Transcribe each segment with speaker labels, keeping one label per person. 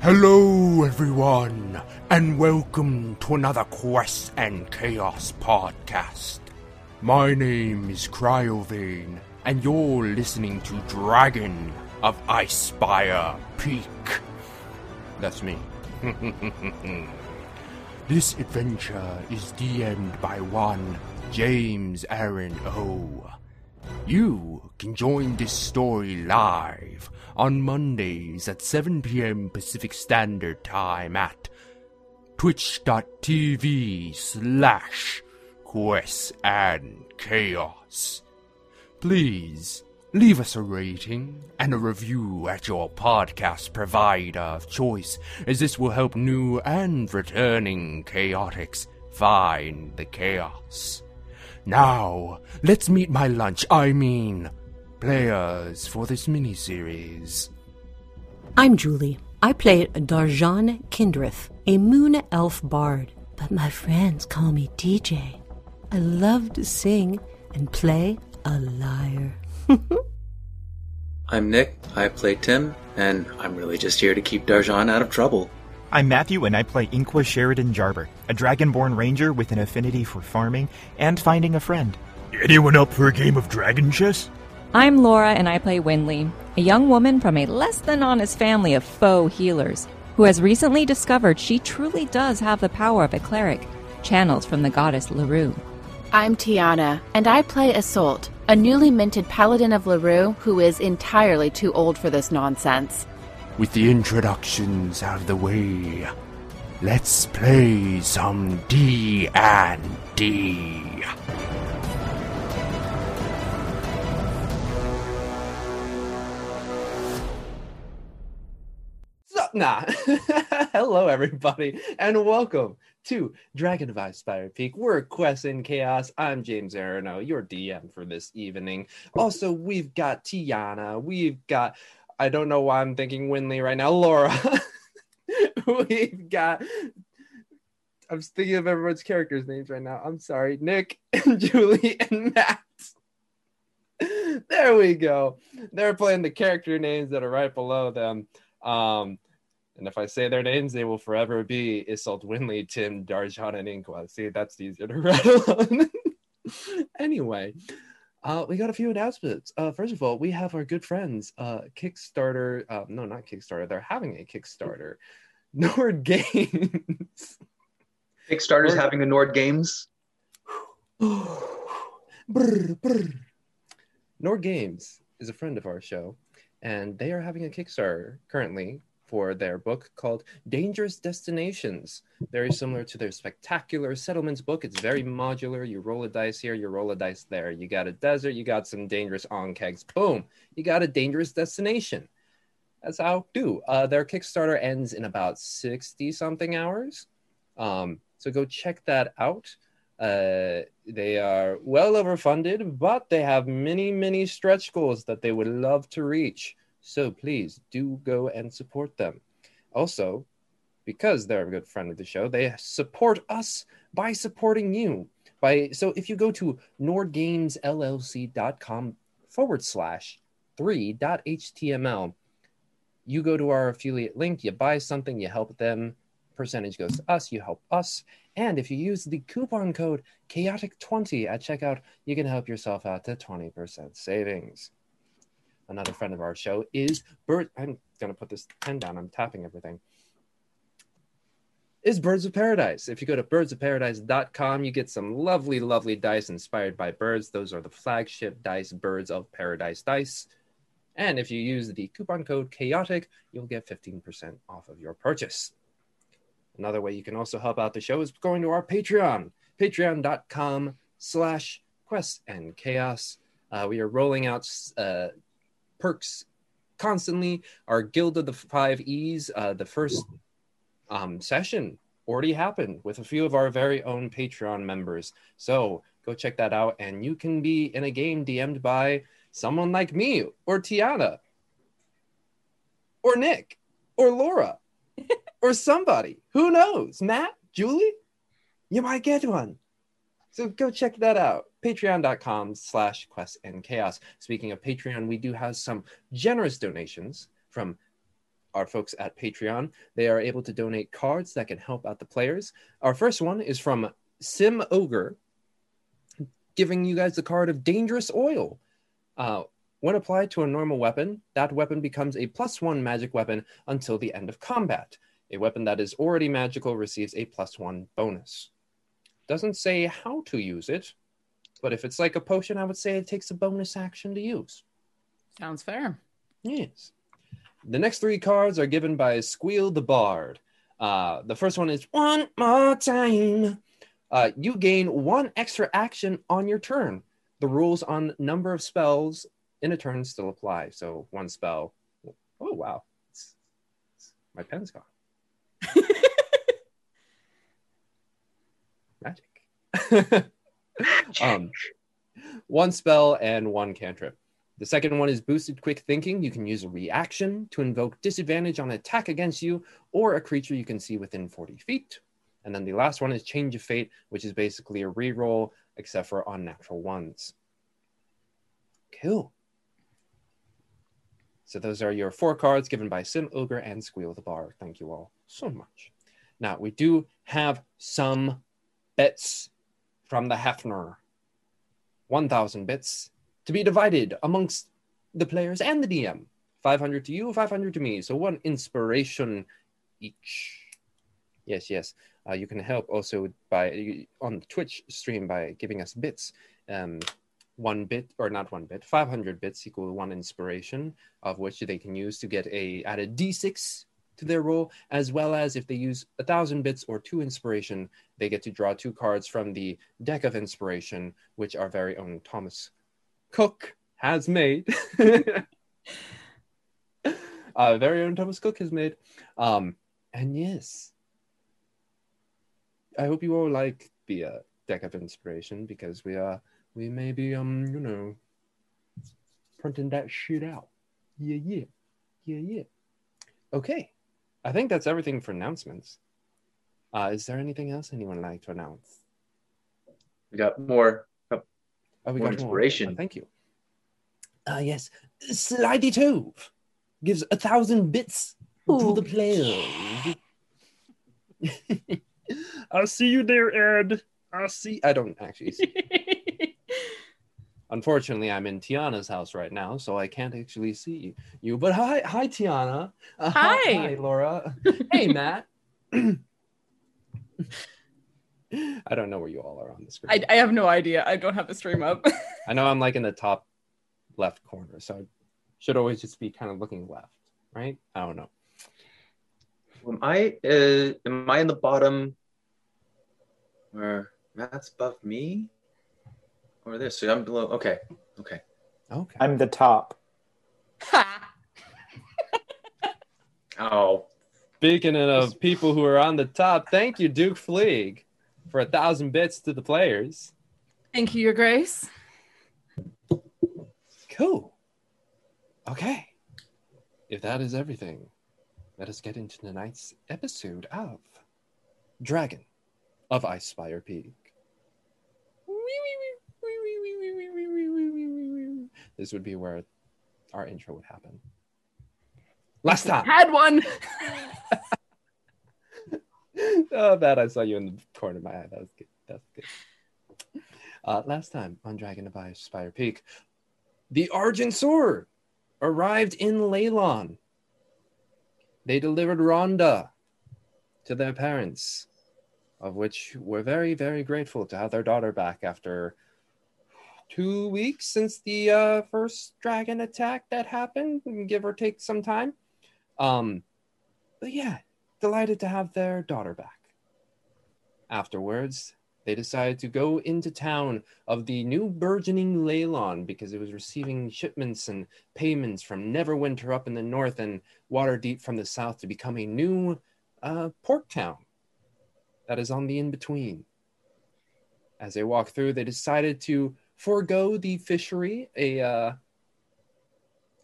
Speaker 1: Hello, everyone, and welcome to another Quest and Chaos podcast. My name is Cryovane, and you're listening to Dragon of Icespire Peak. That's me. this adventure is DM'd by one James Aaron O. You can join this story live on Mondays at 7 p.m. Pacific Standard Time at twitch.tv slash quests and chaos. Please leave us a rating and a review at your podcast provider of choice, as this will help new and returning chaotics find the chaos. Now, let's meet my lunch, I mean, players for this miniseries.
Speaker 2: I'm Julie. I play Darjan Kindrith, a moon elf bard, but my friends call me DJ. I love to sing and play a lyre.
Speaker 3: I'm Nick. I play Tim, and I'm really just here to keep Darjan out of trouble.
Speaker 4: I'm Matthew, and I play Inqua Sheridan Jarber, a dragonborn ranger with an affinity for farming and finding a friend.
Speaker 5: Anyone up for a game of dragon chess?
Speaker 6: I'm Laura, and I play Winley, a young woman from a less than honest family of faux healers, who has recently discovered she truly does have the power of a cleric, channeled from the goddess LaRue.
Speaker 7: I'm Tiana, and I play Assault, a newly minted paladin of LaRue who is entirely too old for this nonsense.
Speaker 1: With the introductions out of the way, let's play some D and D.
Speaker 8: So, nah. Hello, everybody, and welcome to Dragon of Spire Peak. We're Quest in Chaos. I'm James Arano, your DM for this evening. Also, we've got Tiana. We've got, I don't know why I'm thinking Winley right now, Laura. we've got, I'm thinking of everyone's characters' names right now. I'm sorry, Nick and Julie and Matt. There we go. They're playing the character names that are right below them. Um, and if I say their names, they will forever be Isolt Winley, Tim, Darjan, and Inqua. See, that's easier to write on. anyway, uh, we got a few announcements. Uh, first of all, we have our good friends, uh, Kickstarter, uh, no, not Kickstarter, they're having a Kickstarter. Nord Games.
Speaker 3: Kickstarter's
Speaker 8: Or-
Speaker 3: having a Nord Games.
Speaker 8: brr, brr. Nord Games is a friend of our show, and they are having a Kickstarter currently for their book called Dangerous Destinations. Very similar to their spectacular settlements book. It's very modular. You roll a dice here, you roll a dice there. You got a desert, you got some dangerous on kegs. Boom, you got a dangerous destination. That's how it do. Uh, their Kickstarter ends in about 60 something hours. Um, so go check that out. Uh, they are well overfunded, but they have many, many stretch goals that they would love to reach. So please do go and support them. Also, because they're a good friend of the show, they support us by supporting you. By so if you go to nordgamesllc.com forward slash 3.html, you go to our affiliate link, you buy something, you help them, percentage goes to us, you help us. And if you use the coupon code chaotic20 at checkout, you can help yourself out to 20% savings. Another friend of our show is Bird. I'm going to put this pen down. I'm tapping everything. Is Birds of Paradise. If you go to birdsofparadise.com, you get some lovely, lovely dice inspired by birds. Those are the flagship dice, Birds of Paradise dice. And if you use the coupon code chaotic, you'll get 15% off of your purchase. Another way you can also help out the show is going to our Patreon, patreon.com slash quests and chaos. Uh, we are rolling out uh, perks constantly. Our Guild of the Five E's, uh, the first um, session already happened with a few of our very own Patreon members. So go check that out. And you can be in a game DM'd by someone like me or Tiana or Nick or Laura or somebody. Who knows? Matt, Julie, you might get one. So go check that out. Patreon.com slash quest and chaos. Speaking of Patreon, we do have some generous donations from our folks at Patreon. They are able to donate cards that can help out the players. Our first one is from Sim Ogre, giving you guys the card of Dangerous Oil. Uh, when applied to a normal weapon, that weapon becomes a plus one magic weapon until the end of combat. A weapon that is already magical receives a plus one bonus. Doesn't say how to use it, but if it's like a potion, I would say it takes a bonus action to use.
Speaker 9: Sounds fair.
Speaker 8: Yes. The next three cards are given by Squeal the Bard. Uh, the first one is One More Time. Uh, you gain one extra action on your turn. The rules on number of spells in a turn still apply. So one spell. Oh, wow. It's, it's, my pen's gone. Magic. um, one spell and one cantrip. The second one is boosted quick thinking. You can use a reaction to invoke disadvantage on attack against you or a creature you can see within 40 feet. And then the last one is change of fate, which is basically a reroll except for on natural ones. Cool. So those are your four cards given by Sim Ogre and Squeal the Bar. Thank you all so much. Now we do have some bits from the Hefner. 1,000 bits to be divided amongst the players and the DM. 500 to you, 500 to me. So one inspiration each. Yes, yes. Uh, you can help also by on the Twitch stream by giving us bits. Um, one bit or not one bit, 500 bits equal one inspiration, of which they can use to get a add a d6 to their roll, as well as if they use a thousand bits or two inspiration, they get to draw two cards from the deck of inspiration, which our very own Thomas Cook has made. Our very own Thomas Cook has made. Um, and yes, I hope you all like the uh, deck of inspiration because we are we may be um you know printing that shit out. Yeah yeah yeah yeah. Okay, I think that's everything for announcements. Uh, is there anything else anyone would like to announce?
Speaker 3: We got more
Speaker 8: Oh, we
Speaker 3: More
Speaker 8: got
Speaker 3: inspiration.
Speaker 8: Oh, thank you. Uh, yes, Slidey Tove gives a thousand bits to the players. I'll see you there, Ed. I'll see. I don't actually. See. Unfortunately, I'm in Tiana's house right now, so I can't actually see you. But hi, hi, Tiana. Uh,
Speaker 9: Hi.
Speaker 8: hi, Laura. hey, Matt. I don't know where you all are on the screen.
Speaker 9: I, I have no idea. I don't have the stream up.
Speaker 8: I know I'm like in the top left corner, so I should always just be kind of looking left, right? I don't know.
Speaker 3: Am I uh, am I in the bottom where Matt's above me? Or this? So I'm below. Okay. Okay.
Speaker 8: Okay.
Speaker 4: I'm the top.
Speaker 3: Oh.
Speaker 8: Speaking of people who are on the top, thank you, Duke Fleeg, for a thousand bits to the players.
Speaker 9: Thank you, Your Grace.
Speaker 8: Cool. Okay. If that is everything, let us get into tonight's episode of Dragon of Icefire Peak. This would be where our intro would happen. Last time.
Speaker 9: Had one.
Speaker 8: oh, that I saw you in the corner of my eye. That was good. That's good. Uh, last time on Dragon of Ice Spire Peak, the Argent Sword arrived in Leylon. They delivered Rhonda to their parents, of which were very, very grateful to have their daughter back after two weeks since the uh, first dragon attack that happened, give or take some time. Um, but yeah, delighted to have their daughter back. Afterwards, they decided to go into town of the new burgeoning Leylon because it was receiving shipments and payments from Neverwinter up in the north and Waterdeep from the south to become a new uh, port town that is on the in between. As they walked through, they decided to forego the fishery, a uh,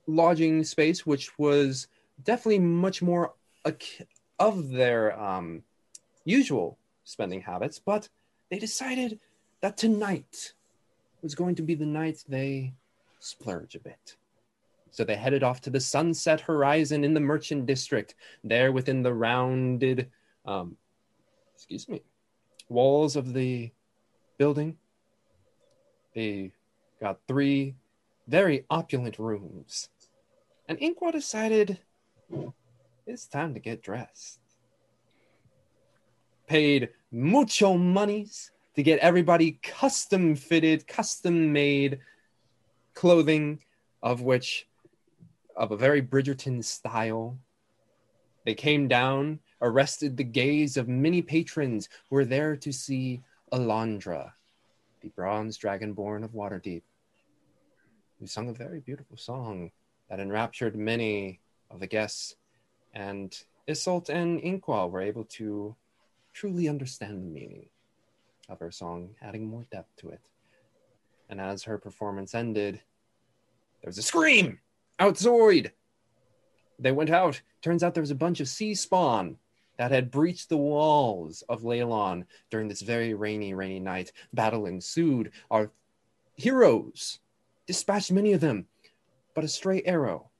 Speaker 8: lodging space, which was definitely much more ac- of their um, usual spending habits, but they decided that tonight was going to be the night they splurge a bit. So they headed off to the sunset horizon in the merchant district, there within the rounded, um, excuse me, walls of the building. They got three very opulent rooms. And Inkwa decided it's time to get dressed. Paid mucho monies to get everybody custom fitted, custom made clothing, of which, of a very Bridgerton style. They came down, arrested the gaze of many patrons who were there to see Alondra, the bronze dragonborn of Waterdeep, who sung a very beautiful song that enraptured many of the guests, and Isolt and Inqua were able to truly understand the meaning of her song, adding more depth to it. And as her performance ended, there was a scream outside. They went out. Turns out there was a bunch of sea spawn that had breached the walls of Leylon during this very rainy, rainy night. Battle ensued. Our heroes dispatched many of them, but a stray arrow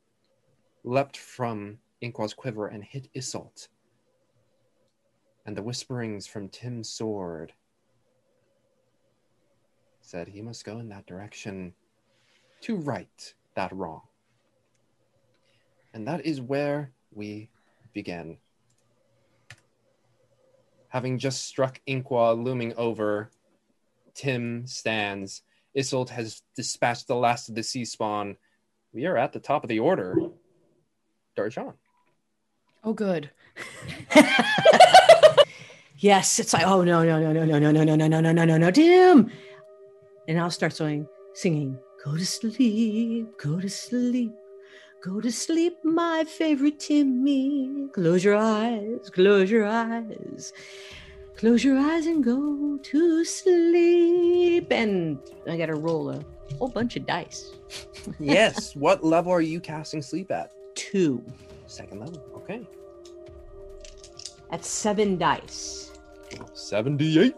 Speaker 8: leapt from Inkwa's quiver and hit Isolt. And the whisperings from Tim's sword said he must go in that direction to right that wrong. And that is where we begin. Having just struck Inkwa looming over, Tim stands. Isolt has dispatched the last of the sea spawn. We are at the top of the order. Darjan.
Speaker 9: Oh, good.
Speaker 2: Yes, it's like, oh no, no, no, no, no, no, no, no, no, no, no, no, no, no, Tim. And I'll start singing, singing, go to sleep, go to sleep, go to sleep, my favorite Timmy. Close your eyes, close your eyes, close your eyes and go to sleep. And I gotta roll a whole bunch of dice.
Speaker 8: yes. What level are you casting sleep at?
Speaker 2: Two.
Speaker 8: Second level. Okay.
Speaker 2: That's seven dice.
Speaker 8: 78.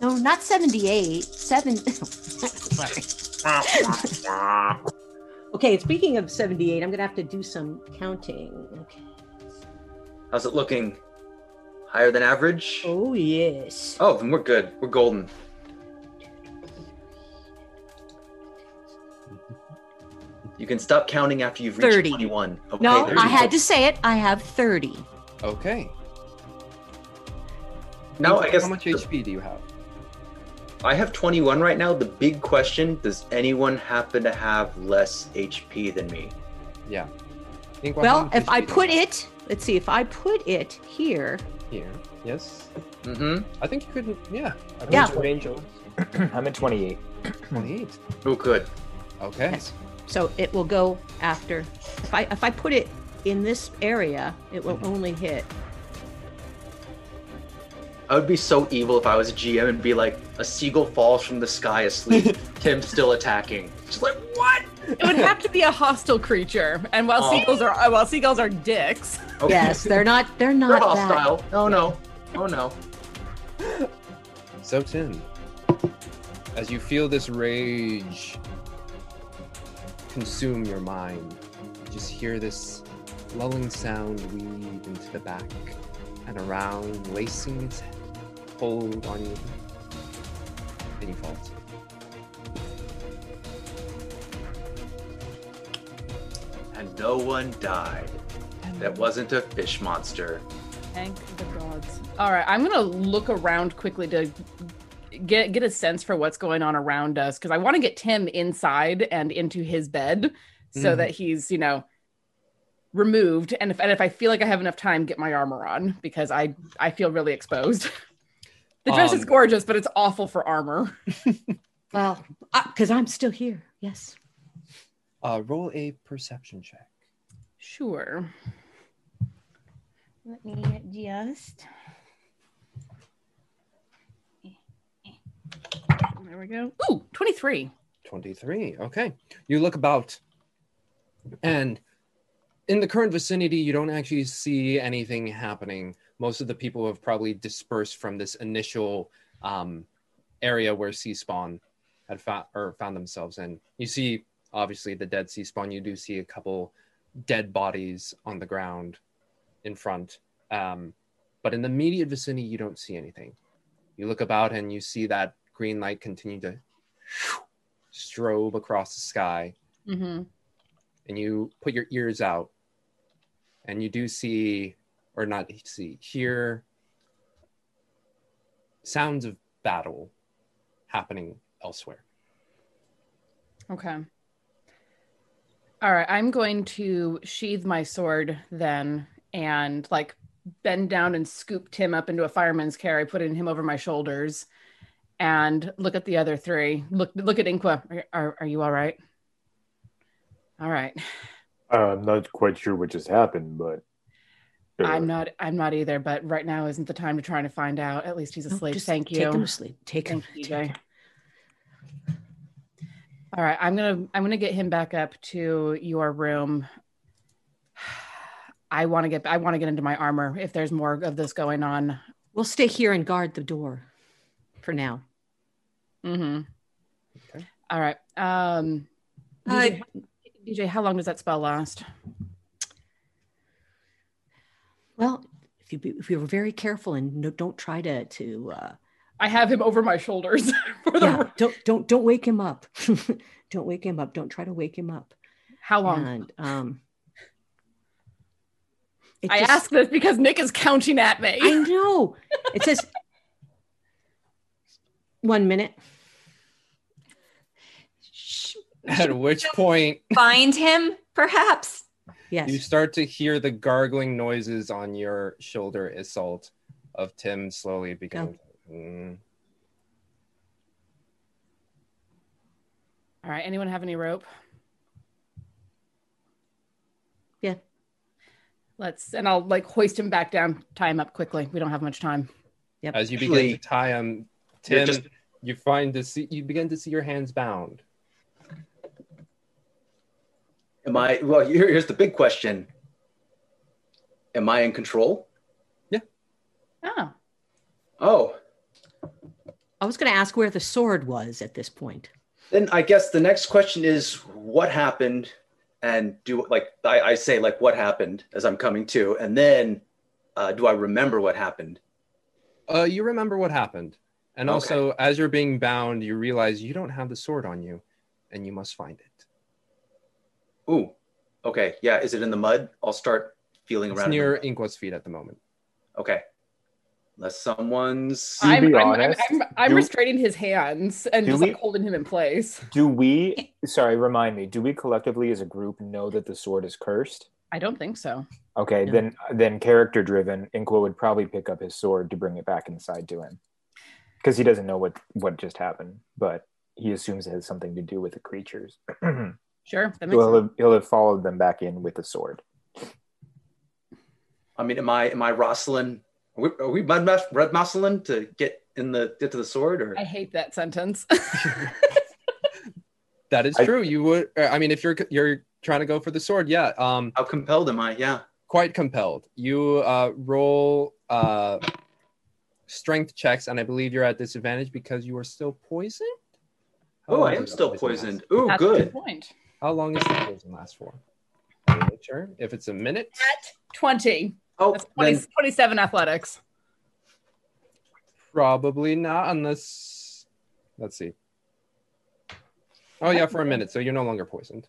Speaker 2: No, not 78. Seven. Sorry. okay, speaking of 78, I'm going to have to do some counting. Okay.
Speaker 3: How's it looking? Higher than average?
Speaker 2: Oh, yes.
Speaker 3: Oh, then we're good. We're golden. You can stop counting after you've reached
Speaker 2: 30.
Speaker 3: 21. Okay,
Speaker 2: no,
Speaker 3: there
Speaker 2: I
Speaker 3: you
Speaker 2: had
Speaker 3: go.
Speaker 2: to say it. I have 30.
Speaker 8: Okay.
Speaker 3: Now, I guess
Speaker 8: How much HP do you have?
Speaker 3: I have 21 right now. The big question does anyone happen to have less HP than me?
Speaker 8: Yeah.
Speaker 2: Well, if I put it, let's see, if I put it here,
Speaker 8: Here. Yes.
Speaker 3: Mm
Speaker 8: I think you could. Yeah. I think
Speaker 2: Yeah.
Speaker 8: it's Angel.
Speaker 4: I'm at 28.
Speaker 8: 28.
Speaker 3: hmm. Who could?
Speaker 8: Okay.
Speaker 2: Yes. so it will go after. If I if I put it in this area, it
Speaker 3: Mm-hmm.
Speaker 2: will only hit.
Speaker 3: I would be so evil if I was a GM and be like, a seagull falls from the sky asleep, Tim's still attacking. Just like, what?
Speaker 9: It would have to be a hostile creature, and while
Speaker 3: Oh.
Speaker 9: seagulls are uh, while seagulls are dicks,
Speaker 3: Okay.
Speaker 2: Yes, they're not they're
Speaker 3: We're
Speaker 2: not that.
Speaker 3: hostile. Oh no. Oh no.
Speaker 8: So, Tim, as you feel this rage consume your mind, you just hear this lulling sound weave into the back and around, lacing its hold on you. Then you fall asleep.
Speaker 3: And no one died. That wasn't a fish monster.
Speaker 9: Thank the gods. All right, I'm gonna look around quickly to get get a sense for what's going on around us because I want to get Tim inside and into his bed so
Speaker 8: Mhm.
Speaker 9: that he's you know removed and if and if I feel like I have enough time, get my armor on because I I feel really exposed. The dress is
Speaker 8: Um,
Speaker 9: gorgeous, but it's awful for armor.
Speaker 2: well, because I'm still here. Yes.
Speaker 8: Uh, roll a perception check.
Speaker 9: Sure.
Speaker 10: Let me just.
Speaker 9: There we go. Ooh, 23.
Speaker 8: 23. Okay. You look about, and in the current vicinity, you don't actually see anything happening. Most of the people have probably dispersed from this initial um, area where Sea Spawn had found or found themselves in. You see, obviously, the dead Sea Spawn. You do see a couple dead bodies on the ground in front. Um, but in the immediate vicinity, you don't see anything. You look about and you see that green light continue to strobe across the sky
Speaker 9: Mm-hmm.
Speaker 8: and you put your ears out and you do see or not see hear sounds of battle happening elsewhere
Speaker 9: Okay. All right, I'm going to sheathe my sword then and like bend down and scoop Tim up into a fireman's carry, putting him over my shoulders, and look at the other three. Look, look at Inqua. Are, are, are you all right? All right.
Speaker 11: Uh, I'm not quite sure what just happened, but
Speaker 9: I'm not. I'm not either. But right now isn't the time to try to find out. At least he's asleep.
Speaker 2: just
Speaker 9: Thank you.
Speaker 2: take him to sleep. Take him-
Speaker 9: Thank you,
Speaker 2: take
Speaker 9: Jay. All right, I'm gonna. I'm gonna get him back up to your room. I want to get. I want to get into my armor. If there's more of this going on,
Speaker 2: We'll stay here and guard the door for now.
Speaker 9: Mm-hmm. All right. Um, DJ, DJ, how long does that spell last?
Speaker 2: Well, if you be, if you were very careful and no, don't try to to uh,
Speaker 9: I have him over my shoulders.
Speaker 2: yeah, don't don't don't wake him up. don't wake him up. Don't try to wake him up.
Speaker 9: How long?
Speaker 2: And, um, it
Speaker 9: I
Speaker 2: just-
Speaker 9: ask this because Nick is counting at me.
Speaker 2: I know. It says one minute.
Speaker 8: at which point
Speaker 12: Find him, perhaps.
Speaker 2: Yes.
Speaker 8: you start to hear the gargling noises on your shoulder assault of tim slowly becoming Mm.
Speaker 9: All right. Anyone have any rope?
Speaker 2: Yeah.
Speaker 9: Let's and I'll like hoist him back down, tie him up quickly. We don't have much time. Yep.
Speaker 8: As you begin to tie them,
Speaker 9: You're
Speaker 8: Tim,
Speaker 9: just-
Speaker 8: you find to see you begin to see your hands bound.
Speaker 3: Am I? Well, here, here's the big question. Am I in control?
Speaker 9: Oh.
Speaker 3: Oh,
Speaker 2: I was going to ask where the sword was at this point.
Speaker 3: then I guess the next question is what happened, and do like I, I say like what happened as I'm coming to, and then uh, do I remember what happened?
Speaker 8: Uh, you remember what happened, and also as you're being bound, you realize you don't have the sword on you, and you must find it.
Speaker 3: Ooh, okay, yeah. Is it in the mud? I'll start feeling
Speaker 8: It's
Speaker 3: around. in the
Speaker 8: near
Speaker 3: mud.
Speaker 8: Inqua's feet at the moment.
Speaker 3: Okay, unless someone's.
Speaker 9: I'm, I'm, I'm, I'm, I'm
Speaker 11: do-
Speaker 9: restraining his hands and
Speaker 11: do
Speaker 9: just
Speaker 11: we-
Speaker 9: like holding him in place.
Speaker 11: do we? Sorry, remind me. Do we collectively as a group know that the sword is cursed?
Speaker 9: I don't think so.
Speaker 11: Okay,
Speaker 9: No.
Speaker 11: then then character driven, Inqua would probably pick up his sword to bring it back inside to him because he doesn't know what what just happened, but he assumes it has something to do with the creatures.
Speaker 9: Sure. That makes
Speaker 11: he'll,
Speaker 9: sense.
Speaker 11: have, he'll have followed them back in with the sword.
Speaker 3: I mean, am I am I Rosalind? Are we, are we mud mas- red Rosalind to get in the get to the sword or?
Speaker 9: I hate that sentence.
Speaker 8: That is true. You would. uh, I mean, if you're you're trying to go for the sword, yeah. Um,
Speaker 3: how compelled am I? Yeah.
Speaker 8: Quite compelled. You uh, roll uh, strength checks, and I believe you're at disadvantage because you are still poisoned. How
Speaker 3: Oh,
Speaker 8: long
Speaker 3: I am
Speaker 8: does the
Speaker 3: still
Speaker 8: poison last?
Speaker 3: poisoned. Ooh, good.
Speaker 9: point.
Speaker 8: How long is the poison last for? Really sure. If it's a minute,
Speaker 9: 20.
Speaker 3: Oh,
Speaker 9: That's 20, 27 athletics.
Speaker 8: probably not, unless. Let's see. Oh, yeah, for a minute. So you're no longer poisoned.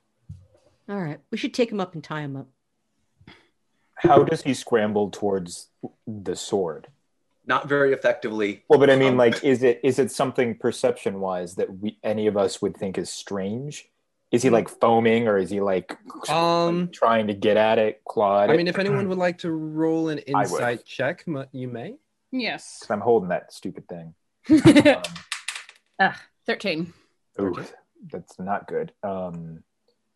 Speaker 2: All right. We should take him up and tie him up.
Speaker 11: How does he scramble towards the sword?
Speaker 3: Not very effectively. Um,
Speaker 11: Well, but I mean,
Speaker 8: Um,
Speaker 11: like, is it is it something perception wise that we any of us would think is strange? Is he
Speaker 9: Hmm.
Speaker 11: like foaming, or is he like
Speaker 8: um
Speaker 11: trying to get at it, clawed?
Speaker 8: I mean, if anyone would like to roll an
Speaker 11: I would.
Speaker 8: insight check, mu- you may.
Speaker 9: Yes.
Speaker 11: 'Cause I'm holding that stupid thing.
Speaker 9: Ugh, 13.
Speaker 11: Ooh, that's not good. Um,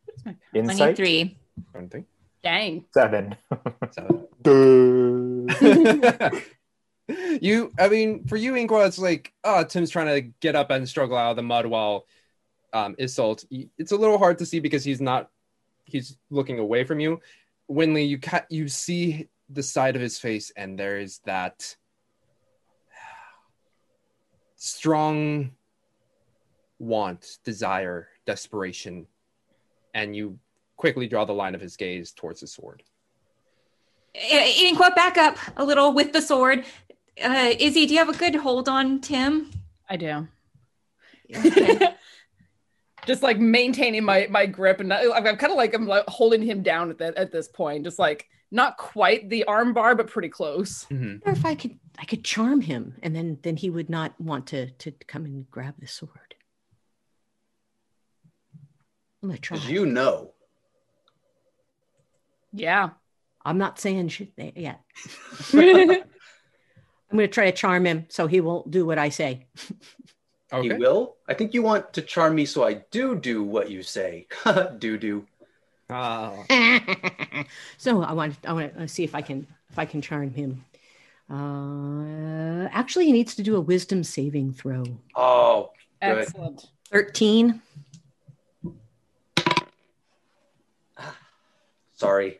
Speaker 9: Where's my pal-
Speaker 11: insight.
Speaker 12: 23.
Speaker 8: Twenty-three.
Speaker 9: Dang.
Speaker 11: Seven.
Speaker 8: you, I mean, for you, Inqua, it's like, oh, Tim's trying to get up and struggle out of the mud while um, Isolt. It's a little hard to see because he's not, he's looking away from you. Winley, you ca- you see the side of his face, and there is that strong want, desire, desperation, and you quickly draw the line of his gaze towards his sword.
Speaker 12: I- Inqua, back up a little with the sword. Uh, Izzy, do you have a good hold on Tim?
Speaker 9: I do. Just like maintaining my my grip, and not- I'm, kind of like I'm like holding him down at that at this point. Just like not quite the arm bar, but pretty close.
Speaker 11: Mm-hmm.
Speaker 2: Or if I could, I could charm him, and then then he would not want to to come and grab the sword. I'm gonna try.
Speaker 3: As you know.
Speaker 9: Yeah.
Speaker 2: I'm not saying shit th- yet. I'm gonna try to charm him so he won't do what I say.
Speaker 3: He will? I think you want to charm me so I do do what you say. do do.
Speaker 2: Oh.
Speaker 8: Ah.
Speaker 2: so I want I want to see if I can if I can charm him. Uh, actually, he needs to do a wisdom saving throw.
Speaker 3: Oh, good.
Speaker 9: Excellent.
Speaker 2: Thirteen.
Speaker 3: Sorry.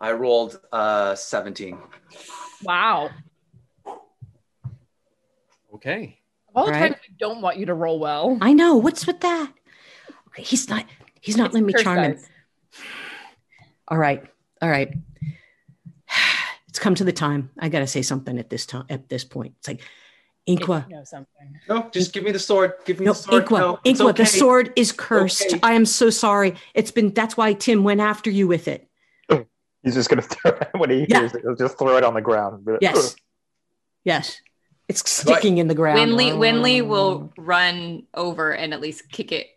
Speaker 3: I rolled uh 17.
Speaker 9: Wow.
Speaker 8: Okay.
Speaker 9: All the
Speaker 2: Right.
Speaker 9: times I don't want you to roll well.
Speaker 2: I know. What's with that? Okay, he's not. He's not letting me
Speaker 9: Curse
Speaker 2: charm him.
Speaker 9: dice.
Speaker 2: All right. All right. It's come to the time. I gotta say something at this time. At this point, it's like
Speaker 9: If you
Speaker 2: Inqua.
Speaker 9: know something.
Speaker 3: No, just give me the sword. Give me
Speaker 2: No,
Speaker 3: the sword.
Speaker 2: Inqua,
Speaker 3: no, it's
Speaker 2: Inqua, the
Speaker 3: okay.
Speaker 2: sword is cursed. I am so sorry. It's been that's why Tim went after you with it.
Speaker 11: He's just gonna throw it when he hears it. He'll just throw it on the ground.
Speaker 2: Yes. Yes. It's sticking in the ground.
Speaker 12: Winley, Winley will run over and at least kick it.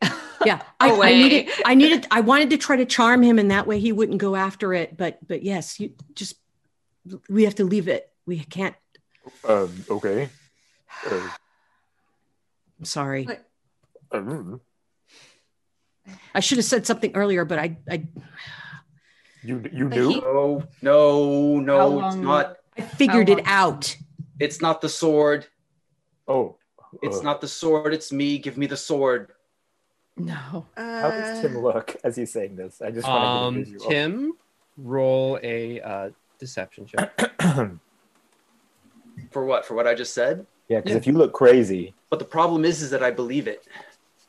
Speaker 2: Yeah. I, I
Speaker 12: away.
Speaker 2: needed I needed I wanted to try to charm him and that way he wouldn't go after it. But but yes, you just we have to leave it. We can't
Speaker 11: Um, okay. Uh,
Speaker 2: I'm sorry.
Speaker 12: But-
Speaker 11: um,
Speaker 2: I should have said something earlier, but I I
Speaker 11: you you
Speaker 2: But he-
Speaker 3: No, no,
Speaker 2: How
Speaker 3: no. It's
Speaker 2: long-
Speaker 3: not
Speaker 2: I figured it out.
Speaker 3: it's not the sword.
Speaker 11: Oh.
Speaker 3: It's
Speaker 11: uh.
Speaker 3: not the sword, it's me. Give me the sword.
Speaker 9: No.
Speaker 11: How does Tim look as he's saying this? I just want
Speaker 8: Um,
Speaker 11: to get a visual.
Speaker 8: Tim, roll a uh, deception check.
Speaker 3: For what? For what I just said?
Speaker 11: Yeah, because if you look crazy,
Speaker 3: But the problem is is that I believe it.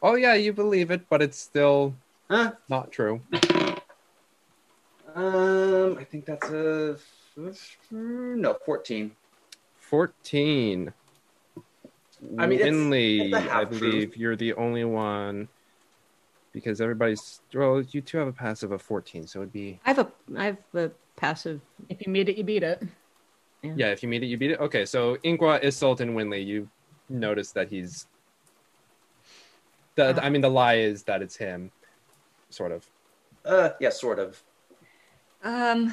Speaker 8: oh yeah, you believe it, but it's still
Speaker 3: Huh?
Speaker 8: not true.
Speaker 3: Um, I think that's a no, 14.
Speaker 8: Fourteen.
Speaker 3: I mean, it's-
Speaker 8: Winley,
Speaker 3: it's a
Speaker 8: I
Speaker 3: half-truth.
Speaker 8: believe you're the only one because everybody's well. You two have a passive of fourteen, so it'd be
Speaker 2: Oh. I have a I have a passive
Speaker 9: If you meet it, you beat it.
Speaker 8: yeah. If you meet it, you beat it. Okay, so Inqua, Isolt, and Winley, you notice that he's. The, I mean, the lie is that it's him, sort of.
Speaker 3: Uh, yeah, sort of.
Speaker 12: Um,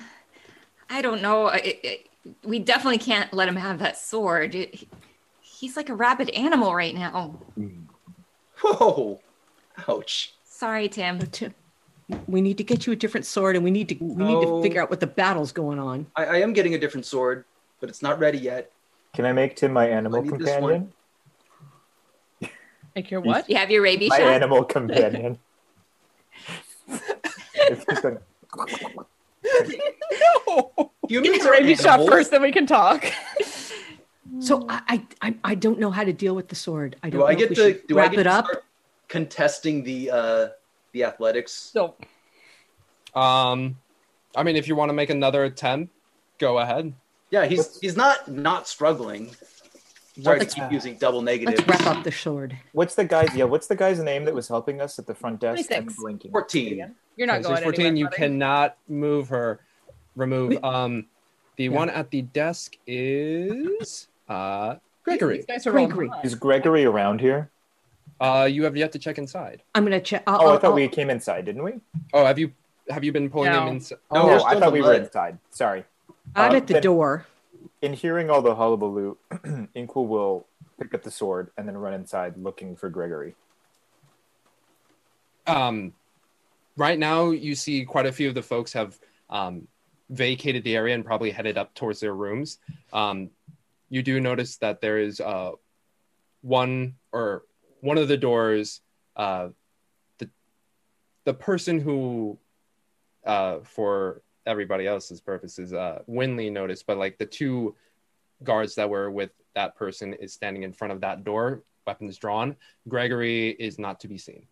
Speaker 12: I don't know. I I we definitely can't let him have that sword. It- he's like a rabid animal right now.
Speaker 3: Whoa. Ouch.
Speaker 12: Sorry, Tim.
Speaker 2: Tim, we need to get you a different sword and we need to we need to
Speaker 11: Oh.
Speaker 3: No.
Speaker 2: figure out what the battle's going on.
Speaker 3: I, I am getting a different sword, but it's not ready yet.
Speaker 11: can I make Tim my
Speaker 3: I
Speaker 11: animal
Speaker 3: need this
Speaker 11: companion?
Speaker 9: Like your what?
Speaker 12: You have your rabies
Speaker 11: My
Speaker 12: shot?
Speaker 11: animal companion. It's just like-
Speaker 3: Humans
Speaker 9: Your
Speaker 3: are
Speaker 9: rabies shot
Speaker 3: animals.
Speaker 9: first, then we can talk.
Speaker 2: So I, I I I don't know how to deal with the sword. I don't
Speaker 3: Do
Speaker 2: know
Speaker 3: I
Speaker 2: if
Speaker 3: get
Speaker 2: we
Speaker 3: to
Speaker 2: should
Speaker 3: do I
Speaker 2: wrap
Speaker 3: get
Speaker 2: it
Speaker 3: to
Speaker 2: up.
Speaker 3: start contesting the uh the athletics?
Speaker 9: So
Speaker 8: Um, I mean, if you want to make another attempt, go ahead.
Speaker 3: Yeah, he's he's not not struggling. Sorry, to
Speaker 2: Let's-
Speaker 3: keep using double
Speaker 2: Let's
Speaker 3: negative.
Speaker 2: wrap up the sword.
Speaker 11: what's the guy's? Yeah, what's the guy's name that was helping us at the front desk? I'm
Speaker 9: 26.
Speaker 11: blinking.
Speaker 3: Fourteen.
Speaker 9: you're not
Speaker 8: Six
Speaker 9: going
Speaker 8: fourteen.
Speaker 9: anywhere.
Speaker 8: you
Speaker 9: buddy.
Speaker 8: cannot move her. Remove.
Speaker 2: We-
Speaker 8: Um, the one at the desk is uh Gregory.
Speaker 9: These guys are all
Speaker 2: Gregory.
Speaker 9: mine.
Speaker 11: Is Gregory around here?
Speaker 8: Uh, you have yet to check inside.
Speaker 2: I'm gonna check. I'll,
Speaker 11: Oh, I
Speaker 2: I'll-
Speaker 11: thought
Speaker 2: I'll-
Speaker 11: we came inside, didn't we?
Speaker 8: Oh, have you have you been pulling
Speaker 9: No.
Speaker 8: him inside?
Speaker 3: No,
Speaker 11: Oh,
Speaker 3: we're
Speaker 11: I
Speaker 3: still
Speaker 11: thought we were
Speaker 3: delayed.
Speaker 11: inside. Sorry.
Speaker 2: I'm
Speaker 11: Uh,
Speaker 2: at the
Speaker 11: then-
Speaker 2: door.
Speaker 11: in hearing all the hullabaloo, Inkle will pick up the sword and then run inside looking for Gregory.
Speaker 8: Um, right now, you see quite a few of the folks have um, vacated the area and probably headed up towards their rooms. Um, you do notice that there is uh, one or one of the doors. Uh, the the person who, uh, for everybody else's purposes, uh, Winley noticed, but like the two guards that were with that person is standing in front of that door, weapons drawn. Gregory is not to be seen.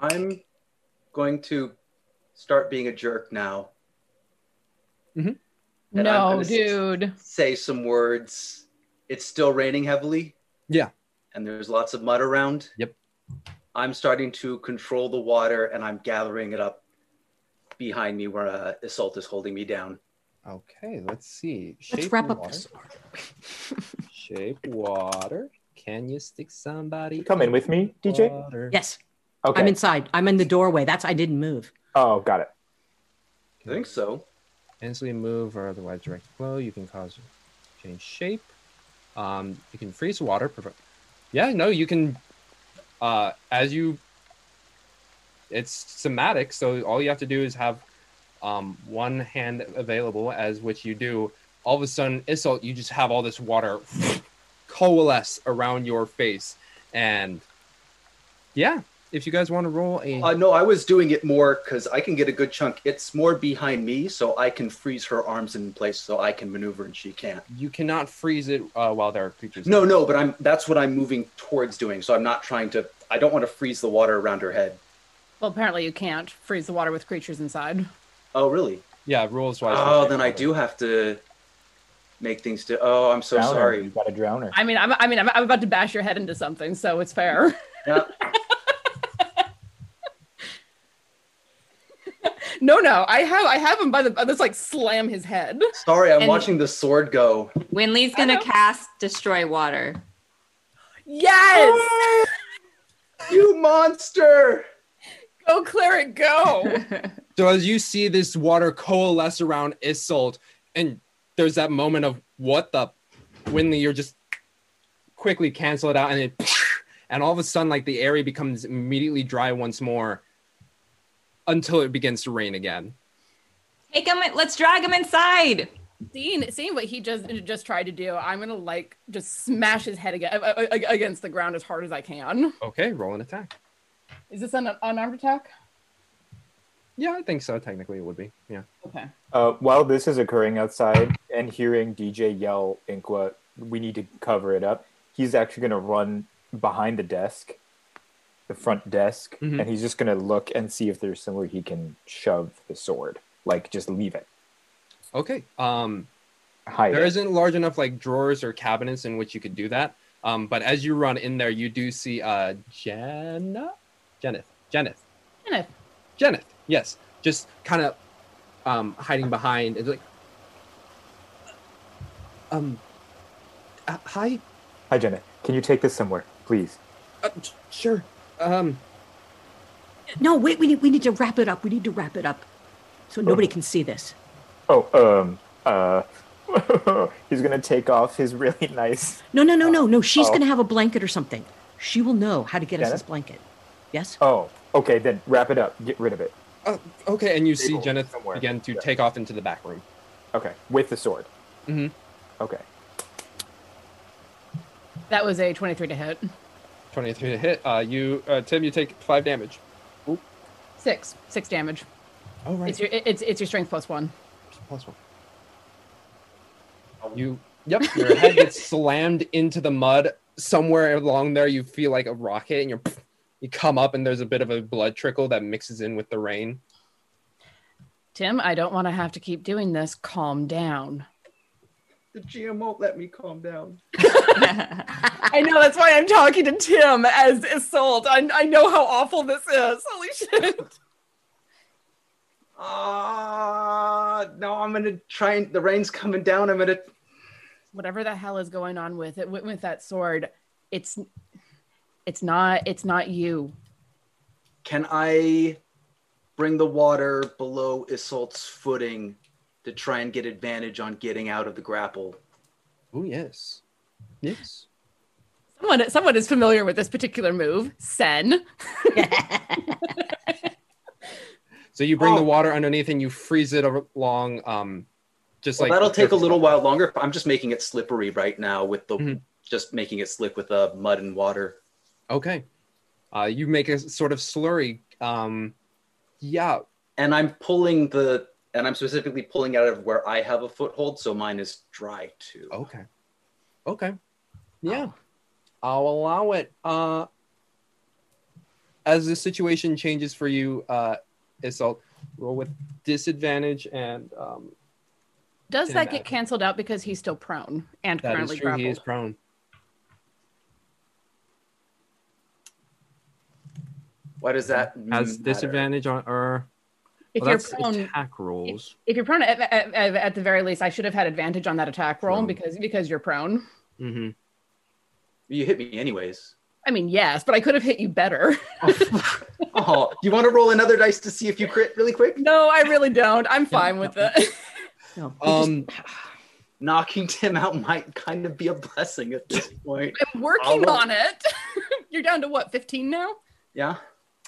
Speaker 3: I'm going to start being a jerk now.
Speaker 8: Mhm.
Speaker 3: And I'm
Speaker 9: no,
Speaker 3: gonna s-
Speaker 9: dude.
Speaker 3: Say some words. It's still raining heavily.
Speaker 8: Yeah.
Speaker 3: And there's lots of mud around.
Speaker 8: Yep.
Speaker 3: I'm starting to control the water and I'm gathering it up behind me where uh, Isolt is holding me down.
Speaker 8: Okay, let's see.
Speaker 3: Let's wrap up
Speaker 8: water.
Speaker 3: this
Speaker 8: Shape water. Can you stick somebody?
Speaker 11: Come in with me, DJ?
Speaker 8: water?
Speaker 2: Yes.
Speaker 11: Okay.
Speaker 2: I'm inside. I'm in the doorway. That's I didn't move.
Speaker 11: Oh, got it.
Speaker 3: I think so.
Speaker 8: Instantly move or otherwise direct flow. You can cause change shape. Um, you can freeze water. Provo- yeah, no, you can. Uh, as you, it's somatic, so all you have to do is have um, one hand available, as which you do. All of a sudden, Isolt, you just have all this water coalesce around your face, and yeah, if you guys want to roll a
Speaker 3: Uh, no, I was doing it more because I can get a good chunk. It's more behind me, so I can freeze her arms in place, so I can maneuver and she can't.
Speaker 8: you cannot freeze it uh, while there are creatures.
Speaker 3: No, no, but I'm. That's what I'm moving towards doing. So I'm not trying to. I don't want to freeze the water around her head.
Speaker 9: Well, apparently you can't freeze the water with creatures inside.
Speaker 3: Oh, really?
Speaker 8: Yeah, rules wise.
Speaker 3: Oh, then I do have to make things. To, oh, I'm so
Speaker 11: Drown her.
Speaker 3: sorry.
Speaker 11: You got to drown her.
Speaker 9: I mean, I'm, I mean, I'm, I'm about to bash your head into something, so it's fair.
Speaker 3: Yeah.
Speaker 9: no, Oh, no, I have, I have him by the. I just like slam his head.
Speaker 3: Sorry, I'm
Speaker 12: And-
Speaker 3: watching the sword go.
Speaker 12: Winley's gonna cast Destroy Water.
Speaker 9: Yes.
Speaker 3: you monster!
Speaker 9: Go, cleric, go.
Speaker 8: So as you see this water coalesce around Isolt, and there's that moment of what the Winley, you're just quickly cancel it out, and it and all of a sudden like the area becomes immediately dry once more until it begins to rain again.
Speaker 12: Take him. in- Let's drag him inside.
Speaker 9: seeing, seeing what he just just tried to do, I'm gonna like just smash his head against, against the ground as hard as I can.
Speaker 8: Okay, roll an attack.
Speaker 9: Is this an unarmed attack?
Speaker 8: Yeah, I think so. Technically, it would be. Yeah.
Speaker 9: Okay.
Speaker 11: Uh, while this is occurring outside and hearing DJ yell, Inkwa, we need to cover it up, he's actually going to run behind the desk, the front desk,
Speaker 8: Mhm.
Speaker 11: and he's just going to look and see if there's somewhere he can shove the sword. Like, just leave it.
Speaker 8: Okay. Um,
Speaker 11: Hide
Speaker 8: there
Speaker 11: it.
Speaker 8: isn't large enough like drawers or cabinets in which you could do that. Um, but as you run in there, you do see uh, Jenna, Jenneth, Jenneth,
Speaker 9: Kenneth,
Speaker 8: Jenneth, yes, just kind of um, hiding behind and like, um, uh, hi,
Speaker 11: Hi, Jenna. Can you take this somewhere, please?
Speaker 8: uh, j- sure, um,
Speaker 2: No, wait, we need we need to wrap it up. We need to wrap it up. So nobody can see this.
Speaker 11: Oh, um, uh, he's going to take off his really nice.
Speaker 2: No, no, no, no, no. She's
Speaker 11: Oh.
Speaker 2: gonna have a blanket or something. She will know how to get us
Speaker 11: Janet?
Speaker 2: this blanket. Yes?
Speaker 11: Oh, okay, then wrap it up. Get rid of it.
Speaker 8: uh, okay, and you see
Speaker 11: Table
Speaker 8: Jenneth
Speaker 11: somewhere.
Speaker 8: begin to
Speaker 11: Yeah.
Speaker 8: take off into the back room.
Speaker 11: Okay, with the sword.
Speaker 8: Mhm.
Speaker 11: Okay.
Speaker 9: that was a 23 to hit.
Speaker 8: Twenty-three to hit. Uh, you, uh, Tim, you take five damage.
Speaker 9: Six, six damage.
Speaker 8: Oh
Speaker 9: It's your it's it's your strength plus one.
Speaker 8: Plus one. You, yep, your head gets slammed into the mud. Somewhere along there, you feel like a rocket, and you're, you come up, and there's a bit of a blood trickle that mixes in with the rain.
Speaker 9: Tim, I don't want to have to keep doing this. Calm down.
Speaker 3: The GM won't let me calm down.
Speaker 9: I know that's why I'm talking to Tim as Isolt. I I know how awful this is. Holy shit.
Speaker 3: Ah, no, I'm gonna try. And, the rain's coming down. I'm gonna.
Speaker 9: Whatever the hell is going on with it with, with that sword, it's it's not it's not you.
Speaker 3: Can I bring the water below Isolt's footing to try and get advantage on getting out of the grapple?
Speaker 8: Oh yes, yes.
Speaker 9: Someone, someone is familiar with this particular move. Sen.
Speaker 8: So you
Speaker 3: Oh.
Speaker 8: bring the water underneath and you freeze it along. Um, just
Speaker 3: Well,
Speaker 8: like Mm-hmm.
Speaker 3: that'll take a little while longer. I'm just making it slippery right now with the just making it slick with the mud and water.
Speaker 8: Okay. Uh, you make a sort of slurry. Um, yeah.
Speaker 3: And I'm pulling the and I'm specifically pulling out of where I have a foothold, so mine is dry too.
Speaker 8: Okay. Okay. Yeah. I'll allow it. Uh, as the situation changes for you, uh, Isolt, roll with disadvantage and um,
Speaker 9: Does
Speaker 8: Damn
Speaker 9: that
Speaker 8: it.
Speaker 9: get canceled out because he's still prone and
Speaker 8: that is
Speaker 9: currently
Speaker 8: true.
Speaker 9: grappled?
Speaker 8: He is prone.
Speaker 3: Why does that
Speaker 8: Has
Speaker 3: matter?
Speaker 8: disadvantage on or
Speaker 9: If
Speaker 8: well,
Speaker 9: you're
Speaker 8: that's
Speaker 9: prone-
Speaker 8: attack rolls.
Speaker 9: If you're prone, at, at, at- at the very least, I should have had advantage on that attack roll because because you're prone.
Speaker 8: Mm-hmm.
Speaker 3: You hit me anyways.
Speaker 9: I mean, yes, but I could have hit you better.
Speaker 3: Oh, you want to roll another dice to see if you crit really quick?
Speaker 9: No, I really don't. I'm fine with it.
Speaker 8: Um,
Speaker 3: knocking Tim out might kind of be a blessing at this point.
Speaker 9: I'm working on it. you're down to what, 15 now?
Speaker 3: Yeah.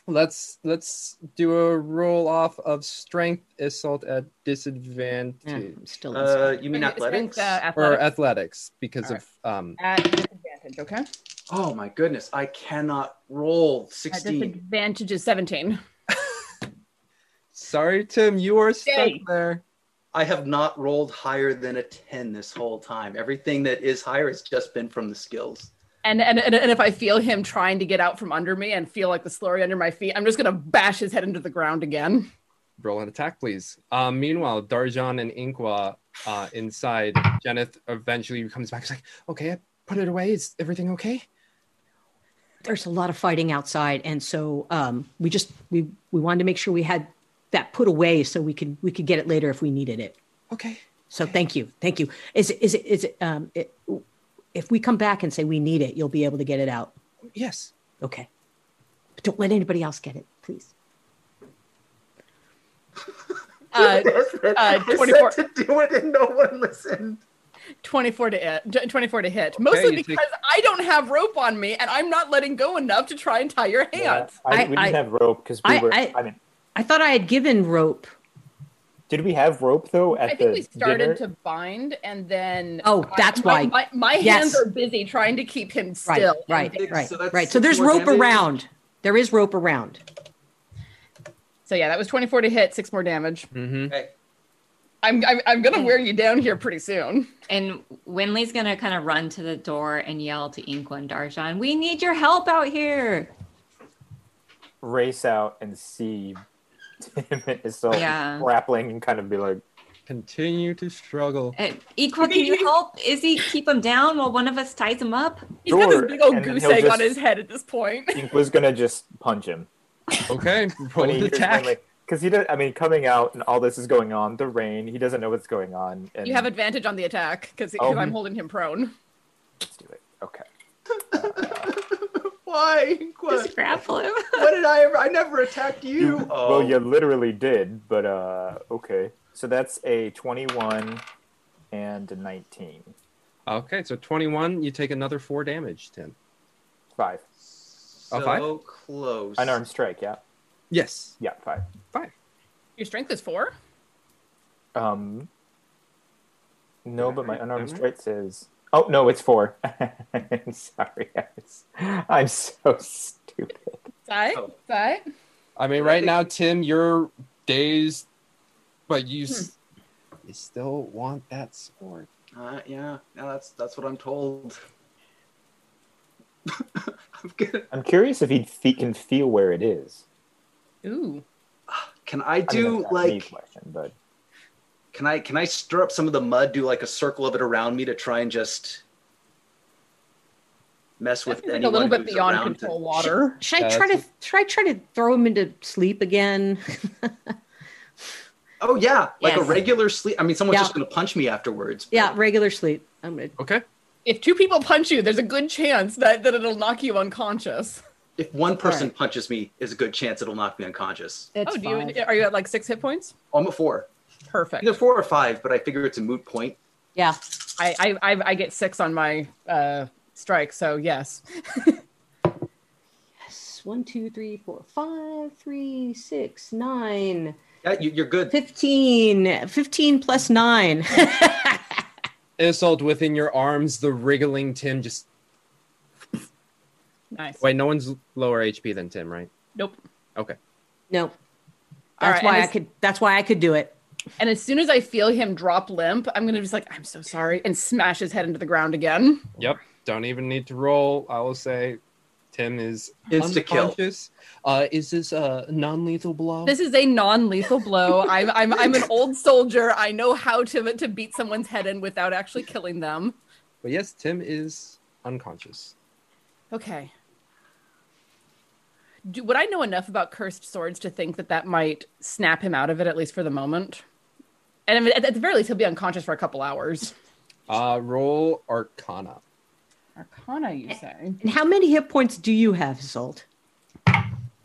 Speaker 8: Let's let's do a roll off of strength assault at disadvantage.
Speaker 9: still
Speaker 3: Hmm. Uh, you mean athletics?
Speaker 8: or athletics because of um.
Speaker 9: At disadvantage, okay?
Speaker 3: Oh my goodness, I cannot roll
Speaker 9: At
Speaker 3: 16.
Speaker 9: disadvantage is 17.
Speaker 8: Sorry, Tim, you are
Speaker 9: stuck Yay.
Speaker 8: there.
Speaker 3: I have not rolled higher than a 10 this whole time. Everything that is higher has just been from the skills.
Speaker 9: And, and, and, and if I feel him trying to get out from under me and feel like the slurry under my feet, I'm just going to bash his head into the ground again.
Speaker 8: Roll an attack, please. Uh, meanwhile, Darjan and Inkwa uh, inside. Jeneth eventually comes back. She's like, "Okay, I put it away. Is everything okay?"
Speaker 2: There's a lot of fighting outside, and so um, we just we we wanted to make sure we had that put away so we could we could get it later if we needed it.
Speaker 8: Okay.
Speaker 2: So thank you, thank you. Is it is it is it, um, it if we come back and say we need it, you'll be able to get it out.
Speaker 8: Yes.
Speaker 2: Okay. But don't let anybody else get it, please.
Speaker 9: Uh, uh, 24.
Speaker 3: to do it and no one listened.
Speaker 9: 24 to hit. 24 to hit. Mostly
Speaker 8: you take-
Speaker 9: because I don't have rope on me and I'm not letting go enough to try and tie your hands.
Speaker 11: uh, I, we didn't have rope because we
Speaker 2: I-
Speaker 11: were. I,
Speaker 2: I-
Speaker 11: mean,
Speaker 2: I thought I had given rope.
Speaker 11: did we have rope though? At
Speaker 9: I think
Speaker 11: the
Speaker 9: we started
Speaker 11: dinner?
Speaker 9: to bind and then
Speaker 2: Oh,
Speaker 9: I-
Speaker 2: that's
Speaker 9: my,
Speaker 2: why.
Speaker 9: my, my
Speaker 2: Yes.
Speaker 9: hands are busy trying to keep him
Speaker 2: Right,
Speaker 9: still.
Speaker 2: right, right,
Speaker 9: So that's
Speaker 2: right. So
Speaker 9: six
Speaker 2: there's
Speaker 9: more
Speaker 2: rope
Speaker 9: damage.
Speaker 2: around. There is rope around.
Speaker 9: So yeah, that was 24 to hit, six more damage.
Speaker 8: Mm-hmm.
Speaker 9: I'm I'm, I'm gonna wear you down here pretty soon.
Speaker 12: And Winley's gonna kind of run to the door and yell to Inkwa and Darjan, "We need your help out here!"
Speaker 11: race out and see Tim and Isolde
Speaker 12: Yeah.
Speaker 11: grappling and kind of be like,
Speaker 8: Continue to struggle.
Speaker 12: And Inkwa, can you help Izzy keep him down while one of us ties him up?
Speaker 9: He's got this
Speaker 11: Sure,
Speaker 9: big old
Speaker 11: and then
Speaker 9: goose
Speaker 11: he'll
Speaker 9: egg on
Speaker 11: just-
Speaker 9: his head at this point.
Speaker 11: Ink was gonna just punch him.
Speaker 8: Okay,
Speaker 11: When
Speaker 8: roll
Speaker 11: he
Speaker 8: an
Speaker 11: hears
Speaker 8: attack.
Speaker 11: Winley, because he does. I mean, coming out and all this is going on. The rain. He doesn't know what's going on. And
Speaker 9: You have advantage on the attack because
Speaker 11: Oh.
Speaker 9: I'm holding him prone.
Speaker 11: Let's do it. Okay.
Speaker 3: Why? What,
Speaker 12: Just grapple him.
Speaker 3: what did I ever? I never attacked you. oh,
Speaker 11: Well, you literally did, but uh, okay. So that's a twenty-one and a nineteen.
Speaker 8: Okay, so twenty-one. You take another four damage, Tim.
Speaker 11: Five.
Speaker 3: so
Speaker 8: Oh, five?
Speaker 3: close.
Speaker 11: An armed strike. Yeah.
Speaker 8: Yes.
Speaker 11: Yeah. Five.
Speaker 8: Five.
Speaker 9: Your strength is four.
Speaker 11: Um. No, but my unarmed
Speaker 8: Am I?
Speaker 11: strike says. Oh no, it's four. I'm sorry, I was- I'm so stupid.
Speaker 9: Right,
Speaker 3: Oh.
Speaker 9: right.
Speaker 8: I mean, right now, Tim, you're dazed, but you
Speaker 9: Hmm.
Speaker 8: s- you still want that sword.
Speaker 3: Uh, yeah, yeah, that's that's what I'm told. I'm gonna,
Speaker 11: I'm curious if he fe- can feel where it is.
Speaker 9: Ooh.
Speaker 3: can
Speaker 11: I
Speaker 3: I
Speaker 11: mean,
Speaker 3: do
Speaker 11: that's not me
Speaker 3: like?
Speaker 11: question, but
Speaker 3: Can I can I stir up some of the mud? Do like a circle of it around me to try and just mess with
Speaker 9: It's like
Speaker 3: anyone
Speaker 9: a little bit
Speaker 3: who's
Speaker 9: beyond
Speaker 3: around
Speaker 9: control
Speaker 3: to-
Speaker 9: water.
Speaker 2: Should I
Speaker 8: Yeah,
Speaker 2: try to
Speaker 8: that's-
Speaker 2: should I try to throw him into sleep again?
Speaker 3: Oh yeah, like a
Speaker 12: Yes.
Speaker 3: regular sleep. I mean, someone's
Speaker 2: Yeah.
Speaker 3: just gonna punch me afterwards.
Speaker 2: yeah, regular sleep. I'm gonna,
Speaker 8: Okay.
Speaker 9: If two people punch you, there's a good chance that, that it'll knock you unconscious.
Speaker 3: If one person punches me, is a good chance it'll knock me unconscious.
Speaker 9: oh, do you are you at like six hit points?
Speaker 3: I'm at four,
Speaker 9: Perfect.
Speaker 3: either four or five, but I figure it's a moot point.
Speaker 2: yeah.
Speaker 9: I I, I, I get six on my uh, strike, so yes.
Speaker 2: Yes, One, two, three, four, five, three, six, nine.
Speaker 3: Yeah, you, you're good.
Speaker 2: 15. 15 plus nine.
Speaker 8: Isolde, within your arms, the wriggling Tim just.
Speaker 9: Nice.
Speaker 8: Wait, no one's lower HP than Tim, right?
Speaker 9: Nope.
Speaker 8: Okay.
Speaker 2: No.
Speaker 9: All
Speaker 2: That's
Speaker 9: right,
Speaker 2: why
Speaker 9: and
Speaker 2: I
Speaker 9: it's-
Speaker 2: could that's why I could do it.
Speaker 9: And as soon as I feel him drop limp, I'm gonna just like, I'm so sorry, and smash his head into the ground again.
Speaker 8: Yep. Don't even need to roll. I will say, Tim is
Speaker 3: Insta-kill.
Speaker 8: unconscious. Uh, is this a non-lethal blow?
Speaker 9: This is a non-lethal blow. I'm I'm I'm an old soldier. I know how to to beat someone's head in without actually killing them.
Speaker 8: But yes, Tim is unconscious.
Speaker 9: Okay. Do, would I know enough about cursed swords to think that that might snap him out of it at least for the moment? And I mean, at, at the very least, he'll be unconscious for a couple hours.
Speaker 8: Uh, roll Arcana.
Speaker 9: Arcana, you say?
Speaker 2: And how many hit points do you have, Zolt?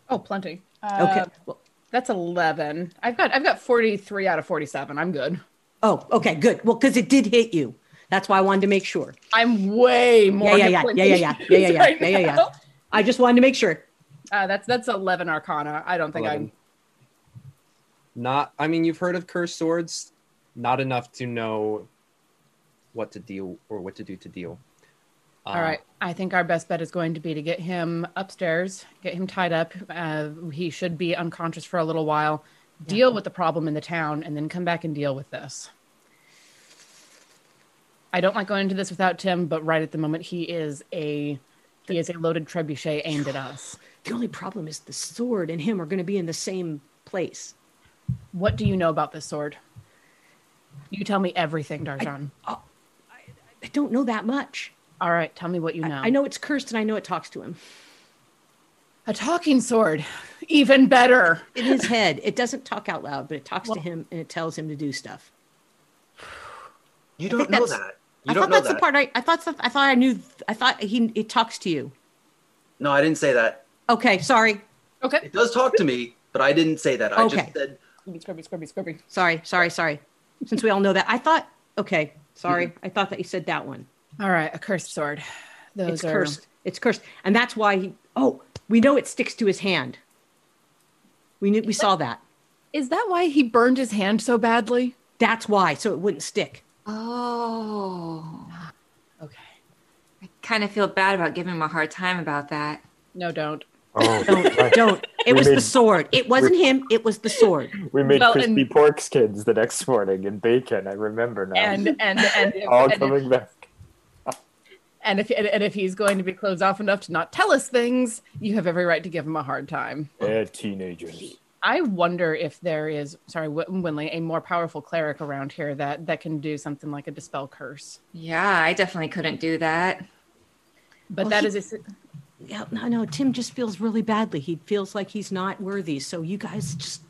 Speaker 9: Oh, plenty.
Speaker 2: Okay.
Speaker 9: Uh, that's eleven. I've got I've got forty three out of forty seven. I'm good.
Speaker 2: Oh, okay, good. Well, because it did hit you. That's why I wanted to make sure.
Speaker 9: I'm way more.
Speaker 2: yeah, yeah,
Speaker 9: hit
Speaker 2: yeah, yeah, yeah,
Speaker 9: points
Speaker 2: yeah, yeah, yeah,
Speaker 9: right
Speaker 2: yeah, yeah, yeah.
Speaker 9: now.
Speaker 2: I just wanted to make sure.
Speaker 9: Uh, that's that's eleven Arcana. I don't think I'm.
Speaker 8: 11. Not. I mean, you've heard of cursed swords. Not enough to know what to deal or what to do to deal. Uh,
Speaker 9: All right. I think our best bet is going to be to get him upstairs, get him tied up. Uh, he should be unconscious for a little while. Deal with the problem in the town, and then come back and deal with this. I don't like going into this without Tim, but right at the moment, he is a he is a loaded trebuchet aimed at us.
Speaker 2: The only problem is the sword and him are going to be in the same place.
Speaker 9: What do you know about this sword? You tell me everything, Darjan.
Speaker 2: oh, I don't know that much.
Speaker 9: All right, tell me what you know.
Speaker 2: I know it's cursed and I know it talks to him.
Speaker 9: a talking sword, even better.
Speaker 2: In his head, it doesn't talk out loud, but it talks to him and it tells him to do stuff.
Speaker 3: You
Speaker 2: I
Speaker 3: don't
Speaker 2: think
Speaker 3: know
Speaker 2: that's-
Speaker 3: that. You
Speaker 2: I
Speaker 3: don't
Speaker 2: thought
Speaker 3: know
Speaker 2: that's
Speaker 3: that.
Speaker 2: the part I, I thought I thought I knew I thought he it talks to you.
Speaker 3: No, I didn't say that.
Speaker 2: Okay, sorry.
Speaker 9: Okay.
Speaker 3: It does talk to me, but I didn't say that. I
Speaker 2: Okay.
Speaker 3: just said
Speaker 9: Scrubby, scrubby, scrubby.
Speaker 2: Sorry, sorry, sorry. Since we all know that, I thought okay, sorry. I thought that you said that one.
Speaker 9: All right, a cursed sword. Those
Speaker 2: it's
Speaker 9: are
Speaker 2: cursed. It's cursed, and that's why he. Oh, we know it sticks to his hand. We knew we saw that.
Speaker 9: Is that why he burned his hand so badly?
Speaker 2: That's why, so it wouldn't stick.
Speaker 12: Oh.
Speaker 9: Okay.
Speaker 12: I kind of feel bad about giving him a hard time about that.
Speaker 9: No, don't.
Speaker 11: Oh,
Speaker 2: don't, don't. It
Speaker 11: We
Speaker 2: was the
Speaker 11: made-
Speaker 2: sword. It wasn't him. It was the sword.
Speaker 11: We made
Speaker 9: Well,
Speaker 11: crispy
Speaker 9: and-
Speaker 11: pork skins the next morning and bacon. I remember now.
Speaker 9: And and and if,
Speaker 11: all
Speaker 9: and, if,
Speaker 11: coming back.
Speaker 9: and if and, and if he's going to be closed off enough to not tell us things, you have every right to give him a hard time.
Speaker 11: Yeah, teenagers.
Speaker 9: I wonder if there is sorry, Wh- Winley, a more powerful cleric around here that that can do something like a dispel curse.
Speaker 12: Yeah, I definitely couldn't do that.
Speaker 9: But
Speaker 2: Well,
Speaker 9: that
Speaker 2: he-
Speaker 9: is a s-
Speaker 2: Yeah, no, no. Tim just feels really badly. He feels like he's not worthy. So you guys just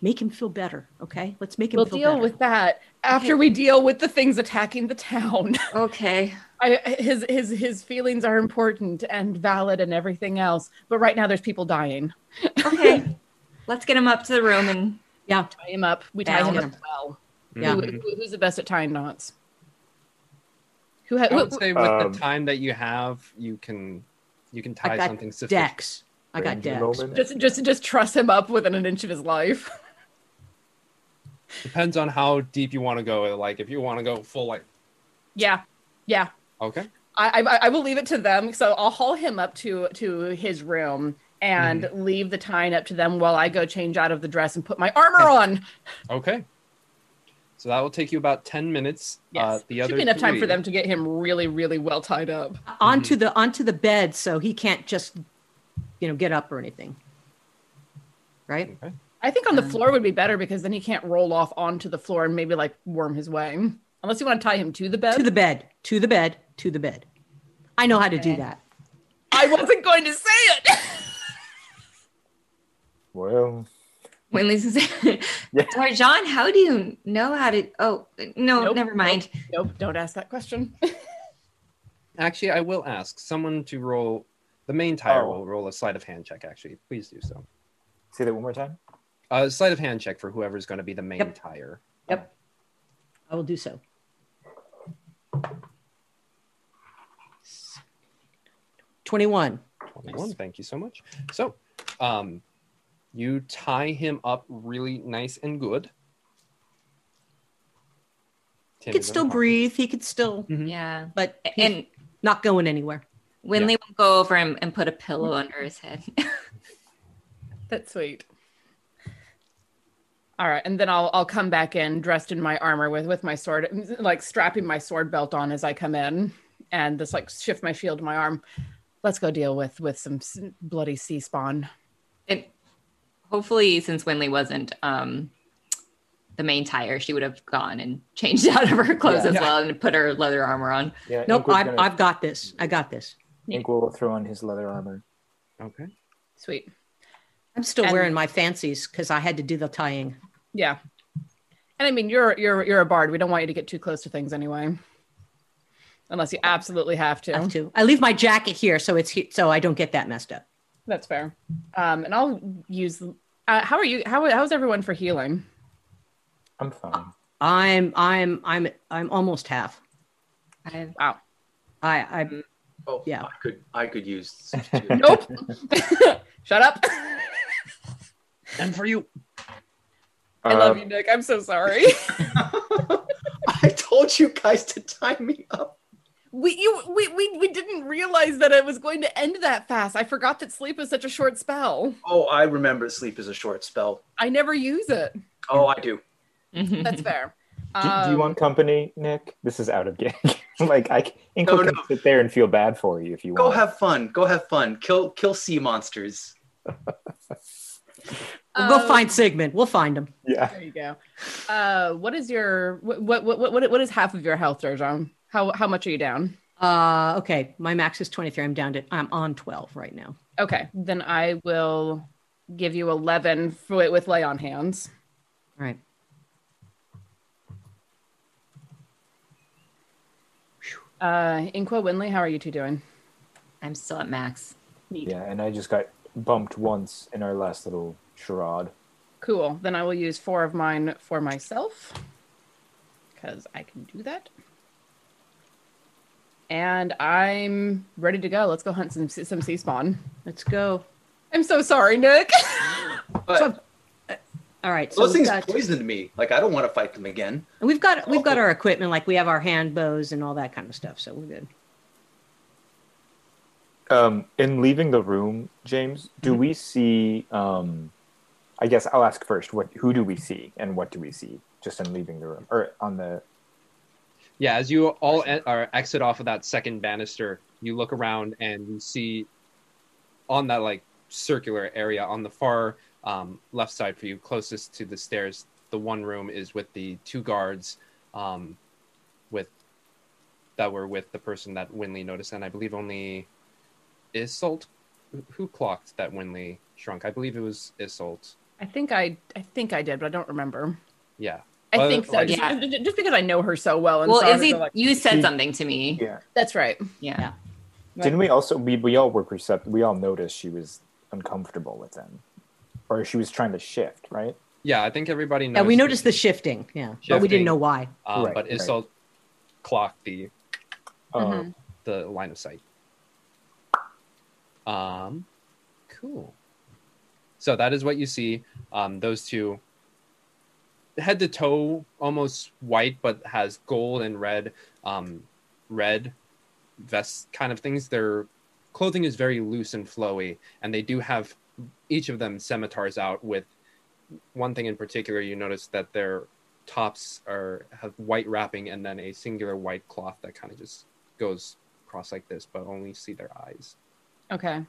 Speaker 2: make him feel better, okay? Let's make him
Speaker 9: we'll
Speaker 2: feel
Speaker 9: deal
Speaker 2: better.
Speaker 9: with that after we deal with the things attacking the town.
Speaker 12: Okay.
Speaker 9: I, his his his feelings are important and valid and everything else, but right now there's people dying.
Speaker 12: Okay. Let's get him up to the room and
Speaker 2: yeah,
Speaker 9: Tie him up. We tie him
Speaker 12: Bound
Speaker 9: up
Speaker 12: him.
Speaker 9: well.
Speaker 2: yeah.
Speaker 9: Who, who- who's the best at tying knots? Who, ha-
Speaker 8: I
Speaker 9: who,
Speaker 8: would say with
Speaker 11: Um,
Speaker 8: the time that you have, you can you can
Speaker 2: I
Speaker 8: tie something
Speaker 2: got
Speaker 8: sufficient.
Speaker 2: Dex. I got
Speaker 11: Ranger
Speaker 2: Dex.
Speaker 11: moment.
Speaker 9: just just just truss him up within an inch of his life.
Speaker 8: Depends on how deep you want to go. Like if you want to go full, like
Speaker 9: yeah, yeah.
Speaker 8: okay,
Speaker 9: I, I I will leave it to them. So I'll haul him up to to his room and
Speaker 2: Mm-hmm.
Speaker 9: leave the tying up to them while I go change out of the dress and put my armor on.
Speaker 8: okay. So that will take you about ten minutes.
Speaker 9: Yes,
Speaker 8: Uh, the other
Speaker 9: should be enough time for
Speaker 8: three-
Speaker 9: them to get him really really well tied up.
Speaker 2: Uh, Onto the onto the bed so he can't just you know get up or anything. Right? Um,
Speaker 8: Okay.
Speaker 9: I think on the floor would be better because then he can't roll off onto the floor and maybe like worm his way. Unless you want to tie him to the bed.
Speaker 2: To the bed, to the bed, to the bed. I know how to do that.
Speaker 9: I wasn't going to say it.
Speaker 11: Well,
Speaker 12: when Lisa's
Speaker 11: Yeah.
Speaker 12: Darjan, how do you know how to oh no,
Speaker 9: Nope,
Speaker 12: never mind.
Speaker 9: nope, don't ask that question.
Speaker 8: Actually, I will ask someone to roll. The main tire
Speaker 11: Oh.
Speaker 8: will roll a sleight of hand check. Actually, please do so.
Speaker 11: say that one more time.
Speaker 8: Uh, sleight of hand check for whoever's going to be the main
Speaker 2: Yep.
Speaker 8: tire.
Speaker 2: Yep. I will do so.
Speaker 10: 21.
Speaker 8: 21. Thank you so much. So, um, you tie him up really nice and good.
Speaker 10: He
Speaker 8: Tim
Speaker 10: could
Speaker 8: is
Speaker 10: still
Speaker 8: unharmed.
Speaker 10: breathe. He could still,
Speaker 9: Mm-hmm.
Speaker 12: yeah,
Speaker 10: but
Speaker 12: and
Speaker 10: and not going anywhere.
Speaker 12: Winley will go over and, and put a pillow
Speaker 10: Mm-hmm.
Speaker 12: under his head.
Speaker 9: That's sweet. All right, and then I'll I'll come back in dressed in my armor with with my sword, like strapping my sword belt on as I come in, and just like shift my shield to my arm. Let's go deal with with some s- bloody sea spawn.
Speaker 12: And hopefully, since Winley wasn't um, the main tire, she would have gone and changed out of her clothes
Speaker 10: Yeah.
Speaker 12: as
Speaker 10: Yeah.
Speaker 12: well and put her leather armor on.
Speaker 11: Yeah,
Speaker 10: Nope, I've, I've got this. I got this.
Speaker 11: Ink will throw on his leather armor.
Speaker 8: Okay.
Speaker 9: Sweet.
Speaker 10: I'm still
Speaker 9: And-
Speaker 10: wearing my fancies because I had to do the tying.
Speaker 9: Yeah, and I mean you're you're you're a bard. We don't want you to get too close to things anyway, unless you absolutely have to.
Speaker 10: Have to. I leave my jacket here so it's he- so I don't get that messed up.
Speaker 9: That's fair. Um, and I'll use. Uh, how are you? How how's everyone for healing?
Speaker 11: I'm fine.
Speaker 10: I'm I'm I'm I'm almost half.
Speaker 9: wow.
Speaker 10: I I
Speaker 3: oh
Speaker 10: yeah.
Speaker 3: I could I could use
Speaker 9: nope. Shut up.
Speaker 10: And for you.
Speaker 9: I love you, Nick. I'm so sorry.
Speaker 3: Uh, I told you guys to tie me up.
Speaker 9: We you we, we we didn't realize that it was going to end that fast. I forgot that sleep is such a short spell.
Speaker 3: Oh, I remember sleep is a short spell.
Speaker 9: I never use it.
Speaker 3: Oh, I do.
Speaker 2: Mm-hmm.
Speaker 9: That's fair.
Speaker 11: Do, do you
Speaker 9: Um,
Speaker 11: want company, Nick? This is out of game. like I c- Inkle
Speaker 3: No,
Speaker 11: can sit there and feel bad for you if you
Speaker 3: Go
Speaker 11: want.
Speaker 3: have fun. Go have fun. Kill kill sea monsters.
Speaker 10: We'll
Speaker 9: Uh,
Speaker 10: go find Sigmund. We'll find him.
Speaker 11: Yeah.
Speaker 9: There you go. Uh, what is your what what what what, what is half of your health, Darjan? How how much are you down?
Speaker 10: Uh okay. My max is 23. I'm down to I'm on 12 right now.
Speaker 9: Okay, then I will give you eleven for, with lay on hands.
Speaker 10: All right.
Speaker 9: Uh, Inqua Winley, how are you two doing?
Speaker 12: I'm still at max.
Speaker 11: Yeah, and I just got bumped once in our last little charade.
Speaker 9: Cool. Then I will use four of mine for myself because I can do that. And I'm ready to go. Let's go hunt some some sea spawn.
Speaker 10: Let's go.
Speaker 9: I'm so sorry, Nick.
Speaker 10: All right.
Speaker 3: Those
Speaker 10: we've
Speaker 3: things
Speaker 10: got-
Speaker 3: poisoned me. Like I don't want to fight them again.
Speaker 10: And we've got we've got our equipment, like we have our hand bows and all that kind of stuff, so we're good.
Speaker 11: Um, in leaving the room, James, do
Speaker 3: Mm-hmm.
Speaker 11: we see? Um, I guess I'll ask first. What? Who do we see, and what do we see? Just in leaving the room, or on the
Speaker 8: Yeah, as you all e- are exit off of that second banister, you look around and you see on that like circular area on the far um, left side for you, closest to the stairs, the one room is with the two guards um, with that were with the person that Winley noticed, and I believe only Isolt who- who clocked that Winley shrunk. I believe it was Isolt.
Speaker 9: I think I I think I did, but I don't remember.
Speaker 8: Yeah.
Speaker 9: I think so.
Speaker 8: Otherwise-
Speaker 9: Just, j- just because I know her so well. And
Speaker 12: Well,
Speaker 9: saw her
Speaker 12: Izzy,
Speaker 9: so, like-
Speaker 12: you said something to me.
Speaker 11: Yeah.
Speaker 9: That's right.
Speaker 12: Yeah.
Speaker 11: Didn't we also we, we all were percept we all noticed she was uncomfortable with them. Or she was trying to shift, right?
Speaker 8: Yeah, I think everybody
Speaker 10: Yeah,
Speaker 8: knows.
Speaker 10: we noticed the shifting, yeah, but we didn't know why.
Speaker 8: Um,
Speaker 11: Right,
Speaker 8: but
Speaker 11: right.
Speaker 8: Isolde clocked the uh,
Speaker 10: Mhm.
Speaker 8: the line of sight. Um, cool. So that is what you see. Um, those two, head to toe, almost white, but has gold and red, um, red vest kind of things. Their clothing is very loose and flowy, and they do have each of them scimitars out with one thing in particular. You notice that their tops are have white wrapping and then a singular white cloth that kind of just goes across like this, but only see their eyes.
Speaker 9: Okay.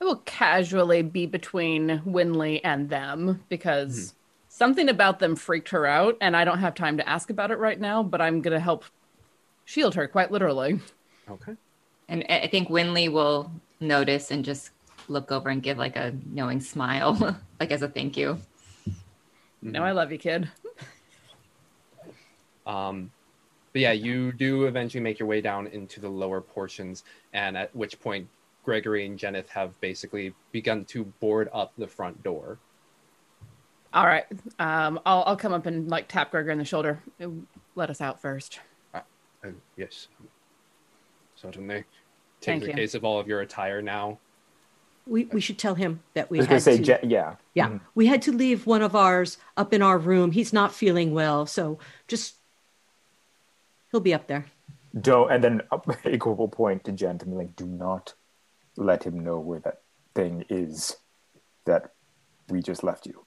Speaker 9: I will casually be between Winley and them because
Speaker 8: Hmm.
Speaker 9: something about them freaked her out, and I don't have time to ask about it right now, but I'm going to help shield her quite literally.
Speaker 8: Okay.
Speaker 12: And I I think Winley will notice and just look over and give like a knowing smile, like as a thank you.
Speaker 10: Mm-hmm.
Speaker 9: No, I love you, kid.
Speaker 8: Um, but yeah, you do eventually make your way down into the lower portions, and at which point Gregory and Jenneth have basically begun to board up the front door.
Speaker 9: All right. Um, I'll, I'll come up and like tap Gregor in the shoulder. Let us out first.
Speaker 8: Um, yes, certainly. Take
Speaker 10: Thank
Speaker 8: your
Speaker 10: you.
Speaker 8: case of all of your attire now.
Speaker 10: We, we should tell him that we
Speaker 8: I was gonna
Speaker 10: had
Speaker 8: say,
Speaker 10: to,
Speaker 8: Je- yeah.
Speaker 10: yeah
Speaker 8: Mhm.
Speaker 10: we had to leave one of ours up in our room he's not feeling well so just he'll be up there
Speaker 11: Don't, and then up equal point to Jen to be like, do not let him know where that thing is that we just left you.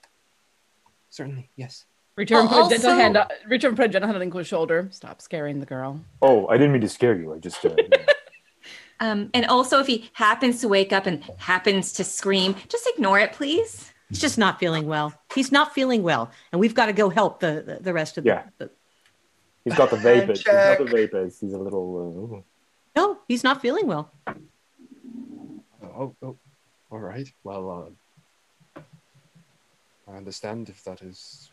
Speaker 8: Certainly, yes.
Speaker 9: Return
Speaker 8: Oh,
Speaker 9: put a gentle
Speaker 8: also-
Speaker 9: hand. on- Return put a gentle hand on Ingrid's shoulder. Stop scaring the girl.
Speaker 11: Oh, I didn't mean to scare you. I just uh,
Speaker 12: Um, and also, if he happens to wake up and happens to scream, just ignore it, please.
Speaker 10: he's just not feeling well he's not feeling well and we've got to go help the the, the rest of the-
Speaker 11: Yeah.
Speaker 10: the
Speaker 11: he's got the vapors. He's
Speaker 10: Check.
Speaker 11: got the vapors. He's a little. uh,
Speaker 10: no he's not feeling well
Speaker 8: Oh, oh, oh. all right. Well, uh, I understand if that is.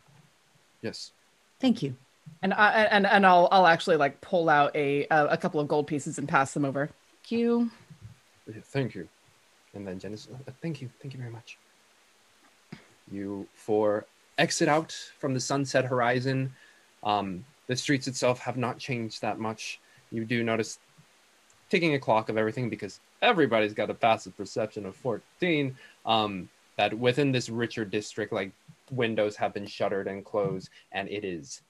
Speaker 8: Yes.
Speaker 10: Thank you.
Speaker 9: And I, and and I'll I'll actually like pull out a a, a couple of gold pieces and pass them over. Thank you.
Speaker 8: Yeah, Thank you. And then Janice, uh, thank you. Thank you very much. You four exit out from the sunset horizon. Um, the streets itself have not changed that much. You do notice taking a clock of everything because everybody's got a passive perception of 14 um, that within this richer district like windows have been shuttered and closed and it is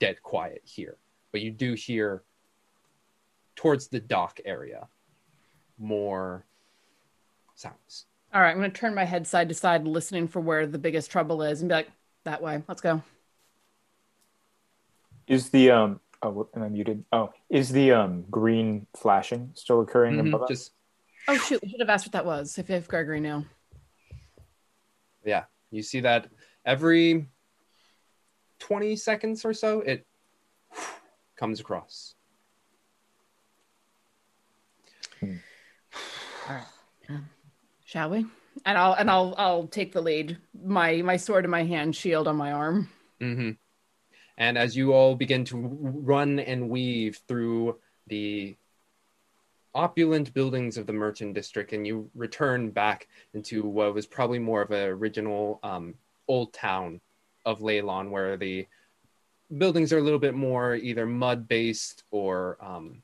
Speaker 8: dead quiet here but you do hear towards the dock area more sounds
Speaker 9: All right, I'm gonna turn my head side to side, listening for where the biggest trouble is, and be like, that way. Let's go.
Speaker 11: Is the um? Oh, whoop, am I muted? Oh, is the um green flashing still occurring
Speaker 8: Mhm,
Speaker 11: above us?
Speaker 8: just-
Speaker 9: Oh shoot, we should have asked what that was. If if Gregory knew.
Speaker 8: yeah you see that every 20 seconds or so it comes across
Speaker 9: All right. Shall we? And I'll and I'll I'll take the lead. My my sword in my hand, shield on my arm.
Speaker 8: Mm-hmm. And as you all begin to w- run and weave through the opulent buildings of the merchant district, and you return back into what was probably more of an original um, old town of Leylon, where the buildings are a little bit more either mud based or um,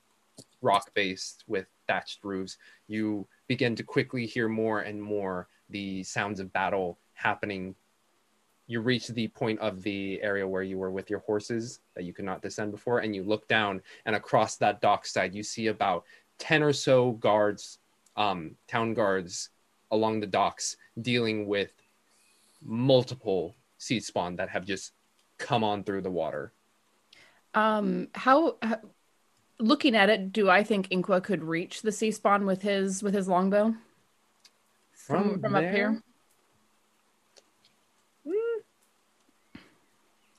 Speaker 8: rock based with thatched roofs, you begin to quickly hear more and more the sounds of battle happening you reach the point of the area where you were with your horses that you could not descend before, and you look down and across that dock side, you see about 10 or so guards, um, town guards along the docks dealing with multiple sea spawn that have just come on through the water.
Speaker 9: Um, how, how looking at it, do I think Inqua could reach the sea spawn with his with his longbow from from up
Speaker 8: there,
Speaker 9: here?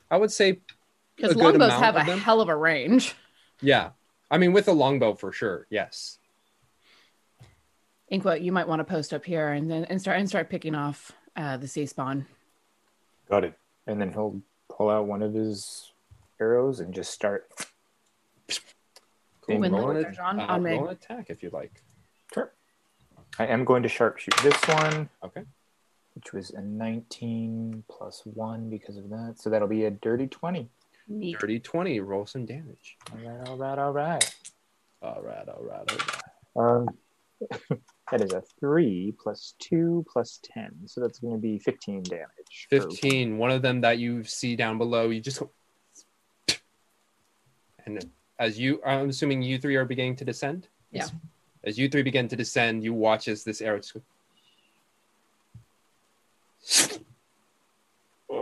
Speaker 8: I would say a
Speaker 9: Because
Speaker 8: good
Speaker 9: longbows
Speaker 8: amount
Speaker 9: have
Speaker 8: of
Speaker 9: a
Speaker 8: them.
Speaker 9: hell of a range.
Speaker 8: Yeah. I mean, with a longbow for sure. Yes.
Speaker 9: Inqua, you might want to post up here and then and start and start picking off uh, the sea spawn.
Speaker 11: Got it. And then he'll pull out one of his arrows and just start.
Speaker 9: Cool.
Speaker 11: And
Speaker 9: Windley,
Speaker 11: roll an-
Speaker 9: Darjan,
Speaker 11: uh,
Speaker 9: on me.
Speaker 11: roll
Speaker 8: an attack if you'd like.
Speaker 11: I am going to sharpshoot this one.
Speaker 8: Okay.
Speaker 11: Which was a 19 plus 1 because of that. So that'll be a dirty 20.
Speaker 8: Dirty 20, roll some damage.
Speaker 11: All right, all right, all right.
Speaker 8: All right, all right, all right.
Speaker 11: Um, that is a 3 plus 2 plus 10. So that's going to be 15 damage.
Speaker 8: 15 one of them that you see down below you just go and as you i'm assuming you three are beginning to descend
Speaker 9: Yeah.
Speaker 8: as you three begin to descend you watch as this arrow just go- and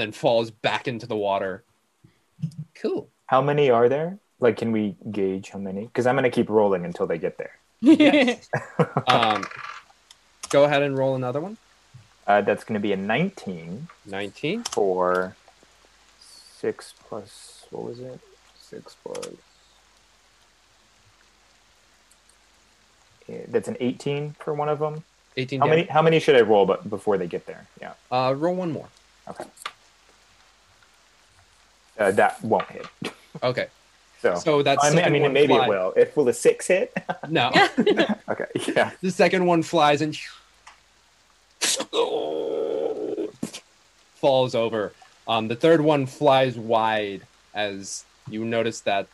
Speaker 8: then falls back into the water Cool.
Speaker 11: How many are there? Like, can we gauge how many? Because I'm going to keep rolling until they get there.
Speaker 8: um, go ahead and roll another one.
Speaker 11: Uh, that's going to be a 19.
Speaker 8: 19
Speaker 11: for 6 plus, what was it? 6 plus. Yeah, that's an 18 for one of them.
Speaker 8: 18
Speaker 11: How many,
Speaker 8: damage.
Speaker 11: how many should I roll but before they get there? Yeah.
Speaker 8: uh, roll one more
Speaker 11: Okay. Uh, that won't hit.
Speaker 8: okay
Speaker 11: So,
Speaker 8: So that
Speaker 11: I mean, I
Speaker 8: second
Speaker 11: mean
Speaker 8: one
Speaker 11: maybe
Speaker 8: fly-
Speaker 11: it will. If will a 6 hit?
Speaker 8: no
Speaker 11: okay yeah
Speaker 8: the second one flies and falls over. Um, the third one flies wide as you notice that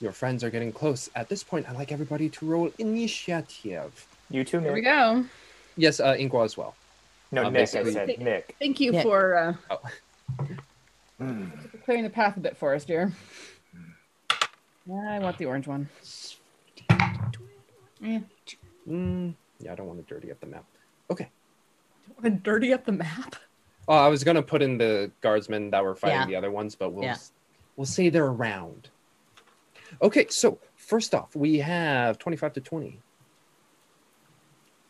Speaker 8: Your friends are getting close. At this point, I'd like everybody to roll initiative.
Speaker 13: You too,
Speaker 9: Here we go.
Speaker 8: Yes, uh, Inkwa as well.
Speaker 13: No,
Speaker 8: Uh,
Speaker 13: Nick, I
Speaker 8: basically-
Speaker 13: said Nick.
Speaker 9: Thank you
Speaker 8: Nick.
Speaker 9: for uh,
Speaker 8: Oh.
Speaker 9: Hmm.
Speaker 8: Mm.
Speaker 9: clearing the path a bit for us, dear. I want the orange one. Eh,
Speaker 8: Mm, yeah, I don't want to dirty up the map.
Speaker 9: don't wanna dirty up the map.
Speaker 8: Oh, I was gonna put in the guardsmen that were fighting
Speaker 9: Yeah.
Speaker 8: the other ones, but we'll
Speaker 9: Yeah.
Speaker 8: s- we'll say they're around. Okay, so first off, we have twenty-five to twenty.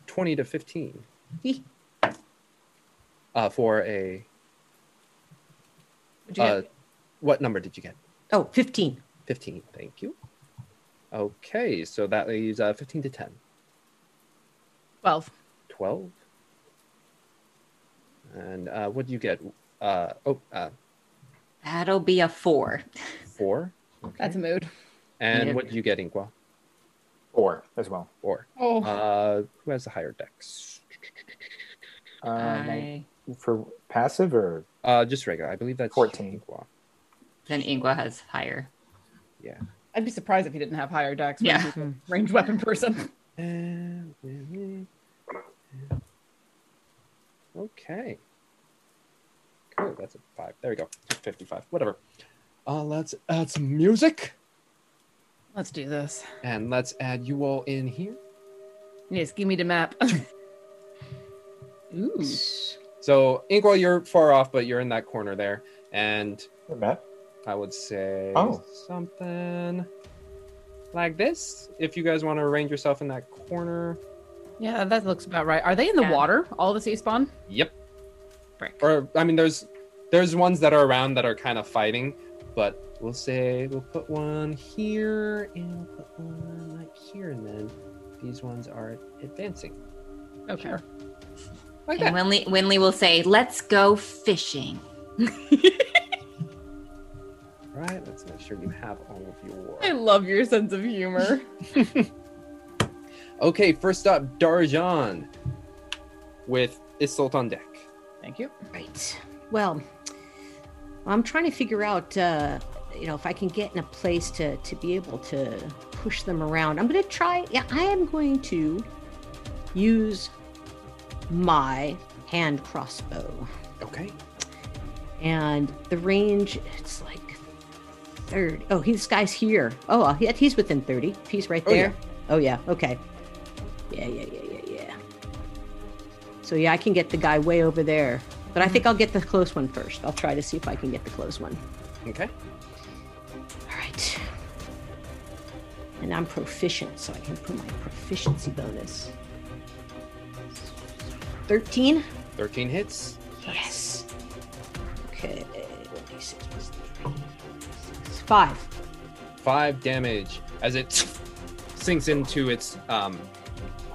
Speaker 8: Twenty to fifteen.
Speaker 2: Hee.
Speaker 8: uh, for a.
Speaker 2: What'd you
Speaker 8: Uh,
Speaker 2: get?
Speaker 8: what number did you get?
Speaker 2: Oh, 15.
Speaker 8: 15. Thank you. Okay, so that leaves uh, 15 to 10.
Speaker 9: 12.
Speaker 8: 12. And uh, what do you get? Uh, oh, uh,
Speaker 12: That'll be a four.
Speaker 8: 4.
Speaker 9: That's a mood.
Speaker 8: And
Speaker 12: Yeah.
Speaker 8: what do you get, Inkwa?
Speaker 13: 4 as well.
Speaker 8: 4.
Speaker 9: Oh.
Speaker 8: Uh, who has the higher dex?
Speaker 13: Um, For passive or?
Speaker 8: Uh, just regular. I believe that's
Speaker 13: 14.
Speaker 12: Then Ingwa has higher.
Speaker 8: Yeah.
Speaker 9: I'd be surprised if he didn't have higher dex.
Speaker 12: Yeah.
Speaker 9: He's a Ranged weapon person.
Speaker 8: Okay. Cool. That's a five. There we go. Fifty-five. Whatever. Uh, let's add some music.
Speaker 9: Let's do this.
Speaker 8: And let's add you all in here.
Speaker 9: Yes, give me the map. Ooh.
Speaker 8: So, Inkwell, you're far off, but you're in that corner there. And
Speaker 13: Map?
Speaker 8: I would say
Speaker 13: Oh.
Speaker 8: something like this. If you guys want to arrange yourself in that corner.
Speaker 9: Yeah, that looks about right. Are they in the water? All the sea spawn?
Speaker 8: Yep. Or I mean, there's there's ones that are around that are kind of fighting, but we'll say we'll put one here and we'll put one right here, and then these ones are advancing.
Speaker 9: Okay.
Speaker 8: Like
Speaker 12: and Winley, Winley will say, "Let's go fishing."
Speaker 8: All right. Let's make sure you have all of your.
Speaker 9: I love your sense of humor.
Speaker 8: Okay. First up, Darjan with Isolt on deck.
Speaker 9: Thank you.
Speaker 2: Right. Well, I'm trying to figure out, uh, you know, if I can get in a place to to be able to push them around. I'm going to try. Yeah, I am going to use my hand crossbow.
Speaker 8: Okay.
Speaker 2: And the range, it's like 30. Oh, he- this guy's here. Oh, uh, he- he's within 30. If He's right
Speaker 14: Oh, yeah.
Speaker 2: there. Oh yeah. Okay. Yeah, yeah, yeah, yeah, yeah. So yeah, I can get the guy way over there. But I think I'll get the close one first. I'll try to see if I can get the close one.
Speaker 8: Okay.
Speaker 2: All right. And I'm proficient, so I can put my proficiency bonus. 13.
Speaker 8: Thirteen hits.
Speaker 2: Yes. Okay. What d6 plus 3? It's 5.
Speaker 8: five damage as it sinks into its um,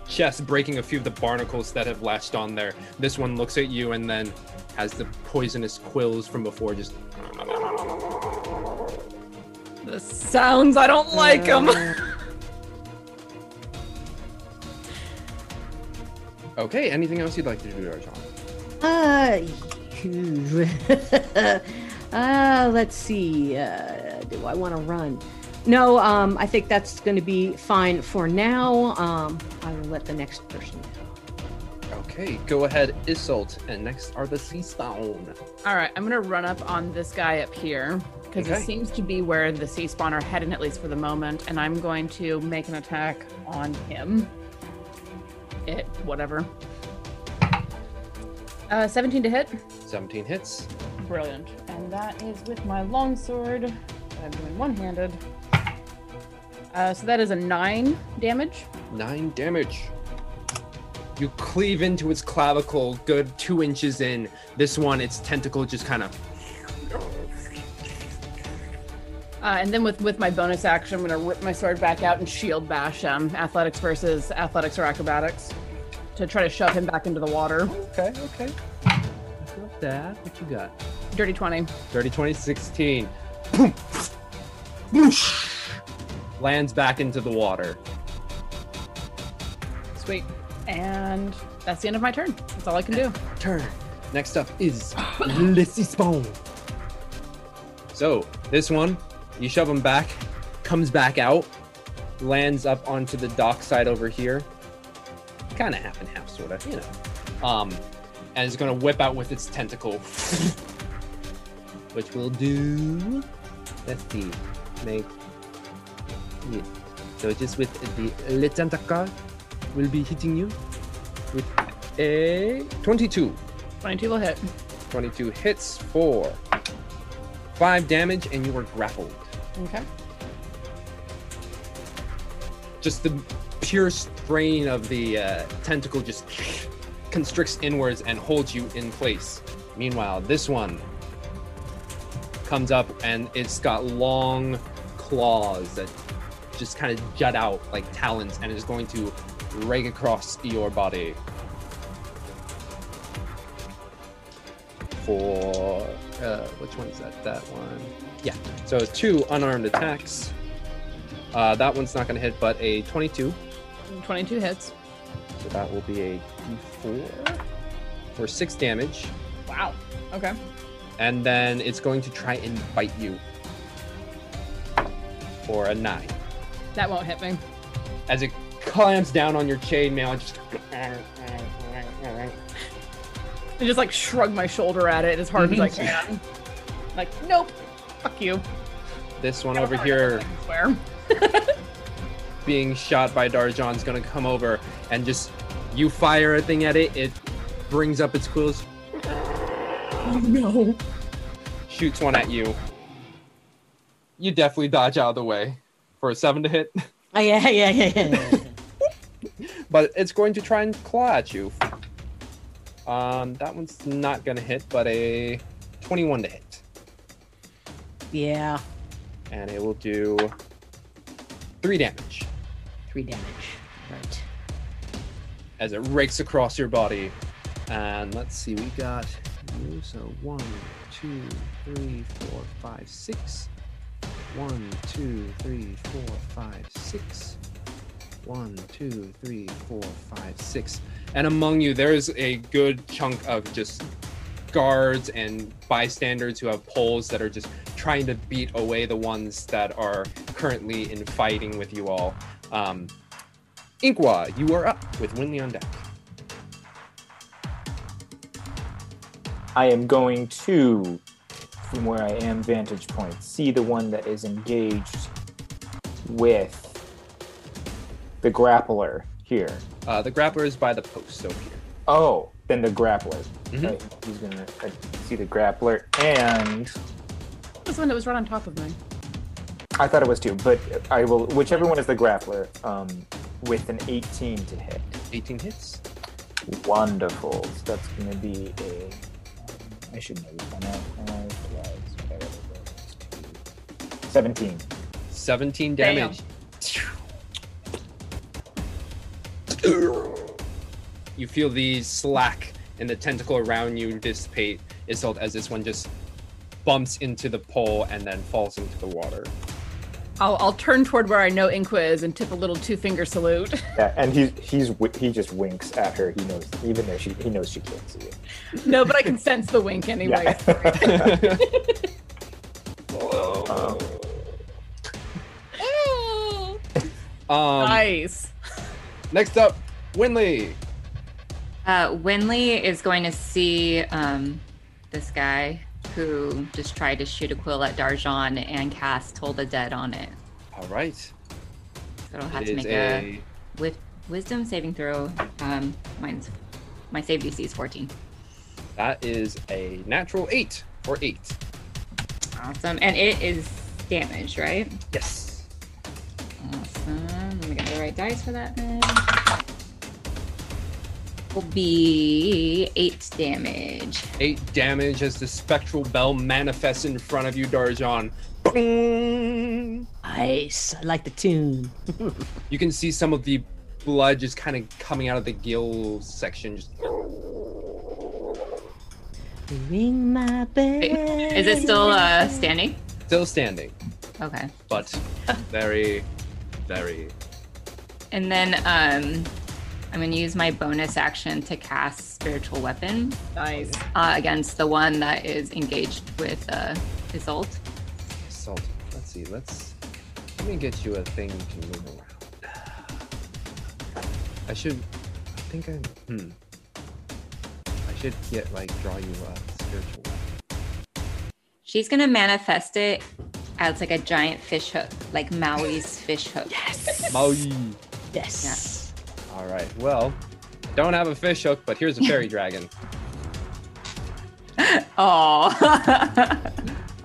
Speaker 8: chest, breaking a few of the barnacles that have latched on there. This one looks at you and then has the poisonous quills from before just
Speaker 9: The sounds, I don't like them.
Speaker 8: okay. Anything else you'd like to do, Arjan?
Speaker 2: Uh, uh let's see. Uh, do I want to run? No, um, I think that's going to be fine for now. Um, I will let the next person know.
Speaker 8: Okay, go ahead, Isolt, and next are the sea stone.
Speaker 9: All right, I'm gonna run up on this guy up here because
Speaker 8: Okay.
Speaker 9: it seems to be where the sea spawn are heading, at least for the moment. And I'm going to make an attack on him. It, whatever. Uh, 17 to hit.
Speaker 8: Seventeen hits.
Speaker 9: Brilliant. And that is with my longsword. that I'm doing one-handed. Uh, so that is a nine damage.
Speaker 8: Nine damage. You cleave into its clavicle, good two inches in. This one, its tentacle just kind of
Speaker 9: Uh, and then with, with my bonus action, I'm going to rip my sword back out and shield bash him. Athletics versus athletics or acrobatics to try to shove him back into the water.
Speaker 8: Okay, okay. Not bad. What you got?
Speaker 9: Dirty 20.
Speaker 8: 30 20 16 Boom. Whoosh. lands back into the water
Speaker 9: Sweet. And that's the end of my turn. That's all I can do.
Speaker 8: Turn. next up is lissy spawn so this one you shove him back comes back out, lands up onto the dock side over here. Kind of half and half, sort of, you know. Um, and it's going to whip out with its tentacle, which will do. Let's see. Make. Yeah. So just with the le tentacle, will be hitting you with a 22.
Speaker 9: 22 will hit.
Speaker 8: 22 hits for five damage, and you are grappled.
Speaker 9: Okay.
Speaker 8: Just the pure strain of the uh, tentacle just constricts inwards and holds you in place. Meanwhile, this one comes up and it's got long claws that just kind of jut out like talons and is going to rake across your body. for uh, which one's that? That one. Yeah. So two unarmed attacks. Uh, that one's not going to hit, but a 22.
Speaker 9: 22 hits.
Speaker 8: So that will be a d4 for six damage,
Speaker 9: Wow. Okay.
Speaker 8: and then it's going to try and bite you for a nine
Speaker 9: That won't hit me.
Speaker 8: as it clamps down on your chainmail. Just
Speaker 9: I just like shrug my shoulder at it as hard as I can. Like, nope. Fuck you.
Speaker 8: this one over here.
Speaker 9: I swear.
Speaker 8: being shot by Darjan's gonna come over and just you fire a thing at it, it brings up its quills,
Speaker 9: Oh no.
Speaker 8: shoots one at you. You definitely dodge out of the way for a seven to hit,
Speaker 10: Oh, yeah, yeah, yeah, yeah.
Speaker 8: but it's going to try and claw at you. Um, that one's not gonna hit, but a 21 to hit,
Speaker 10: yeah.
Speaker 8: and it will do three damage
Speaker 10: Three damage. Right.
Speaker 8: as it rakes across your body. And let's see, we got you, so one, two, three, four, five, six. One, two, three, four, five, six. One, two, three, four, five, six. And among you, there is a good chunk of just guards and bystanders who have poles that are just trying to beat away the ones that are currently in fighting with you all. Um, Inkwa, you are up with Winley on deck.
Speaker 11: I am going to, from where I am vantage point, see the one that is engaged with the grappler here.
Speaker 8: Uh, the grappler is by the post over here.
Speaker 11: Oh, then the grappler. Right. He's gonna I see the grappler, and
Speaker 9: This one that was right on top of me.
Speaker 11: I thought it was two, but I will. Whichever one is the grappler, um, with an 18 to hit.
Speaker 8: 18 hits.
Speaker 11: Wonderful. So that's gonna be a. I should know this by now. Uh, plus, whatever it was, two. 17.
Speaker 8: 17 damage. You feel the slack and the tentacle around you dissipate itself as this one just bumps into the pole and then falls into the water.
Speaker 9: I'll, I'll turn toward where I know Inqua is and tip a little two finger salute.
Speaker 11: Yeah, and he's he's wi- he just winks at her. He knows even though she he knows she can't see it.
Speaker 9: no, but I can sense the wink anyway.
Speaker 11: Um,
Speaker 8: Um,
Speaker 9: nice.
Speaker 8: Next up, Winley.
Speaker 12: Uh, Winley is going to see um, this guy who just tried to shoot a quill at Darjan and cast Toll the Dead on it.
Speaker 8: All right.
Speaker 12: So it'll have
Speaker 8: It
Speaker 12: to
Speaker 8: is
Speaker 12: make a, with Wisdom saving throw. Um, mine's my save DC is 14.
Speaker 8: That is a natural eight or eight.
Speaker 12: Awesome, and it is damaged, right?
Speaker 8: Yes.
Speaker 12: Awesome. Let me get the right dice for that. Then. Will be eight damage.
Speaker 8: Eight damage as the spectral bell manifests in front of you, Darjan. Boom!
Speaker 10: Nice. I like the tune.
Speaker 8: You can see some of the blood just kind of coming out of the gill section. Just
Speaker 10: Ring my bell.
Speaker 12: Is it still uh, standing?
Speaker 8: still standing,
Speaker 12: Okay.
Speaker 8: but very, very.
Speaker 12: And then um, I'm going to use my bonus action to cast Spiritual Weapon
Speaker 9: Nice.
Speaker 12: uh, against the one that is engaged with uh, Isolt.
Speaker 8: Salt. Let's see. Let's Let me get you a thing you can move around. I should. I think I. Hmm. I should get like draw you a spiritual weapon.
Speaker 12: She's gonna manifest it as like a giant fish hook, like Maui's fish hook. Yes.
Speaker 8: Maui.
Speaker 12: Yes.
Speaker 8: All right. Well, I don't have a fish hook, but here's a fairy dragon.
Speaker 12: Oh.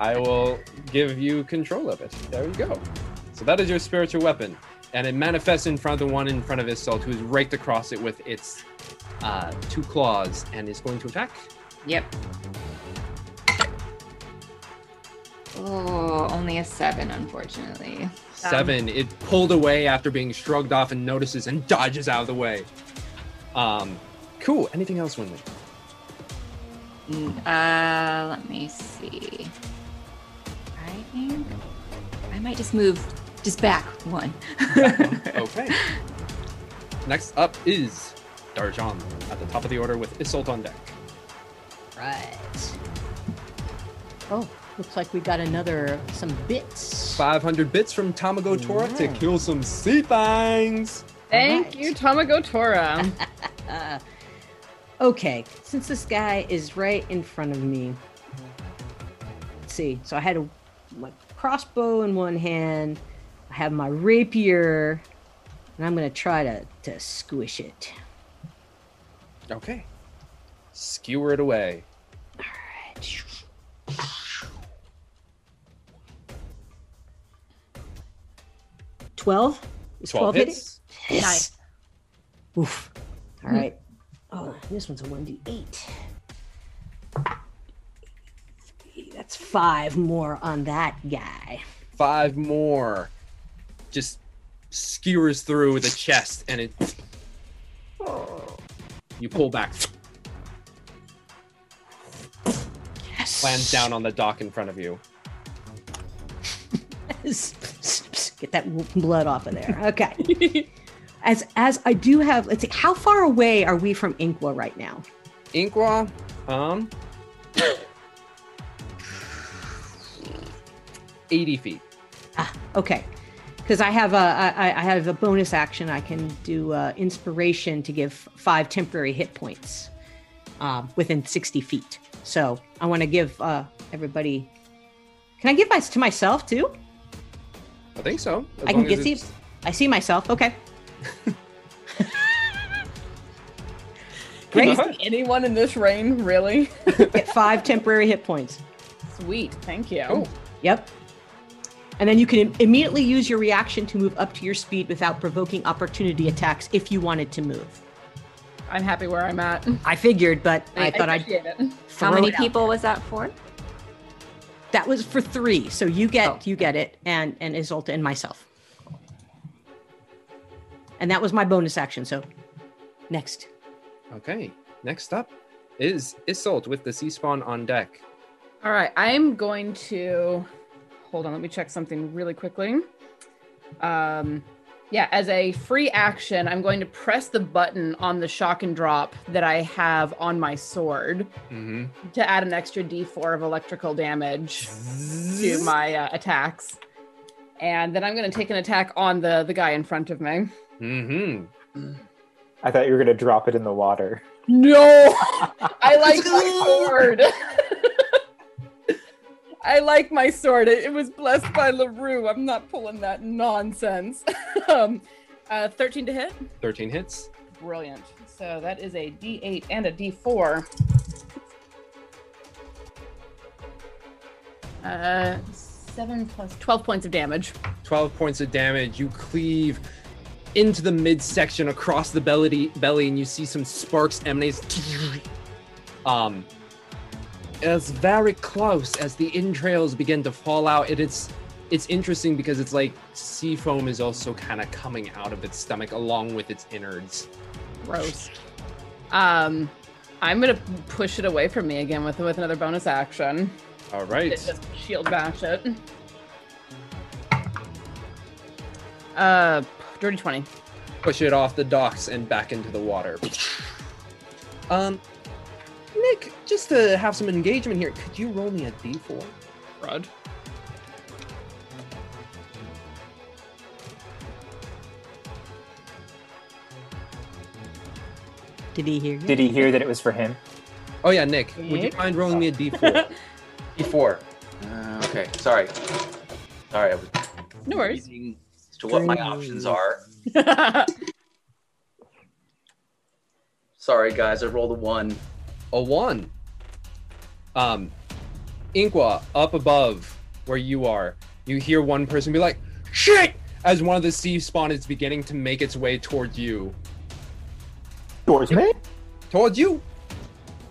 Speaker 8: I will give you control of it. There you go. So that is your spiritual weapon, and it manifests in front of the one in front of Isolt, who is raked across it with its uh, two claws, and is going to attack.
Speaker 12: yep. Oh, only a seven, unfortunately.
Speaker 8: Seven. It pulled away after being shrugged off and notices and dodges out of the way. Um, cool. Anything else, Winley?
Speaker 12: Mm, Uh, let me see. I think I might just move just back one.
Speaker 8: okay. Next up is Darjan at the top of the order with Isolt on deck.
Speaker 2: Right. Oh, looks like we got another some bits.
Speaker 8: 500 bits from Tamago Tora to kill some sea things.
Speaker 9: Thank you, Tamago Tora.
Speaker 2: Okay, since this guy is right in front of me, let's see. So I had a my crossbow in one hand, I have my rapier, and I'm gonna try to to squish it.
Speaker 8: Okay. Skewer it away.
Speaker 2: Twelve. Is
Speaker 8: 12
Speaker 2: hit
Speaker 8: hits.
Speaker 2: it? Yes. Oof. All
Speaker 8: Hmm.
Speaker 2: right. Oh, this one's a one d eight. That's five more on that guy.
Speaker 8: Five more. Just skewers through the chest and it. You pull back. Yes. Lands down on the dock in front of you.
Speaker 2: Get that w- blood off of there. Okay. as as I do have, let's see, how far away are we from Inkwa right now?
Speaker 8: Inkwa, um, 80 feet.
Speaker 2: Okay, because I have a I, I I have a bonus action. I can do uh, inspiration to give five temporary hit points um, within sixty feet. So I want to give uh, everybody. Can I give my to myself too?
Speaker 8: I think so. As
Speaker 2: I can
Speaker 8: long as
Speaker 2: get see.
Speaker 8: it's-
Speaker 2: I see myself. Okay.
Speaker 9: Can you
Speaker 2: Great.
Speaker 9: see anyone in this rain, really?
Speaker 2: Get five temporary hit points.
Speaker 9: Sweet. Thank you.
Speaker 2: Yep. And then you can im- immediately use your reaction to move up to your speed without provoking opportunity attacks if you wanted to move.
Speaker 9: I'm happy where I'm at.
Speaker 2: I figured, but I,
Speaker 9: I
Speaker 2: thought I'd.
Speaker 9: appreciate it.
Speaker 2: throw it out.
Speaker 12: was that for?
Speaker 2: That was for three. So you get you get it, and and Isolta and myself. And that was my bonus action. So next,
Speaker 8: Okay, next up is Isolt with the sea spawn on deck.
Speaker 9: All right, I'm going to hold on. Let me check something really quickly. Um, yeah, as a free action, I'm going to press the button on the shock and drop that I have on my sword
Speaker 8: Mm-hmm.
Speaker 9: to add an extra D4 of electrical damage to my uh, attacks, and then I'm going to take an attack on the the guy in front of me.
Speaker 8: Mm-hmm.
Speaker 11: I thought you were gonna drop it in the water.
Speaker 9: No, I like my sword. I like my sword. It, it was blessed by Larue. I'm not pulling that nonsense. um, uh, 13 to hit.
Speaker 8: 13 hits.
Speaker 9: Brilliant. So that is a D8 and a D4. Uh, seven plus 12 points of damage.
Speaker 8: 12 points of damage. You cleave into the midsection across the belly, belly and you see some sparks emanate. Um, it's very close as the entrails begin to fall out. It, it's it's interesting because it's like sea foam is also kind of coming out of its stomach along with its innards.
Speaker 9: Gross. Um, I'm gonna push it away from me again with with another bonus action.
Speaker 8: All right.
Speaker 9: It just shield bash it. Uh, dirty twenty.
Speaker 8: push it off the docks and back into the water. Um, Nick, just to have some engagement here, could you roll me a d4?
Speaker 9: Rod.
Speaker 2: Did he hear you?
Speaker 11: Did he hear that it was for him?
Speaker 8: Oh yeah, Nick. Would you
Speaker 11: Nick?
Speaker 8: mind rolling me a d4?
Speaker 3: d4. Uh, okay, sorry. Sorry, I was
Speaker 9: No worries.
Speaker 3: as to what my options are. Sorry, guys, I rolled a one.
Speaker 8: A one. Um, Inqua, up above where you are, you hear one person be like, "Shit!" as one of the sea spawn is beginning to make its way toward you.
Speaker 11: Towards me?
Speaker 8: Toward you.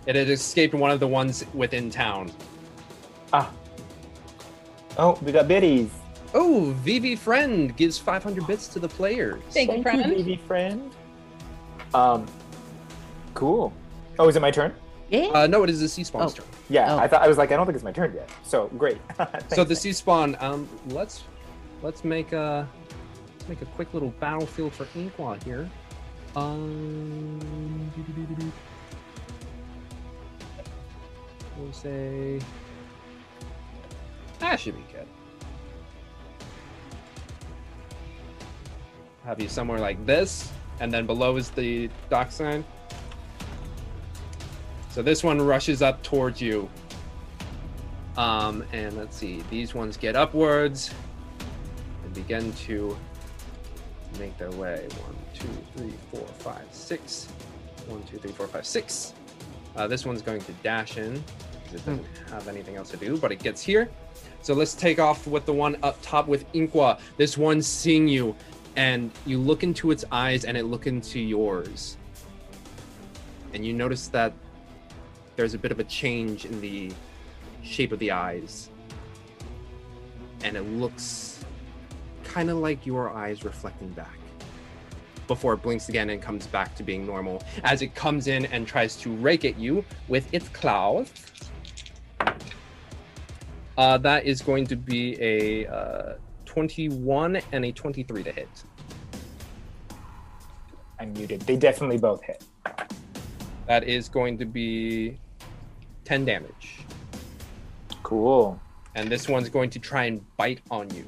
Speaker 8: It had escaped one of the ones within town.
Speaker 11: Ah. Oh, we got biddies.
Speaker 8: Oh, VV friend gives 500 bits to the players.
Speaker 9: Thank you, friend.
Speaker 11: baby friend. Um, cool. Oh, is it my turn?
Speaker 2: Yeah.
Speaker 8: Uh, no, it is the sea
Speaker 9: Oh.
Speaker 8: spawn's turn.
Speaker 11: Yeah, I thought I was like, I don't think it's my turn yet. So great.
Speaker 8: so the sea spawn. Um, let's let's make a let's make a quick little battlefield for Inqua here. Um, we'll say that should be good. Have you somewhere like this, and then below is the dock sign. So this one rushes up towards you. Um, and let's see, these ones get upwards and begin to make their way. One, two, three, four, five, six. One, two, three, four, five, six. Uh, this one's going to dash in because it doesn't have anything else to do, but it gets here. So let's take off with the one up top with Inqua. This one's seeing you, and you look into its eyes and it look into yours. And you notice that there's a bit of a change in the shape of the eyes. And it looks kind of like your eyes reflecting back before it blinks again and comes back to being normal as it comes in and tries to rake at you with its claws. Uh, that is going to be a uh, 21 and a 23 to hit.
Speaker 11: I'm muted. They definitely both hit.
Speaker 8: That is going to be 10 damage.
Speaker 11: Cool.
Speaker 8: And this one's going to try and bite on you.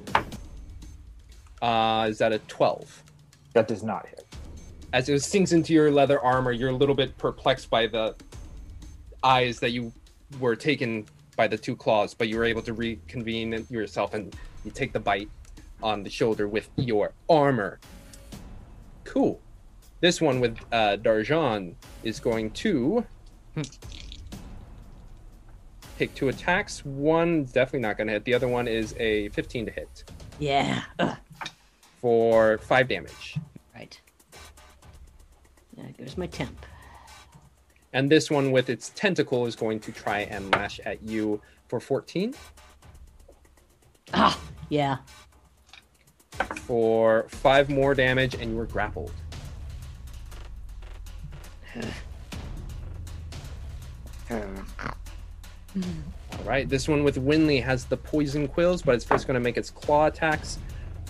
Speaker 8: Uh, is that a 12?
Speaker 11: That does not hit.
Speaker 8: As it sinks into your leather armor, you're a little bit perplexed by the eyes that you were taken by the two claws, but you were able to reconvene yourself and you take the bite on the shoulder with your armor. Cool. This one with uh, Darjan is going to take two attacks. One's definitely not going to hit. The other one is a 15 to hit
Speaker 2: Yeah. Ugh.
Speaker 8: for five damage.
Speaker 2: Right. There goes my temp.
Speaker 8: And this one with its tentacle is going to try and lash at you for 14,
Speaker 2: Yeah.
Speaker 8: for five more damage, and you are grappled.
Speaker 9: Mm-hmm.
Speaker 8: All right, this one with Winley has the poison quills, but it's first going to make its claw attacks.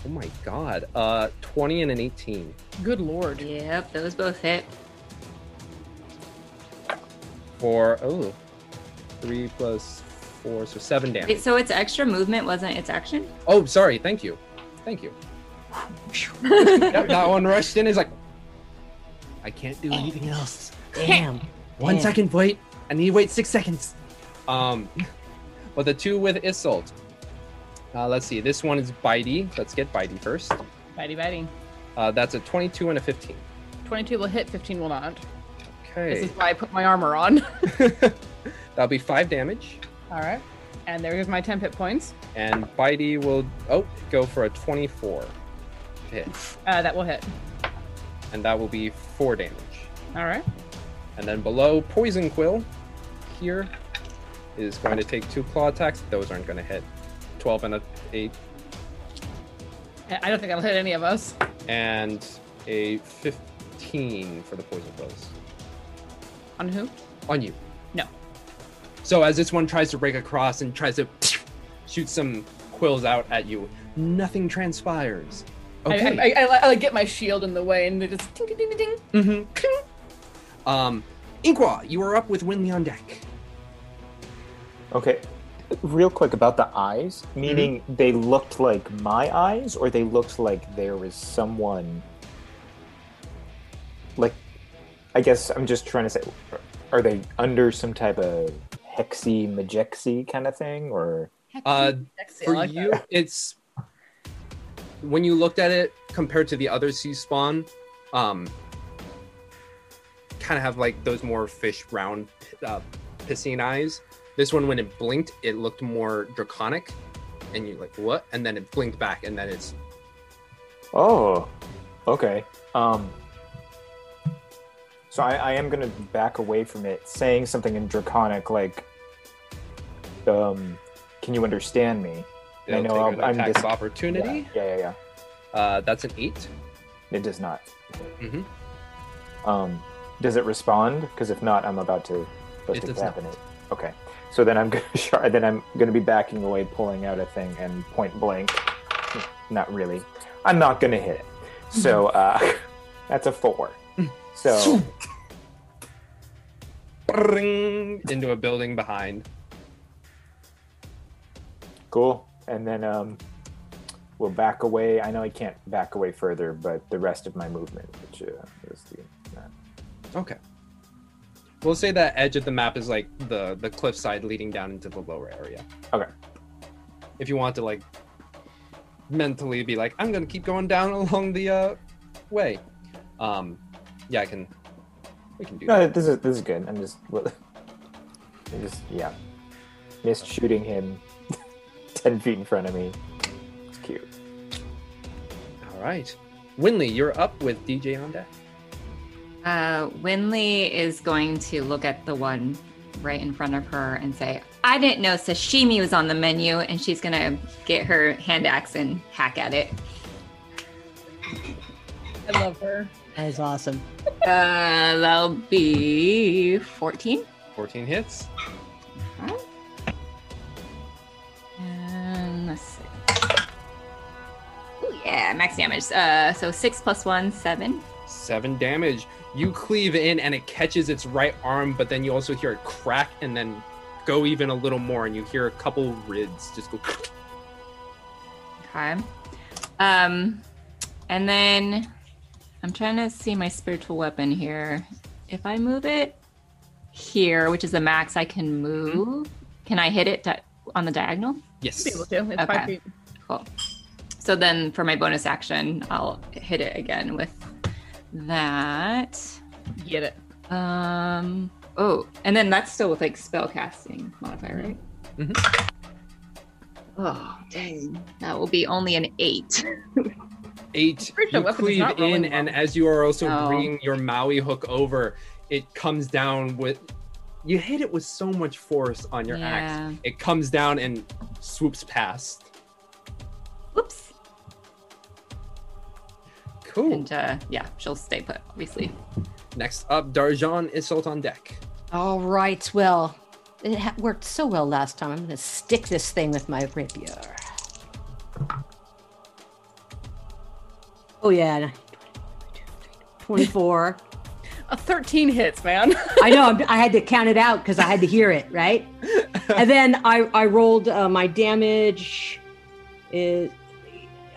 Speaker 8: Oh my god, uh, 20 and an 18.
Speaker 9: Good lord.
Speaker 12: Yep, those both hit.
Speaker 8: For, oh, three plus four, so seven damage.
Speaker 12: Wait, so its extra movement wasn't its action?
Speaker 8: Oh, sorry. Thank you. Thank you. Yep, that one rushed in. Is like, I can't do anything else.
Speaker 2: Damn.
Speaker 8: One
Speaker 2: Damn.
Speaker 8: second, wait. I need to wait six seconds. Um, but the two with Isolt. Uh, let's see. This one is Bitey. Let's get Bitey first.
Speaker 9: Bitey, bitey.
Speaker 8: Uh, that's a 22 and a 15.
Speaker 9: 22 will hit, 15 will not.
Speaker 8: Okay.
Speaker 9: This is why I put my armor on.
Speaker 8: That'll be five damage.
Speaker 9: All right. And there goes my 10 hit points.
Speaker 8: And Bitey will, oh, go for a 24 hit.
Speaker 9: Uh, that will hit.
Speaker 8: And that will be four damage.
Speaker 9: All right.
Speaker 8: And then below Poison Quill here is going to take two claw attacks. Those aren't going to hit. 12 and a 8
Speaker 9: I I don't think I'll hit any of us.
Speaker 8: and a 15 for the Poison Quills.
Speaker 9: On who?
Speaker 8: On you.
Speaker 9: No.
Speaker 8: So as this one tries to break across and tries to shoot some quills out at you, nothing transpires. Okay.
Speaker 9: I, I, I, I, like get my shield in the way and it just ding ding ding ding.
Speaker 8: um, Inqua, you are up with Winley on deck.
Speaker 11: Okay. Real quick about the eyes, meaning they looked like my eyes, or they looked like there was someone like I guess I'm just trying to say, are they under some type of hexy magexy kind of thing, or
Speaker 8: Uh,
Speaker 9: Sexy, I
Speaker 8: for
Speaker 9: like
Speaker 8: you, it's when you looked at it compared to the other sea spawn, um, kind of have like those more fish round uh, piscine eyes. This one, when it blinked, it looked more draconic, and you're like, "What?" And then it blinked back, and then it's
Speaker 11: Oh, okay. Um, so I, I am gonna back away from it, saying something in draconic like, um, "Can you understand me?" And
Speaker 8: It'll take an attack of opportunity.
Speaker 11: Yeah, yeah, yeah.
Speaker 8: Uh, that's an eight.
Speaker 11: It does not.
Speaker 8: Mhm.
Speaker 11: Um, does it respond? Because if not, I'm about to. About
Speaker 8: It
Speaker 11: to
Speaker 8: does
Speaker 11: tap
Speaker 8: not.
Speaker 11: in it. Okay. So then I'm gonna shar- then I'm gonna be backing away, pulling out a thing, and point blank. Not really. I'm not gonna hit it. So uh, that's a four. So
Speaker 8: "Bring," into a building behind.
Speaker 11: cool. And then um, we'll back away. I know I can't back away further, but the rest of my movement, which uh, is the uh,
Speaker 8: Okay. We'll say that edge of the map is like the the cliffside leading down into the lower area.
Speaker 11: Okay.
Speaker 8: If you want to like mentally be like, I'm gonna keep going down along the uh, way. Um, yeah, I can. We can do
Speaker 11: No,
Speaker 8: that.
Speaker 11: this is this is good. I'm just, well, I just yeah, missed shooting him ten feet in front of me. It's cute.
Speaker 8: All right, Winley, you're up with DJ on deck.
Speaker 12: Uh, Winley is going to look at the one right in front of her and say, I didn't know sashimi was on the menu. And she's going to get her hand axe and hack at it.
Speaker 9: I love her.
Speaker 10: That is awesome.
Speaker 12: Uh, that'll be Uh-huh. 14.
Speaker 8: 14 hits.
Speaker 12: And let's see. Oh, yeah, max damage. Uh, so six plus one, seven.
Speaker 8: Seven damage. You cleave in and it catches its right arm, but then you also hear it crack and then go even a little more, and you hear a couple rids just go.
Speaker 12: Okay. Um, and then I'm trying to see my spiritual weapon here. If I move it here, which is the max I can move, can I hit it di- on the diagonal?
Speaker 8: Yes.
Speaker 9: Be able to. It's five feet.
Speaker 12: Cool. So then for my bonus action, I'll hit it again with that.
Speaker 9: Get it.
Speaker 12: Um. Oh, and then that's still with like spell casting modifier, right? Oh, dang. That will be only an eight.
Speaker 8: eight.
Speaker 12: Pretty sure
Speaker 8: You
Speaker 12: weapons is
Speaker 8: cleave
Speaker 12: not
Speaker 8: in,
Speaker 12: rolling
Speaker 8: and as you are also
Speaker 12: No.
Speaker 8: bringing your Maui hook over, it comes down with. You hit it with so much force on your
Speaker 12: Yeah.
Speaker 8: axe. It comes down and swoops past.
Speaker 12: Oops.
Speaker 8: Cool.
Speaker 12: And uh, yeah, she'll stay put, obviously.
Speaker 8: Next up, Darjan Isolt on deck.
Speaker 10: All right. Well, it ha- worked so well last time. I'm going to stick this thing with my rapier. Oh, yeah. 24.
Speaker 9: A 13 hits, man.
Speaker 10: I know. I'm- I had to count it out because I had to hear it, right? and then I, I rolled uh, my damage is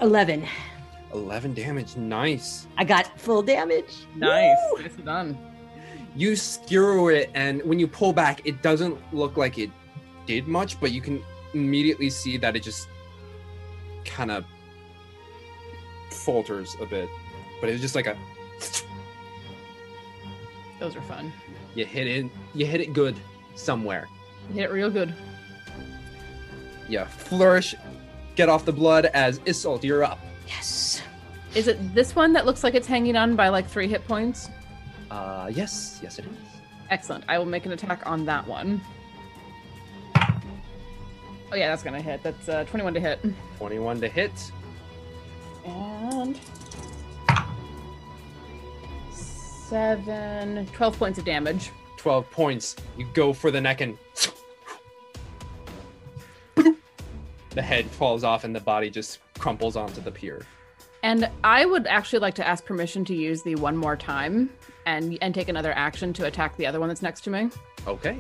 Speaker 10: 11.
Speaker 8: 11 damage. Nice.
Speaker 10: I got full damage.
Speaker 9: Nice. Nice done.
Speaker 8: You skewer it, and when you pull back, it doesn't look like it did much, but you can immediately see that it just kind of falters a bit. But it was just like a
Speaker 9: Those are fun.
Speaker 8: You hit it. You hit it good somewhere.
Speaker 9: You hit it real good.
Speaker 8: Yeah, flourish. Get off the blood as Isolt. You're up.
Speaker 10: Yes.
Speaker 9: Is it this one that looks like it's hanging on by like three hit points?
Speaker 8: Uh, yes, yes it is.
Speaker 9: Excellent. I will make an attack on that one. Oh yeah, that's gonna hit. That's uh, 21 to hit.
Speaker 8: Twenty-one to hit.
Speaker 9: And seven, 12 points of damage.
Speaker 8: Twelve points. You go for the neck and. The head falls off and the body just crumples onto the pier.
Speaker 9: And I would actually like to ask permission to use the one more time and and take another action to attack the other one that's next to me.
Speaker 8: Okay.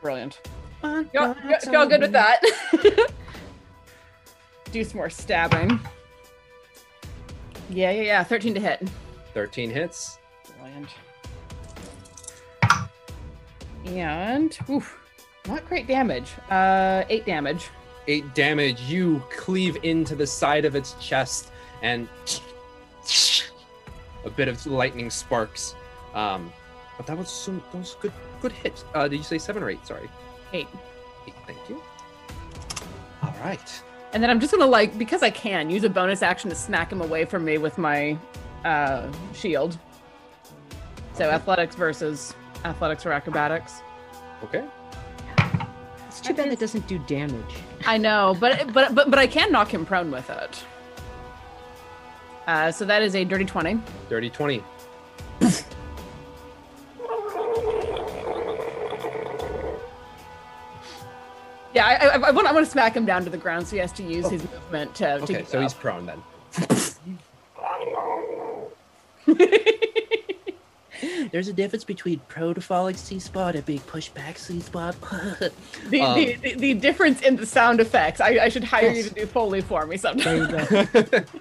Speaker 9: Brilliant. Y'all, y'all- y'all good with that? Do some more stabbing. Yeah, yeah, yeah. 13 to hit.
Speaker 8: Thirteen hits.
Speaker 9: Brilliant. And oof, not great damage. Uh, eight damage.
Speaker 8: Eight damage. You cleave into the side of its chest, and a bit of lightning sparks. Um, but that was some that was good good hit. Uh, did you say seven or eight? Sorry.
Speaker 9: Eight.
Speaker 8: Eight, Thank you. All right.
Speaker 9: And then I'm just gonna like because I can use a bonus action to smack him away from me with my uh, shield. So athletics versus athletics or acrobatics.
Speaker 8: Okay.
Speaker 10: It's too bad it doesn't do damage.
Speaker 9: I know, but but but but I can knock him prone with it. Uh, so that is a dirty twenty.
Speaker 8: Dirty twenty.
Speaker 9: Yeah, I, I, I want I want to smack him down to the ground, so he has to use his movement to.
Speaker 8: Oh.
Speaker 9: to
Speaker 8: Okay,
Speaker 9: get
Speaker 8: so
Speaker 9: up.
Speaker 8: he's prone then. There's a difference between protofolic sea spot and big pushback sea spot.
Speaker 9: The,
Speaker 8: Um,
Speaker 9: the, the, the difference in the sound effects. I, I should hire you to do Foley for me sometime.
Speaker 8: uh,
Speaker 9: That's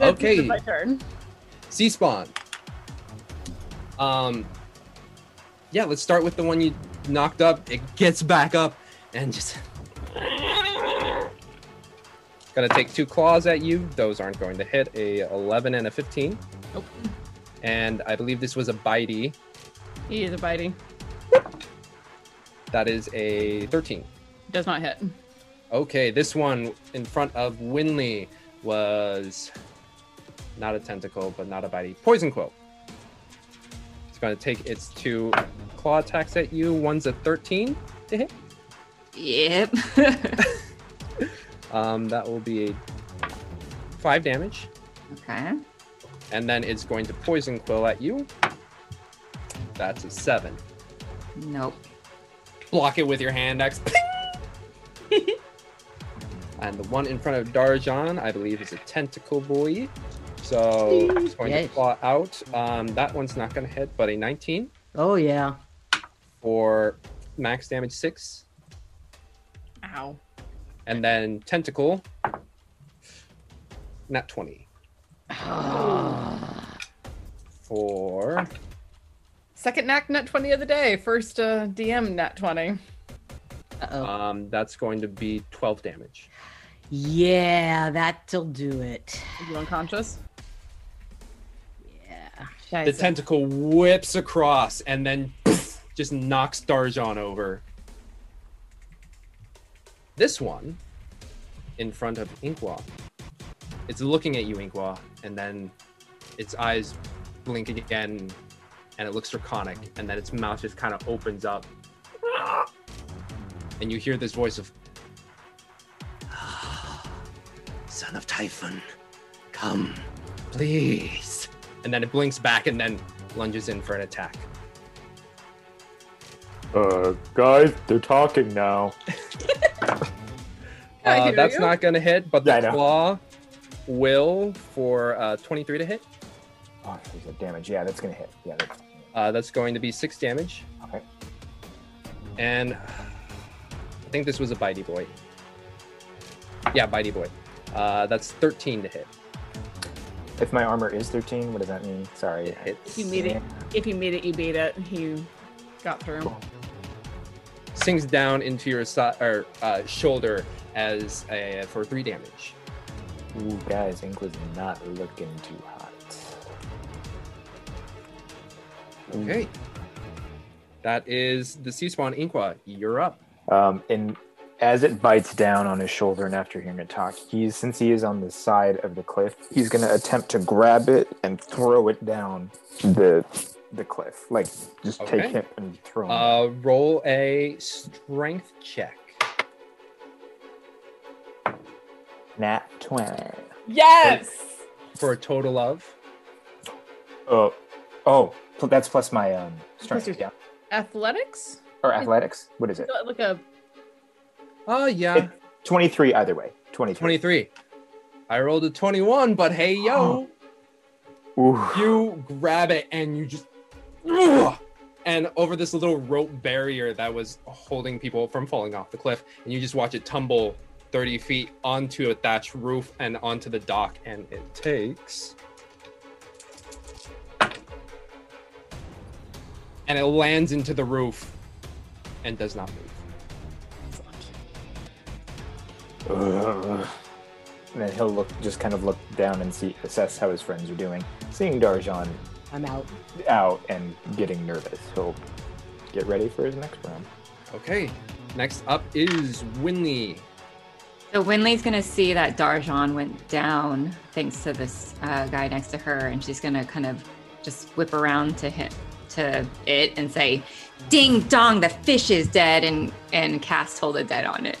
Speaker 8: Okay.
Speaker 9: my turn.
Speaker 8: Sea spawn. Um, yeah, let's start with the one you knocked up. It gets back up and just gonna take two claws at you. Those aren't going to hit. A 11 and a 15.
Speaker 9: Nope.
Speaker 8: And I believe this was a bitey.
Speaker 9: He is a bitey.
Speaker 8: That is a 13.
Speaker 9: Does not hit.
Speaker 8: Okay, this one in front of Winley was not a tentacle, but not a bitey. Poison Quill. It's going to take its two claw attacks at you. One's a 13 to hit.
Speaker 12: Yep.
Speaker 8: Um, that will be five damage.
Speaker 12: Okay.
Speaker 8: And then it's going to Poison Quill at you. That's a seven.
Speaker 12: Nope.
Speaker 8: Block it with your hand axe. Ping! and the one in front of Darjan, I believe, is a tentacle boy. So it's going to
Speaker 10: Yes.
Speaker 8: claw out. Um, that one's not going to hit, but a 19
Speaker 10: Oh yeah.
Speaker 8: for max damage six.
Speaker 9: Ow.
Speaker 8: And then tentacle, not 20. for
Speaker 9: Second knack nut twenty of the day. First uh, DM nat twenty.
Speaker 8: um, that's going to be 12 damage.
Speaker 10: Yeah, that'll do it.
Speaker 9: Are you unconscious? Yeah.
Speaker 8: The tentacle whips across and then just knocks Darjan over. This one in front of Inkwa. It's looking at you, Inkwa, and then its eyes blink again and it looks draconic, and then its mouth just kind of opens up. And you hear this voice of "Ah, Son of Typhon, come, please. And then it blinks back and then lunges in for an attack.
Speaker 15: Uh, guys, they're talking now. I
Speaker 8: Uh,
Speaker 15: hear
Speaker 8: that's
Speaker 15: you.
Speaker 8: not going to hit, but the claw will for uh, 23 to hit.
Speaker 11: Oh, there's a damage. Yeah, that's gonna hit. Yeah. That's...
Speaker 8: Uh, that's going to be six damage.
Speaker 11: Okay.
Speaker 8: And I think this was a bitey boy. Yeah, bitey boy. Uh, that's 13 to hit.
Speaker 11: If my armor is 13, what does that mean? Sorry.
Speaker 9: If you meet it, if you meet it, you beat it. He got through.
Speaker 8: Sinks down into your si- or, uh, shoulder as a, for three damage.
Speaker 11: Ooh, guys, ink was not looking too hot.
Speaker 8: Okay. That is the sea spawn Inqua. You're up.
Speaker 11: Um, and as it bites down on his shoulder, and after hearing it talk, he's since he is on the side of the cliff, he's going to attempt to grab it and throw it down the the cliff. Like just
Speaker 8: Okay.
Speaker 11: take him and throw him.
Speaker 8: Uh, roll a strength check.
Speaker 11: Nat twenty.
Speaker 9: Yes.
Speaker 8: For a total of.
Speaker 11: Oh, oh, pl- that's plus my um strength,
Speaker 9: Plus
Speaker 11: yeah,
Speaker 9: Athletics.
Speaker 11: or athletics. What is it?
Speaker 9: Like a
Speaker 8: Oh yeah.
Speaker 11: Twenty three either way. Twenty three.
Speaker 8: 23. I rolled a 21, but hey, yo. You grab it and you just. And over this little rope barrier that was holding people from falling off the cliff, and you just watch it tumble 30 feet onto a thatched roof and onto the dock, and it takes. and it lands into the roof and does not move.
Speaker 11: Ugh. And then he'll look, just kind of look down and see, assess how his friends are doing. Seeing Darjan
Speaker 10: I'm out.
Speaker 11: out and getting nervous, he'll get ready for his next round.
Speaker 8: Okay, next up is Winley.
Speaker 12: So Winley's gonna see that Darjan went down thanks to this uh, guy next to her, and she's gonna kind of just whip around to him, to it, and say, "Ding dong, the fish is dead," and and cast hold of dead on it.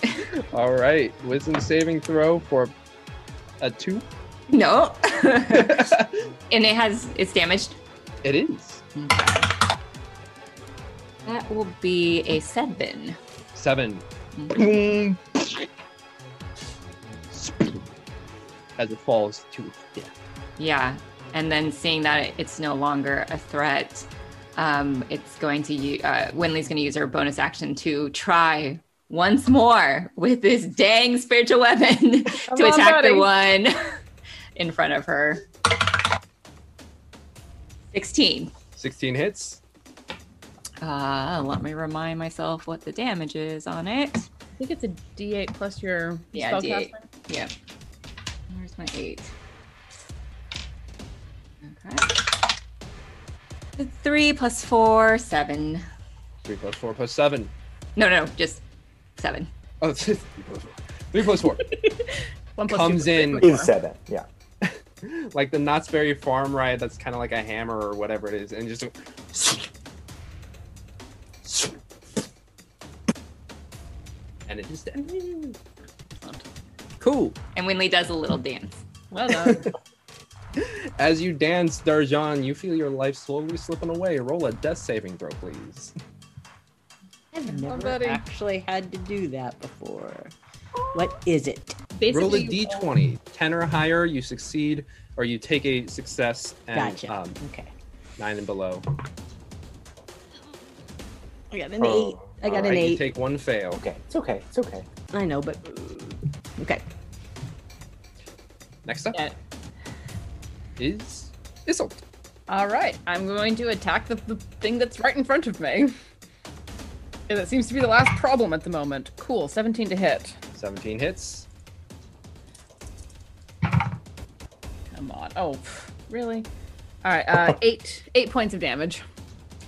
Speaker 8: All right, wisdom saving throw for a two.
Speaker 12: no, and it has it's damaged.
Speaker 8: It is
Speaker 12: That will be a seven.
Speaker 8: seven.
Speaker 12: Mhm.
Speaker 8: as it falls to its death.
Speaker 12: Yeah, and then seeing that it's no longer a threat, um, it's going to u- uh, Winley's going to use her bonus action to try once more with this dang spiritual weapon
Speaker 9: Come
Speaker 12: to
Speaker 9: on,
Speaker 12: attack the
Speaker 9: buddy.
Speaker 12: one in front of her. Sixteen.
Speaker 8: 16 hits.
Speaker 12: Uh, let me remind myself what the damage is on it.
Speaker 9: I think it's a D8 plus your
Speaker 12: Yeah,
Speaker 9: spell
Speaker 12: D8.
Speaker 9: casting.
Speaker 12: Yeah. Where's my eight? Okay. Three plus four, seven.
Speaker 8: Three plus four plus seven.
Speaker 12: No, no, just seven.
Speaker 8: Oh, three plus four. Three plus four.
Speaker 12: One plus
Speaker 8: comes
Speaker 12: two
Speaker 8: in.
Speaker 12: plus three plus four.
Speaker 11: seven. Yeah.
Speaker 8: like the Knott's Berry Farm ride that's kind of like a hammer or whatever it is, and just and it is dead. Cool.
Speaker 12: And Winley does a little dance.
Speaker 9: Well done.
Speaker 8: As you dance, Darjan, you feel your life slowly slipping away. Roll a death saving throw, please.
Speaker 10: I've never
Speaker 9: buddy.
Speaker 10: actually had to do that before. What is it?
Speaker 8: Roll a d20. 10 or higher, you succeed, or you take a success. And,
Speaker 10: Gotcha.
Speaker 8: Um,
Speaker 10: okay.
Speaker 8: Nine and below.
Speaker 10: I got an eight. I got an
Speaker 8: Oh, Alright, You
Speaker 10: eight.
Speaker 8: take one fail.
Speaker 11: Okay, it's okay, it's okay.
Speaker 10: I know, but mm, okay.
Speaker 8: Next up
Speaker 9: Yeah.
Speaker 8: is Isolt.
Speaker 9: All right, I'm going to attack the, the thing that's right in front of me. And it seems to be the last problem at the moment. Cool, 17 to hit.
Speaker 8: 17 hits.
Speaker 9: Come on. Oh, pff, really? All right, uh, eight eight points of damage.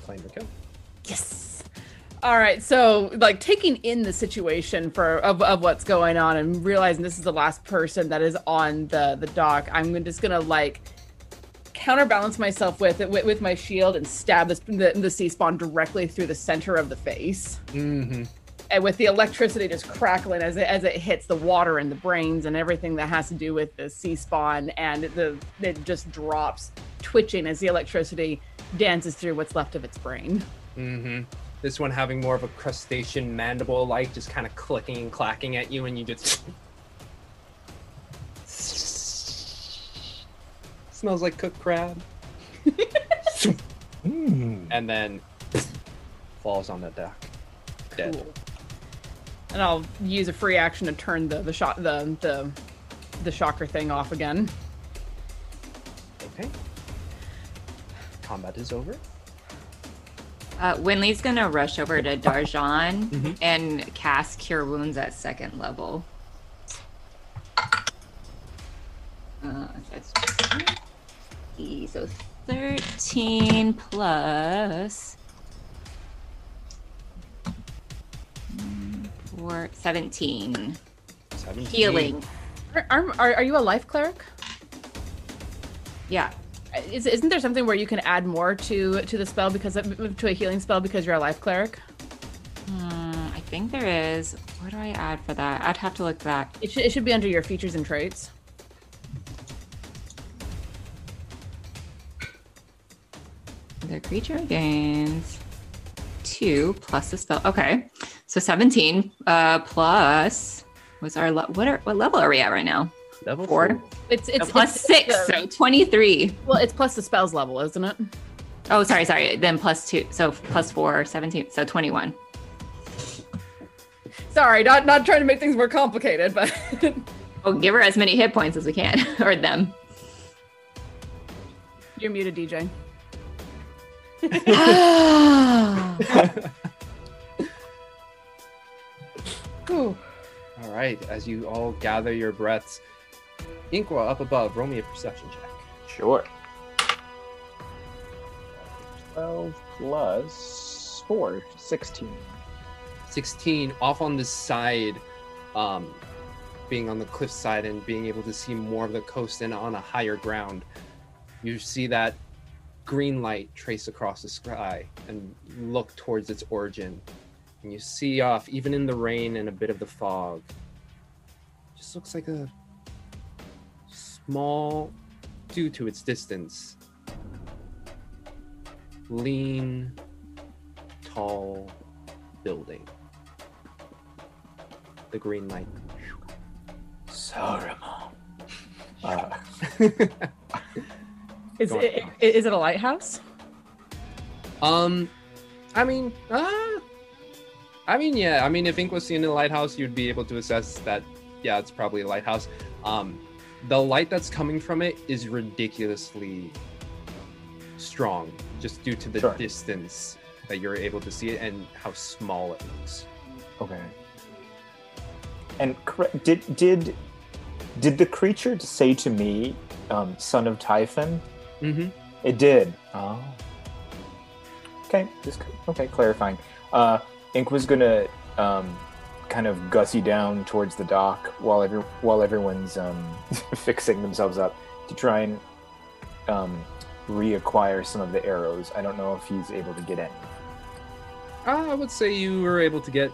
Speaker 8: Claim the kill.
Speaker 9: Yes. All right, so like taking in the situation for of, of what's going on and realizing this is the last person that is on the the dock, I'm gonna- just gonna like counterbalance myself with it with, with my shield and stab this, the the sea spawn directly through the center of the face,
Speaker 8: Mm-hmm.
Speaker 9: and with the electricity just crackling as it as it hits the water and the brains and everything that has to do with the sea spawn, and the it just drops twitching as the electricity dances through what's left of its brain.
Speaker 8: Mm-hmm. This one having more of a crustacean mandible like, just kind of clicking and clacking at you, and you just. Smells like cooked crab. And then falls on the dock. Dead.
Speaker 9: Cool. And I'll use a free action to turn the the shot the the the shocker thing off again.
Speaker 8: Okay. Combat is over.
Speaker 12: Uh, Winley's gonna rush over to Darjan and cast Cure Wounds at second level. Uh, that's E, so 13 plus mm, four, 17.
Speaker 8: 17.
Speaker 12: Healing.
Speaker 9: Mm-hmm. Are, are, are are you a life cleric?
Speaker 12: Yeah.
Speaker 9: Is, isn't there something where you can add more to to the spell because of, to a healing spell because you're a life cleric?
Speaker 12: Hmm, I think there is. What do I add for that? I'd have to look that.
Speaker 9: It should it should be under your features and traits.
Speaker 12: The creature gains two plus the spell. Okay, so seventeen uh, plus was our le- what? Are, what level are we at right now?
Speaker 8: Level
Speaker 12: four.
Speaker 9: It's
Speaker 12: So
Speaker 9: it's
Speaker 12: plus
Speaker 9: it's-
Speaker 12: six,
Speaker 9: it's, uh,
Speaker 12: so twenty-three.
Speaker 9: well, it's plus the spell's level, isn't it?
Speaker 12: Oh, sorry, sorry. Then plus two, so plus four, 17, so twenty-one.
Speaker 9: Sorry, not not trying to make things more complicated, but
Speaker 12: Oh, give her as many hit points as we can, or them.
Speaker 9: you're muted, DJ. Ooh.
Speaker 8: All right, as you all gather your breaths, Inkwa up above, roll me a perception check.
Speaker 11: Sure. 12 plus 4, 16.
Speaker 8: 16 off on the side, um, being on the cliff side and being able to see more of the coast and on a higher ground. You see that green light trace across the sky and look towards its origin. And you see off, even in the rain and a bit of the fog, just looks like a small, due to its distance, lean, tall building. The green light.
Speaker 11: Saruman.
Speaker 8: Uh,
Speaker 9: Is
Speaker 8: Go on.
Speaker 9: it, it, is it a lighthouse?
Speaker 8: Um, I mean, uh, I mean, yeah. I mean, if ink was seen in a lighthouse, you'd be able to assess that. Yeah, it's probably a lighthouse. Um, the light that's coming from it is ridiculously strong, just due to the
Speaker 11: Sure.
Speaker 8: distance that you're able to see it and how small it looks.
Speaker 11: Okay. And correct, did did did the creature say to me, um, "Son of Typhon"?
Speaker 8: Mm-hmm.
Speaker 11: It did. Oh. Okay. Just okay. Clarifying. Uh, Ink was gonna um, kind of gussy down towards the dock while every while everyone's um, fixing themselves up to try and um, reacquire some of the arrows. I don't know if he's able to get in
Speaker 8: Uh, I would say you were able to get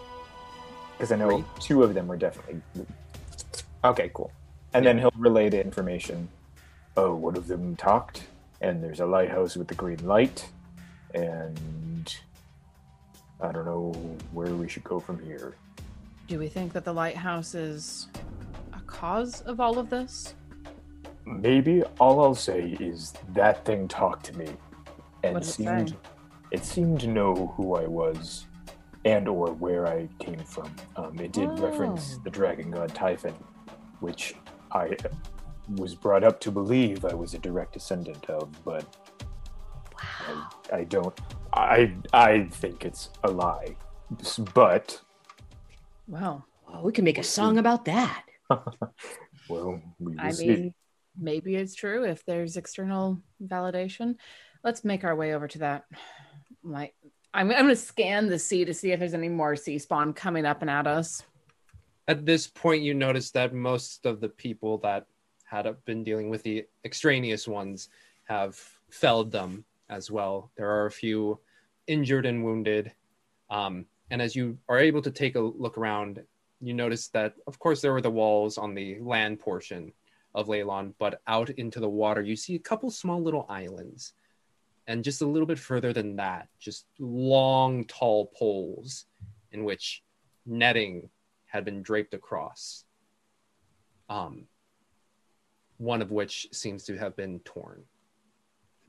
Speaker 11: because I know two of them were definitely. Okay, cool. And then he'll relay the information. Oh, one of them talked, and there's a lighthouse with the green light, and I don't know where we should go from here.
Speaker 9: Do we think that the lighthouse is a cause of all of this?
Speaker 11: Maybe all I'll say is that thing talked to me, and
Speaker 9: What did it
Speaker 11: seemed
Speaker 9: say?
Speaker 11: it seemed to know who I was, and or where I came from. Um, it did reference
Speaker 16: Oh.
Speaker 11: the dragon god Typhon, which I was brought up to believe I was a direct descendant of, but I, I don't. I I think it's a lie, S- but
Speaker 9: Wow.
Speaker 10: Oh, we can make a
Speaker 8: Mm.
Speaker 10: song about that.
Speaker 11: well, we will
Speaker 9: I
Speaker 11: see.
Speaker 9: mean, maybe it's true if there's external validation. Let's make our way over to that. Like, I'm, I'm going to scan the sea to see if there's any more sea spawn coming up and at us.
Speaker 8: At this point, you notice that most of the people that had been dealing with the extraneous ones have felled them as well. There are a few injured and wounded. Um, and as you are able to take a look around, you notice that, of course, there were the walls on the land portion of Leylon, but out into the water, you see a couple small little islands. And just a little bit further than that, just long, tall poles in which netting had been draped across, um, one of which seems to have been torn.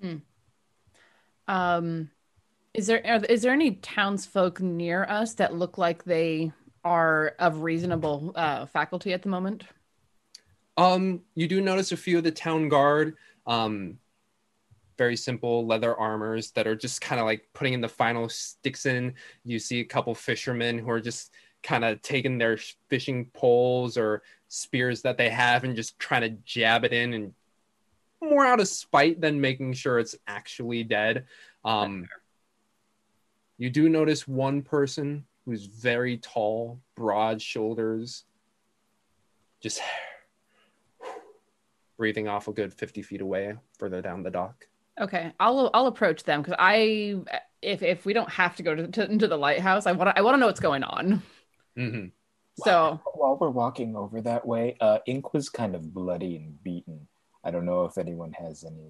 Speaker 9: Hmm. Um, is there are, is there any townsfolk near us that look like they are of reasonable uh, faculty at the moment?
Speaker 8: Um, you do notice a few of the town guard, um, very simple leather armors that are just kind of like putting in the final sticks in. You see a couple fishermen who are just kind of taking their sh- fishing poles or spears that they have and just trying to jab it in and more out of spite than making sure it's actually dead. Um, you do notice one person who's very tall, broad shoulders, just breathing off a good 50 feet away further down the dock.
Speaker 9: Okay, I'll I'll approach them because I if if we don't have to go to, to into the lighthouse, I want I want to know what's going on.
Speaker 8: Mm-hmm.
Speaker 9: So
Speaker 11: While we're walking over that way, uh, Ink was kind of bloody and beaten. I don't know if anyone has any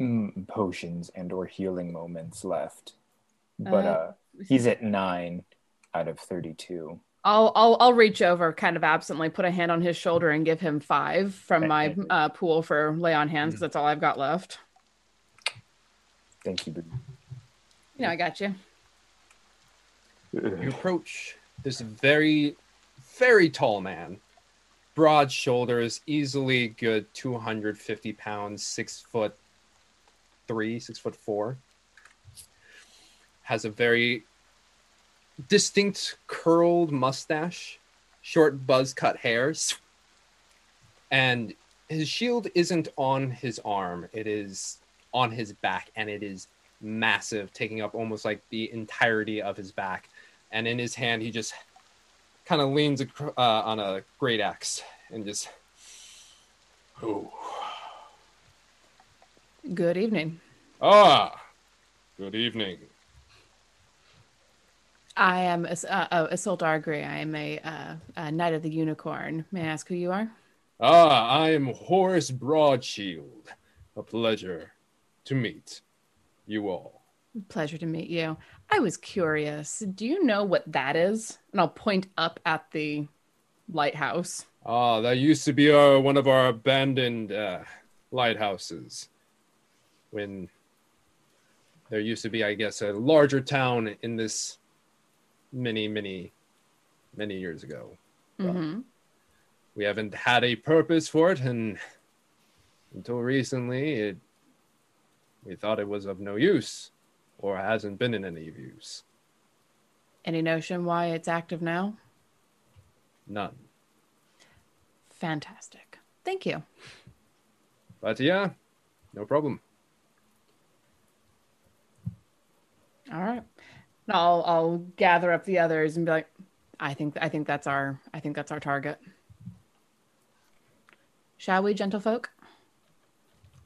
Speaker 11: um, mm, potions and or healing moments left, but
Speaker 9: Uh,
Speaker 11: uh, he's at nine out of thirty-two.
Speaker 9: I'll I'll I'll reach over kind of absently, put a hand on his shoulder, and give him five from my uh, pool for lay on hands. 'cause That's all I've got left.
Speaker 11: Thank you. Boo.
Speaker 9: You know, I got you.
Speaker 8: You approach this very, very tall man, broad shoulders, easily good 250 pounds, six foot three, six foot four. has a very distinct curled mustache, short buzz cut hair, and his shield isn't on his arm. It is on his back, and it is massive, taking up almost like the entirety of his back. And in his hand, he just kind of leans acro- uh, on a great axe and just. Oh.
Speaker 9: Good evening.
Speaker 8: Ah, good evening.
Speaker 9: I am As- uh, uh, Isolde Argri. I am a, uh, a Knight of the Unicorn. May I ask who you are?
Speaker 8: Ah, I am Horace Broadshield. A pleasure to meet you all.
Speaker 9: Pleasure to meet you. I was curious. Do you know what that is? And I'll point up at the lighthouse.
Speaker 8: Ah, that used to be our, one of our abandoned uh, lighthouses. When there used to be, I guess, a larger town in this many, many, many years ago.
Speaker 9: hmm
Speaker 8: We haven't had a purpose for it, and until recently, it we thought it was of no use, or hasn't been in any use.
Speaker 9: Any notion why it's active now?
Speaker 8: None.
Speaker 9: Fantastic. Thank you.
Speaker 8: But yeah, no problem.
Speaker 9: All right. And I'll I'll gather up the others and be like, I think I think that's our I think that's our target. Shall we, gentlefolk?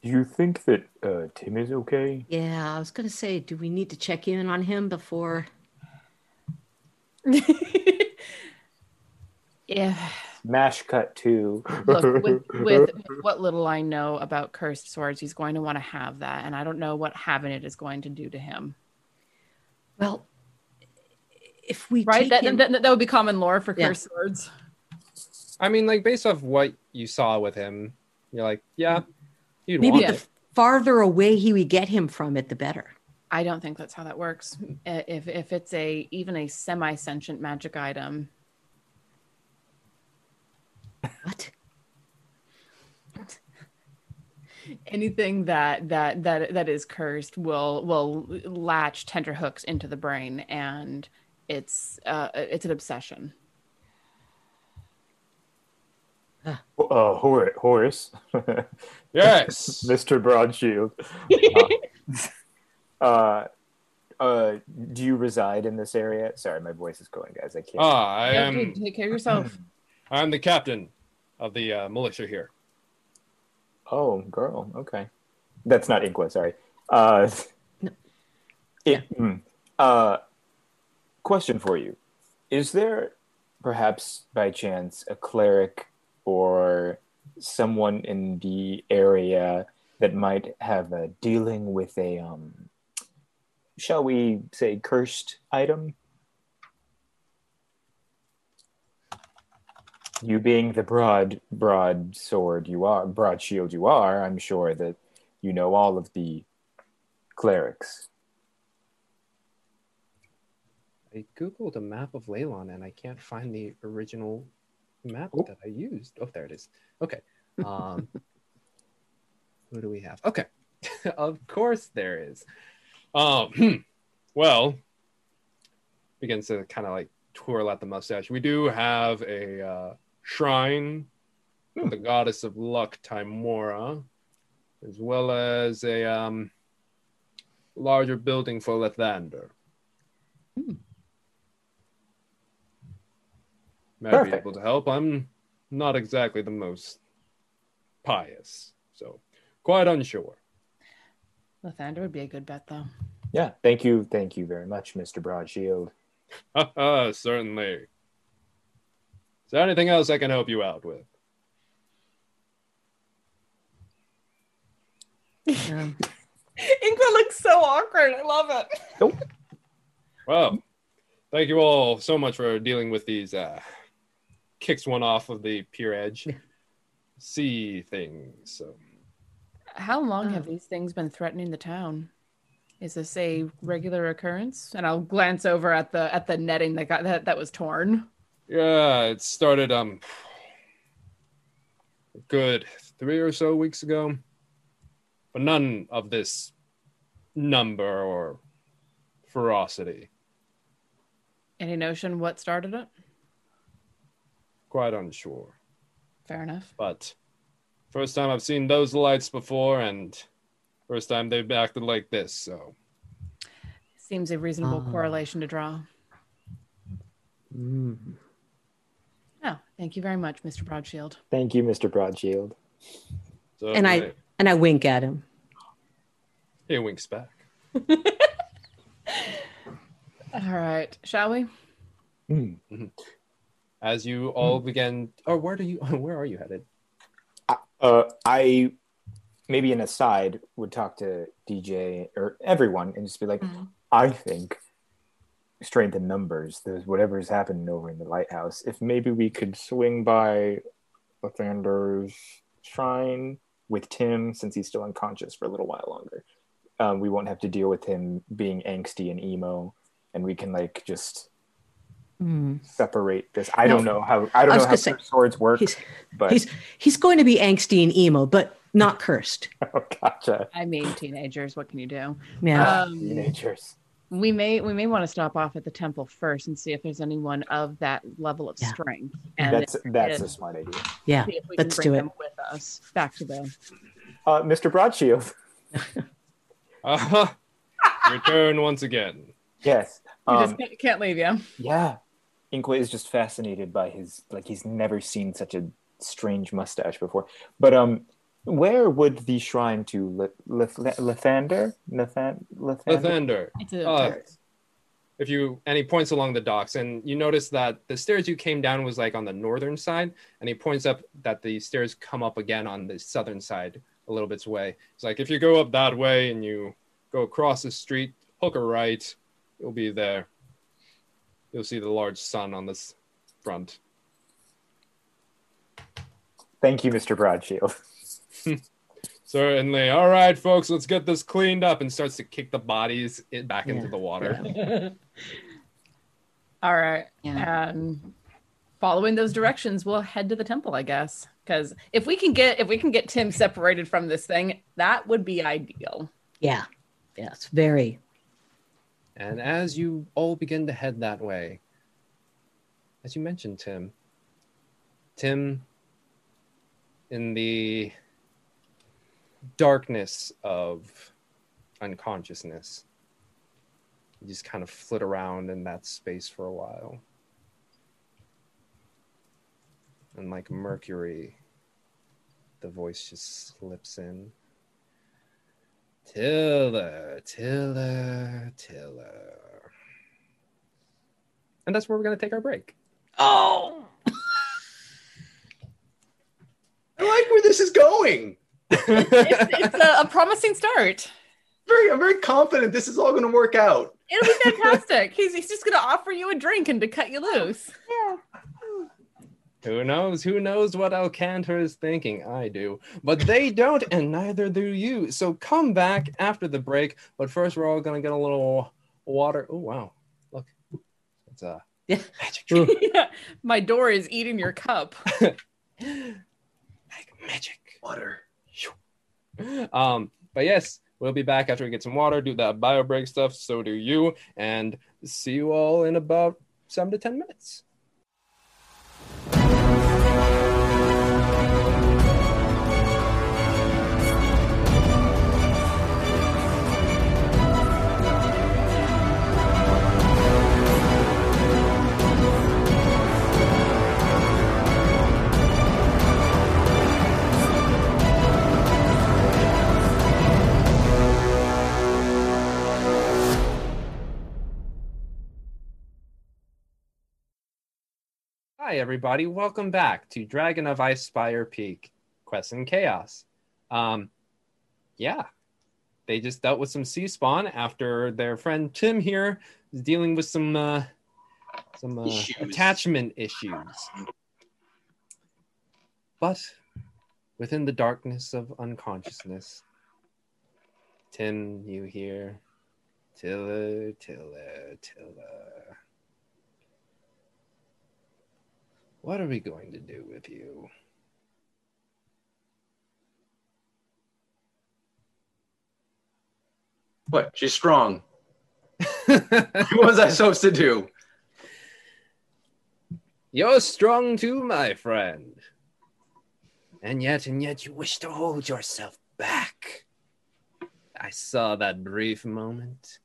Speaker 15: Do you think that uh, Tim is okay?
Speaker 10: Yeah, I was going to say, do we need to check in on him before?
Speaker 9: Yeah.
Speaker 11: Mash cut two.
Speaker 9: Look, with, with what little I know about cursed swords, he's going to want to have that, and I don't know what having it is going to do to him.
Speaker 10: Well, if we
Speaker 9: right,
Speaker 10: take
Speaker 9: that,
Speaker 10: him-
Speaker 9: that, that would be common lore for
Speaker 10: Yeah.
Speaker 9: cursed swords.
Speaker 8: I mean, like based off what you saw with him, you're like, yeah, you'd
Speaker 10: Maybe
Speaker 8: want
Speaker 10: the
Speaker 8: it.
Speaker 10: farther away he we get him from it, the better.
Speaker 9: I don't think that's how that works. Uh, If if it's a even a semi sentient magic item. What? Anything that that that that is cursed will will latch tender hooks into the brain, and it's uh, it's an obsession.
Speaker 15: Uh, Hor- Horace.
Speaker 8: yes,
Speaker 15: Mr. Broadshield.
Speaker 11: Uh, uh, do you reside in this area? Sorry, my voice is going, guys. I can't.
Speaker 8: Ah, I
Speaker 9: Yeah,
Speaker 11: Um,
Speaker 8: am.
Speaker 9: dude, take care of yourself.
Speaker 8: I'm the captain of the uh, militia here.
Speaker 11: Oh, girl. Okay. That's not Inqua, sorry. Uh, it- mm. uh, question for you Is there perhaps by chance a cleric or someone in the area that might have a dealing with a, um, shall we say, cursed item? you being the broad broad sword you are broad shield you are i'm sure that you know all of the clerics
Speaker 8: I googled a map of Leylon and I can't find the original map that I used. Oh, there it is. Okay. Um, who do we have? Okay. of course there is. Um, well, begins to kind of like twirl at the mustache. We do have a uh, shrine for the goddess of luck, Timora, as well as a um, larger building for Lethander. Might be able to help. I'm not exactly the most pious, so quite unsure.
Speaker 9: Lathander would be a good bet, though.
Speaker 11: yeah thank you thank you very much mr broadshield
Speaker 8: Certainly. Is there anything else I can help you out with?
Speaker 9: Inqua looks so awkward. I love it.
Speaker 8: Well, thank you all so much for dealing with these. Uh, kicks one off of the pier edge. See things. So
Speaker 9: How long have these things been threatening the town? Is this a regular occurrence? And I'll glance over at the at the netting that got that, that was torn.
Speaker 8: yeah, it started um a good three or so weeks ago, but none of this number or ferocity.
Speaker 9: Any notion what started it?
Speaker 8: Quite unsure.
Speaker 9: Fair enough.
Speaker 8: But first time I've seen those lights before, and first time they've acted like this, so.
Speaker 9: Seems a reasonable
Speaker 2: Uh-huh.
Speaker 8: Ah.
Speaker 9: correlation to draw. Oh, thank you very much, Mr. Broadshield.
Speaker 11: Thank you, Mr. Broadshield.
Speaker 2: and I and I wink at him.
Speaker 8: He winks back.
Speaker 9: All right, shall we?
Speaker 8: Mhm. As you all begin, or Hmm. Oh, where do you? Where are you headed?
Speaker 11: Uh, I maybe an aside would talk to DJ or everyone and just be like,
Speaker 2: Mm-hmm.
Speaker 11: I think strength in numbers. There's whatever's happening over in the lighthouse. If maybe we could swing by Lathander's shrine with Tim since he's still unconscious for a little while longer. Um, we won't have to deal with him being angsty and emo, and we can like just
Speaker 8: Mm.
Speaker 11: separate this. I don't
Speaker 2: No.
Speaker 11: know how I don't
Speaker 2: I was
Speaker 11: know how
Speaker 2: gonna say,
Speaker 11: cursed swords work,
Speaker 2: he's-
Speaker 11: but
Speaker 2: He's he's going to be angsty and emo, but not cursed.
Speaker 11: Oh, gotcha.
Speaker 9: I mean, teenagers. What can you do?
Speaker 2: Yeah.
Speaker 9: Um,
Speaker 11: Teenagers.
Speaker 9: We may we may want to stop off at the temple first and see if there's anyone of that level of strength. And
Speaker 11: That's
Speaker 9: if there
Speaker 11: that's a
Speaker 9: is,
Speaker 11: smart idea.
Speaker 2: Yeah,
Speaker 9: see if we
Speaker 2: let's
Speaker 9: can bring
Speaker 2: do it.
Speaker 9: them with us back to the
Speaker 11: Uh, Mr. Broadshield.
Speaker 8: Uh-huh. Return once again.
Speaker 11: Yes.
Speaker 9: You
Speaker 11: Um,
Speaker 9: just can't, can't leave you.
Speaker 11: yeah. Inkwa is just fascinated by his like he's never seen such a strange mustache before. But um, where would the shrine to Le- Le- Le- Lethander? Lethan-
Speaker 8: Lathander.
Speaker 11: Lethander?
Speaker 8: Uh, if you and he points along the docks, and you notice that the stairs you came down was like on the northern side, and he points up that the stairs come up again on the southern side a little bit's way. It's like if you go up that way and you go across the street, hook a right, you'll be there. You'll see the large sun on this front.
Speaker 11: Thank you, Mr. Broadshield.
Speaker 8: Certainly. All right, folks, let's get this cleaned up, and starts to kick the bodies i- back into the water.
Speaker 9: All right.
Speaker 12: Yeah.
Speaker 9: Um, following those directions, we'll head to the temple, I guess. Because if we can get if we can get Tim separated from this thing, that would be ideal.
Speaker 2: Yeah. Yeah, it's very
Speaker 8: And as you all begin to head that way, as you mentioned, Tim, Tim, in the darkness of unconsciousness, you just kind of flit around in that space for a while. And like Mercury, the voice just slips in. Tiller, Tiller, Tiller. And that's where we're going to take our break.
Speaker 9: Oh!
Speaker 3: I like where this is going.
Speaker 9: It's a, a promising start.
Speaker 3: Very, I'm very confident this is all going to work out.
Speaker 9: It'll be fantastic. he's, he's just going to offer you a drink and to cut you loose.
Speaker 8: Who knows? Who knows what Alcantor is thinking? I do. But they don't, and neither do you. So come back after the break. But first, we're all going to get a little water. Oh, wow. Look. It's uh, a magic drink.
Speaker 9: My door is eating your cup.
Speaker 3: Water.
Speaker 8: um, but yes, we'll be back after we get some water, do that bio break stuff. So do you, and see you all in about seven to ten minutes. Hi, everybody. Welcome back to Dragon of Ice Spire Peak Quest and Chaos. Um, yeah, they just dealt with some sea spawn after their friend Tim here is dealing with some uh, some uh,
Speaker 3: Issues.
Speaker 8: attachment issues. But within the darkness of unconsciousness, Tim, you hear Tiller, Tiller, Tiller. What are we going to do with you?
Speaker 3: What? She's strong. what was I supposed to do?
Speaker 8: You're strong too, my friend. And yet, and yet, you wish to hold yourself back. I saw that brief moment.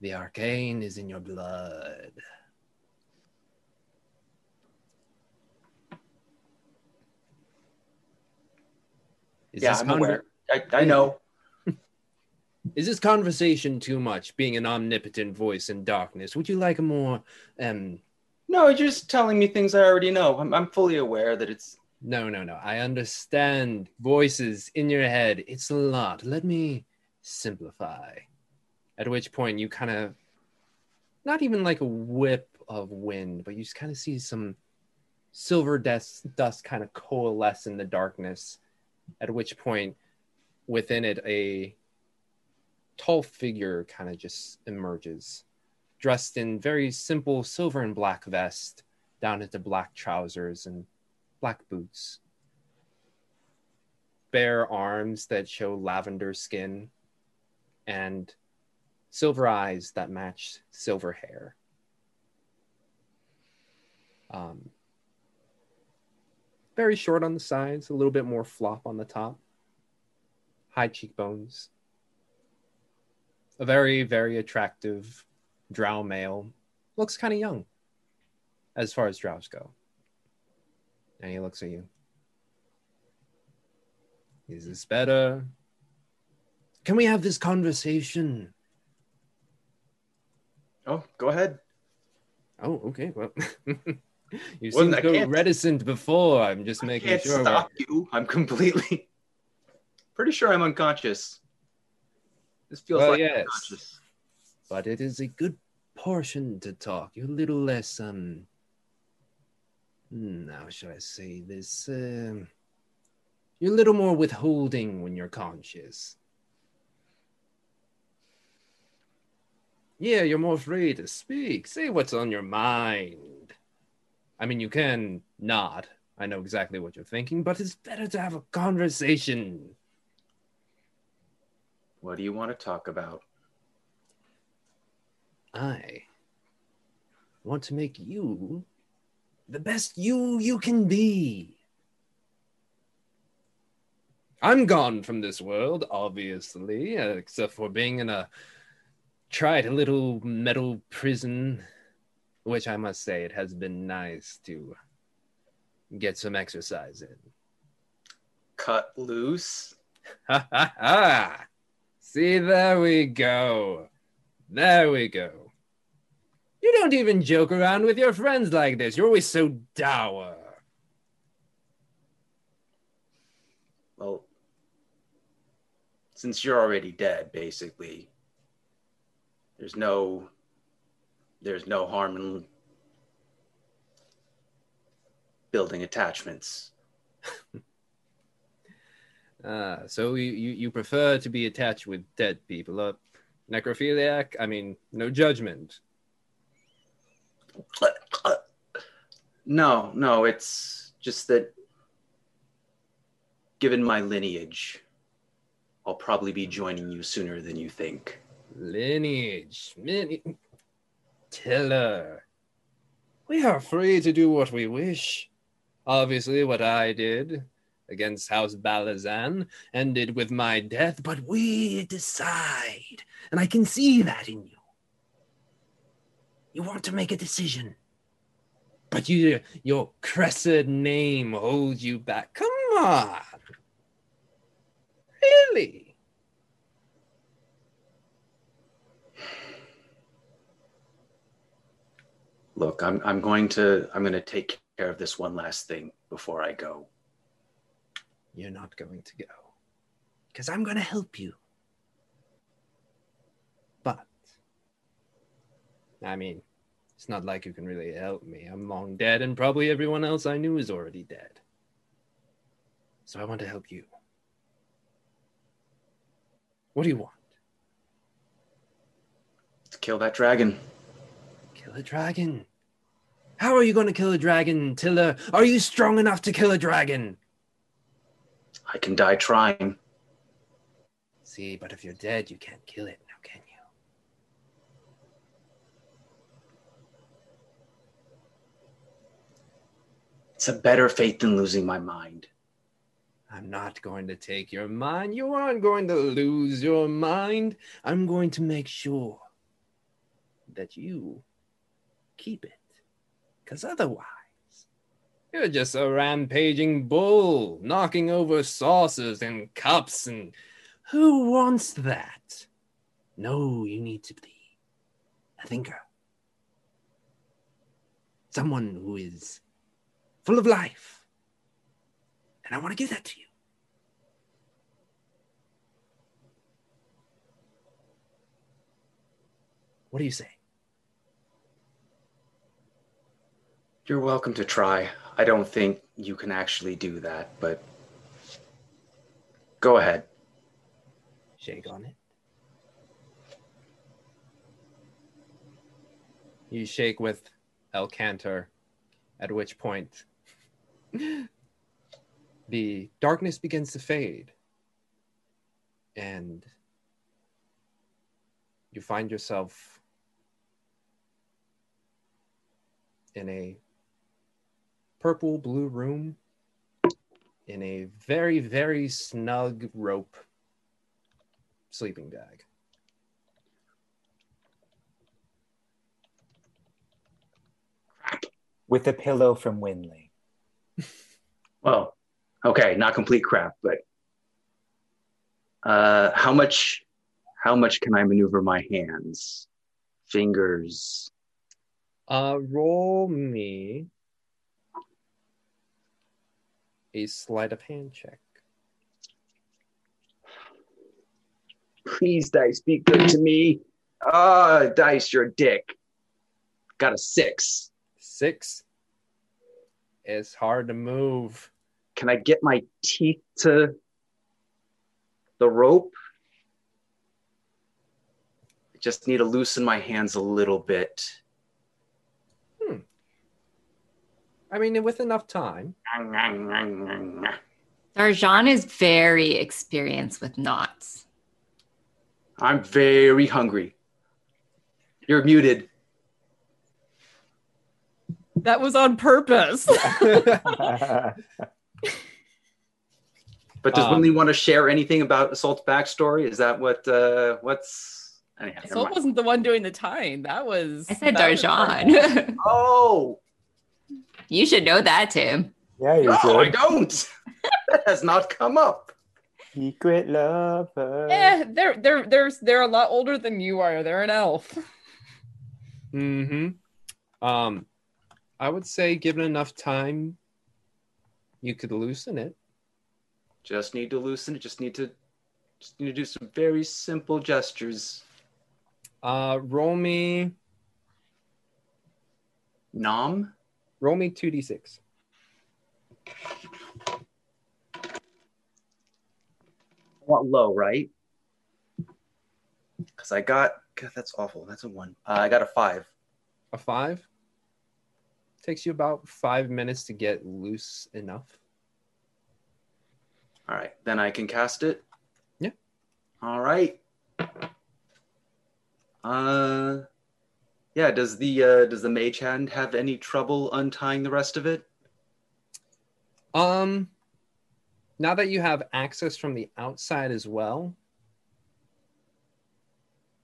Speaker 8: The arcane is in your blood. Is
Speaker 3: yeah,
Speaker 8: this
Speaker 3: I'm
Speaker 8: conver-
Speaker 3: aware. I, I know.
Speaker 8: Is this conversation too much, being an omnipotent voice in darkness? Would you like a more, um,
Speaker 3: No, you're just telling me things I already know. I'm, I'm fully aware that it's.
Speaker 8: no, no, no. I understand voices in your head. It's a lot. Let me simplify. At which point you kind of, not even like a whip of wind, but you just kind of see some silver dust, dust kind of coalesce in the darkness. At which point, within it, a tall figure kind of just emerges, dressed in very simple silver and black vest, down into black trousers and black boots. Bare arms that show lavender skin and silver eyes that match silver hair. Um, very short on the sides, a little bit more flop on the top. High cheekbones. A very, very attractive drow male. Looks kind of young as far as drows go. And he looks at you. Is this better? Can we have this conversation?
Speaker 3: Oh, go ahead.
Speaker 8: Oh, okay. Well, you
Speaker 3: Well,
Speaker 8: seemed
Speaker 3: I
Speaker 8: so
Speaker 3: can't-
Speaker 8: reticent before. I'm just making
Speaker 3: can't
Speaker 8: sure.
Speaker 3: stop you. I'm completely. Pretty sure I'm unconscious. This feels
Speaker 8: Well,
Speaker 3: like
Speaker 8: yes.
Speaker 3: unconscious.
Speaker 8: But it is a good portion to talk. You're a little less, um, hmm, how should I say this? Um, you're a little more withholding when you're conscious. Yeah, you're more free to speak. Say what's on your mind. I mean, you can nod. I know exactly what you're thinking, but it's better to have a conversation.
Speaker 3: What do you want to talk about?
Speaker 8: I want to make you the best you you can be. I'm gone from this world, obviously, except for being in a tried little metal prison, which I must say it has been nice to get some exercise in.
Speaker 3: Cut loose.
Speaker 8: Ha ha ha! See, there we go. There we go. You don't even joke around with your friends like this. You're always so dour.
Speaker 3: Well, since you're already dead, basically, there's no, there's no harm in building attachments.
Speaker 8: Ah, so you, you, you prefer to be attached with dead people. Uh, necrophiliac? I mean, no judgment.
Speaker 3: No, no, it's just that given my lineage, I'll probably be joining you sooner than you think.
Speaker 8: Lineage. Mini- Tiller. We are free to do what we wish. Obviously, what I did against House Balazan ended with my death, but we decide. And I can see that in you. You want to make a decision. But you, your Cressid name holds you back. Come on. Ah, Really?
Speaker 3: Look, I'm, I'm going to I'm going to take care of this one last thing before I go.
Speaker 8: You're not going to go. Because I'm going to help you. But, I mean, it's not like you can really help me. I'm long dead, and probably everyone else I knew is already dead. So I want to help you. What do you want?
Speaker 3: To kill that dragon.
Speaker 8: Kill a dragon. How are you going to kill a dragon, Tiller? Are you strong enough to kill a dragon?
Speaker 3: I can die trying.
Speaker 8: see, but if you're dead, you can't kill it now, can you?
Speaker 3: It's a better fate than losing my mind.
Speaker 8: I'm not going to take your mind. You aren't going to lose your mind. I'm going to make sure that you keep it. Because otherwise, you're just a rampaging bull, knocking over saucers and cups. And who wants that? No, you need to be a thinker. Someone who is full of life. And I want to give that to you. What do you say?
Speaker 3: You're welcome to try. I don't think you can actually do that, but go ahead.
Speaker 8: Shake on it. You shake with Elcantor, at which point the darkness begins to fade and you find yourself in a purple blue room in a very very snug rope sleeping bag
Speaker 11: with a pillow from Winley.
Speaker 3: Well, okay, not complete crap, but uh, how much how much can I maneuver my hands, fingers?
Speaker 8: uh roll me a sleight of hand check
Speaker 3: Please, dice, be good to me. Ah, dice, you're a dick. Got a six.
Speaker 8: Six. It's hard to move.
Speaker 3: Can I get my teeth to the rope? I just need to loosen my hands a little bit.
Speaker 8: i mean with enough time
Speaker 12: Darjan is very experienced with knots.
Speaker 3: I'm very hungry. You're muted.
Speaker 9: That was on purpose.
Speaker 3: But does
Speaker 9: Um,
Speaker 3: Winley want to share anything about Assault's backstory? Is that what uh what's anyhow? never
Speaker 9: Soul
Speaker 3: mind.
Speaker 9: wasn't the one doing the tying. That was.
Speaker 12: I said
Speaker 9: that was-
Speaker 12: Darjan.
Speaker 3: oh.
Speaker 12: You should know that, Tim.
Speaker 11: Yeah, you
Speaker 3: No,
Speaker 11: should.
Speaker 3: I don't. that has not come up.
Speaker 11: Secret lover.
Speaker 9: Eh, they're they're they're they're a lot older than you are. They're an elf.
Speaker 8: hmm Um, I would say, given enough time, you could loosen it.
Speaker 3: Just need to loosen it. Just need to just need to do some very simple gestures.
Speaker 8: Uh, roll me.
Speaker 3: Nom.
Speaker 8: Roll me two d six.
Speaker 3: I want low, right? Because I got God, that's awful. That's a one. Uh, I got a five.
Speaker 8: A five. Takes you about five minutes to get loose enough.
Speaker 3: All right, then I can cast it.
Speaker 8: Yeah.
Speaker 3: All right. Uh, yeah. Does the uh, does the mage hand have any trouble untying the rest of it?
Speaker 8: Um, now that you have access from the outside as well,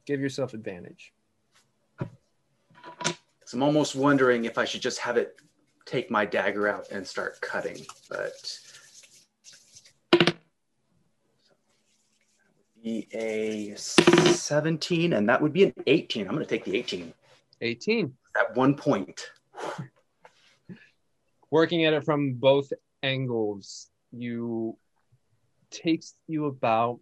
Speaker 8: give yourself advantage.
Speaker 3: 'Cause I'm almost wondering if I should just have it take my dagger out and start cutting, but be a 17 and that would be an 18 i'm going to take the 18
Speaker 8: 18
Speaker 3: at one point
Speaker 8: working at it from both angles you takes you about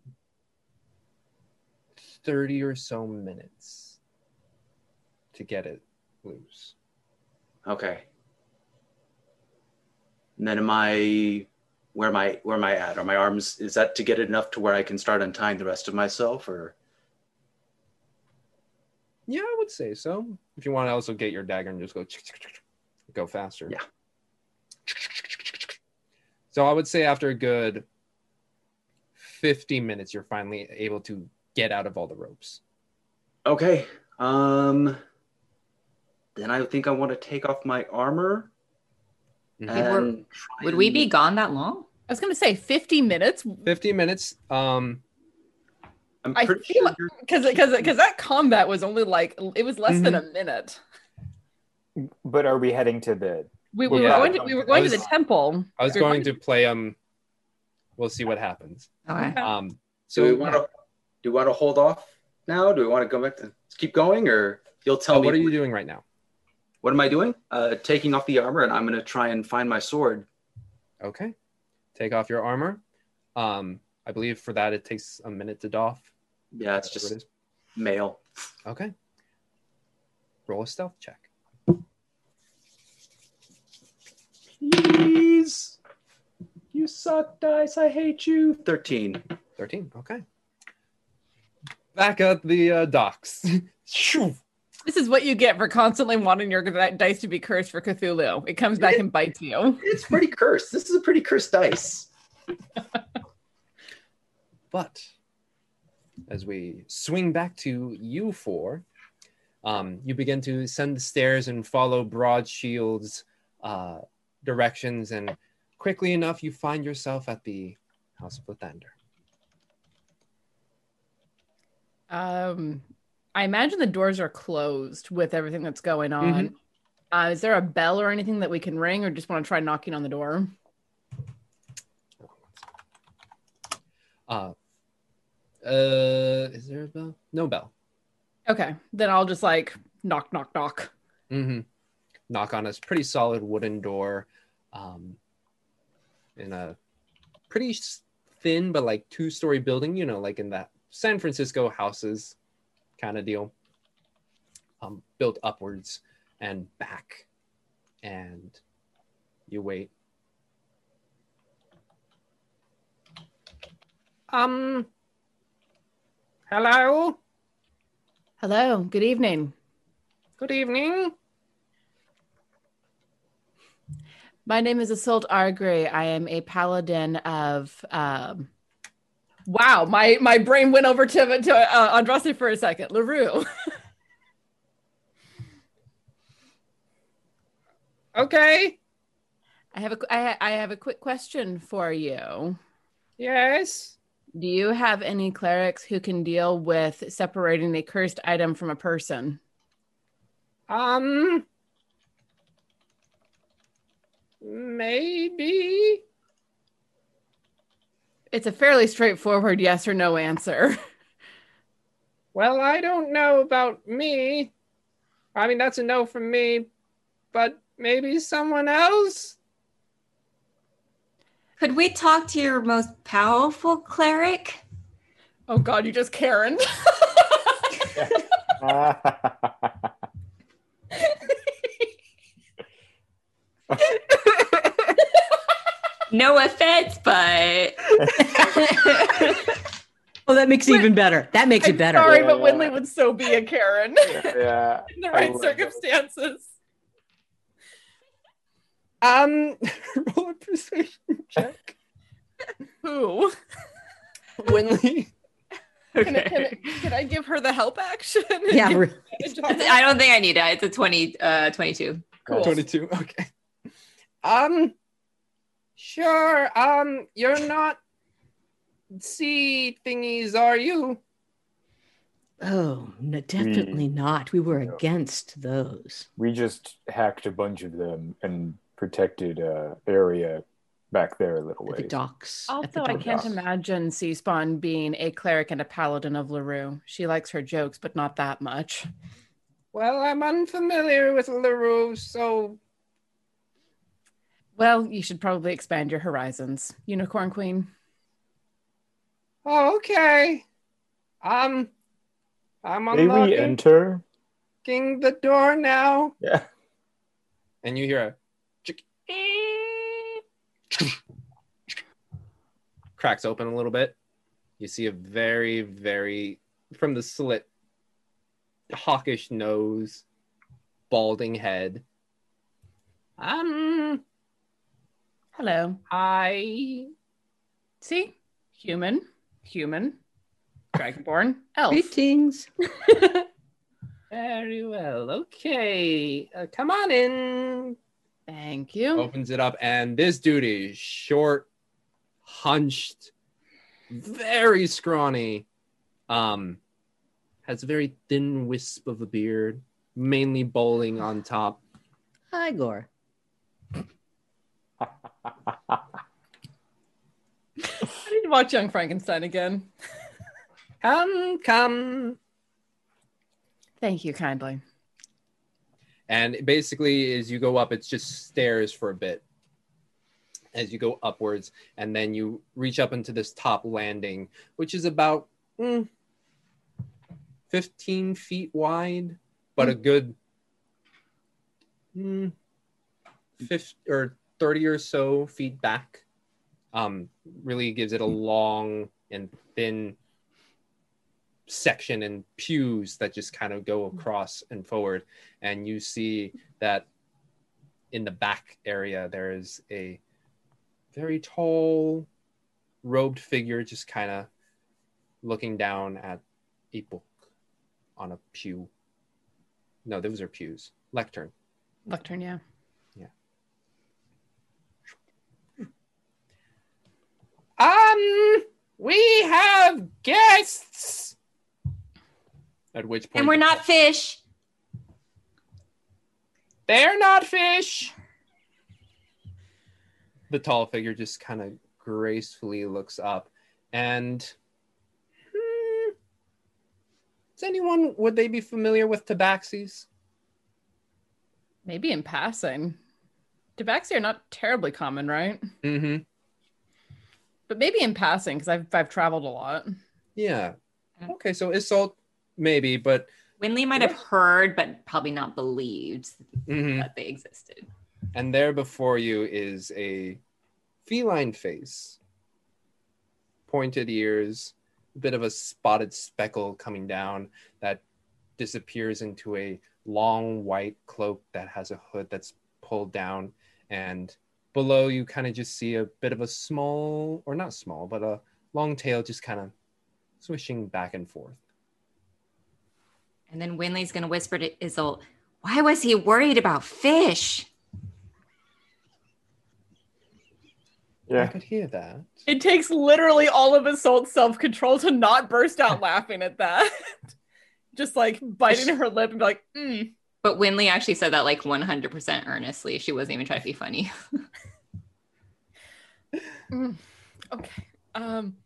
Speaker 8: 30 or so minutes to get it loose
Speaker 3: okay and then am i where am i where am i at are my arms is that to get it enough to where i can start untying the rest of myself or
Speaker 8: yeah i would say so if you want to also get your dagger and just go go faster yeah so i would say after a good 15 minutes, you're finally able to get out of all the ropes.
Speaker 16: Okay. Um. Then I think I want to take off my armor.
Speaker 8: Mm-hmm.
Speaker 16: And
Speaker 12: Would we be gone that long?
Speaker 9: I was gonna say 50 minutes.
Speaker 8: 15 minutes. Um,
Speaker 16: Mm-hmm. I'm
Speaker 9: I feel because because because that combat was only like it was less than a
Speaker 12: Mm-hmm.
Speaker 9: minute.
Speaker 11: But are we heading to the?
Speaker 9: We, we
Speaker 8: Yeah.
Speaker 9: were going to we were going to the temple.
Speaker 8: I was
Speaker 9: We were
Speaker 8: going to play um we'll see what happens.
Speaker 12: Okay.
Speaker 8: Um
Speaker 16: So do we want to do we want to hold off now? Do we want to go back to let's keep going, or you'll tell
Speaker 8: Uh,
Speaker 16: me
Speaker 8: what are you doing right now?
Speaker 16: What am I doing? Uh, taking off the armor, and I'm going to try and find my sword.
Speaker 8: Okay. Take off your armor. Um I believe for that it takes a minute to doff.
Speaker 16: Yeah, it's
Speaker 8: That's what it
Speaker 16: just mail.
Speaker 8: Okay. Roll a stealth check.
Speaker 16: Please. You suck, dice. I hate you. 13.
Speaker 8: 13. Okay. Back at the uh, docks. Shoo.
Speaker 9: This is what you get for constantly wanting your di- dice to be cursed for Cthulhu. It comes back and bites you.
Speaker 16: It's pretty cursed. This is a pretty cursed dice.
Speaker 8: But as we swing back to you four, um, you begin to ascend the stairs and follow Broad Shield's uh, directions, and quickly enough, you find yourself at the House of Lathander.
Speaker 9: Um, I imagine the doors are closed with everything that's going on.
Speaker 8: Mhm.
Speaker 9: Uh, is there a bell or anything that we can ring, or just want to try knocking on the door?
Speaker 8: Uh, uh, is there a bell? No bell.
Speaker 9: Okay, then I'll just like knock, knock, knock.
Speaker 8: hmm Knock on this pretty solid wooden door, um, in a pretty s- thin but like two-story building. You know, like in that San Francisco houses kind of deal, um, built upwards and back, and you wait. Um. Hello.
Speaker 9: Hello. Good evening.
Speaker 8: Good evening.
Speaker 9: My name is Assault Argre. I am a paladin of. Um, wow, my my brain went over to to uh, Andraste for a second. Larue.
Speaker 8: okay.
Speaker 9: I have a I, I have a quick question for you.
Speaker 8: Yes.
Speaker 9: Do you have any clerics who can deal with separating a cursed item from a person?
Speaker 8: Um. Maybe.
Speaker 9: It's a fairly straightforward yes or no answer.
Speaker 8: Well, I don't know about me. I mean, that's a no from me, but maybe someone else?
Speaker 17: Could we talk to your most powerful cleric?
Speaker 9: Oh God, you just Karen.
Speaker 11: Ah,
Speaker 17: No offense, but
Speaker 2: Oh, that makes it even better. That makes it better.
Speaker 9: Sorry, but Winley would so be a Karen
Speaker 11: Yeah.
Speaker 9: in the
Speaker 11: I
Speaker 9: right
Speaker 11: would.
Speaker 9: circumstances.
Speaker 8: Um, roll a persuasion
Speaker 9: check. Who?
Speaker 8: Winley.
Speaker 9: Can, I, can, I, can I give her the help action?
Speaker 2: Yeah, re-
Speaker 17: I don't think I need it. It's a 20, uh, 22.
Speaker 9: Cool.
Speaker 8: 22. Okay. Um, sure. Um, you're not sea thingies, are you?
Speaker 2: Oh, no, definitely
Speaker 11: Mm.
Speaker 2: not. We were against those.
Speaker 15: We just hacked a bunch of them and protected uh, area back there a little ways.
Speaker 2: docks.
Speaker 9: Also, I can't imagine C Spawn being a cleric and a paladin of LaRue. She likes her jokes, but not that much.
Speaker 8: Well, I'm unfamiliar with LaRue, so
Speaker 9: Well, you should probably expand your horizons, Unicorn Queen.
Speaker 8: Oh, okay. Um, I'm
Speaker 15: May we
Speaker 8: unlocking
Speaker 15: enter?
Speaker 8: the door now.
Speaker 15: Yeah.
Speaker 8: And you hear a chick- cracks open a little bit. You see a very, very from the slit, hawkish nose, balding head. Um,
Speaker 9: hello.
Speaker 8: Hi.
Speaker 9: See, human. human, dragonborn, elf.
Speaker 10: Greetings.
Speaker 9: Very well. Okay. Uh, come on in. Thank you.
Speaker 8: opens it up, and this dude is short, hunched, very scrawny, um, has a very thin wisp of a beard, mainly bowling on top.
Speaker 10: Igor.
Speaker 9: I need to watch Young Frankenstein again. come, come. Thank you kindly.
Speaker 8: And basically, as you go up, it's just stairs for a bit as you go upwards, and then you reach up into this top landing, which is about mm, 15 feet wide, but a good mm, 50 or 30 or so feet back. Um, really gives it a long and thin section and pews that just kind of go across and forward. And you see that in the back area, there is a very tall, robed figure just kind of looking down at a book on a pew. No, those are pews, lectern.
Speaker 9: Lectern, yeah.
Speaker 8: Um, we have guests. At which point,
Speaker 17: and we're not fish.
Speaker 8: They're not fish. the tall figure just kind of gracefully looks up and hmm, is anyone would they be familiar with tabaxis
Speaker 9: Maybe in passing. Tabaxi are not terribly common, right?
Speaker 8: mm-hmm
Speaker 9: But maybe in passing, because I've, I've traveled a lot.
Speaker 8: yeah okay so Isolt, maybe but
Speaker 17: Winley might have heard, but probably not believed
Speaker 8: mhm.
Speaker 17: that they existed.
Speaker 8: and there before you is a feline face pointed ears a bit of a spotted speckle coming down that disappears into a long white cloak that has a hood that's pulled down and below you kind of just see a bit of a small or not small but a long tail just kind of swishing back and forth
Speaker 17: And then Winley's going to whisper to Isolt, Why was he worried about fish?
Speaker 9: Yeah.
Speaker 8: i could hear that
Speaker 9: It takes literally all of Isolt's self control to not burst out laughing at that. Just like biting her lip and be like, mm.
Speaker 12: But Winley actually said that like 100% earnestly. She wasn't even trying to be funny.
Speaker 9: mm, okay. Um,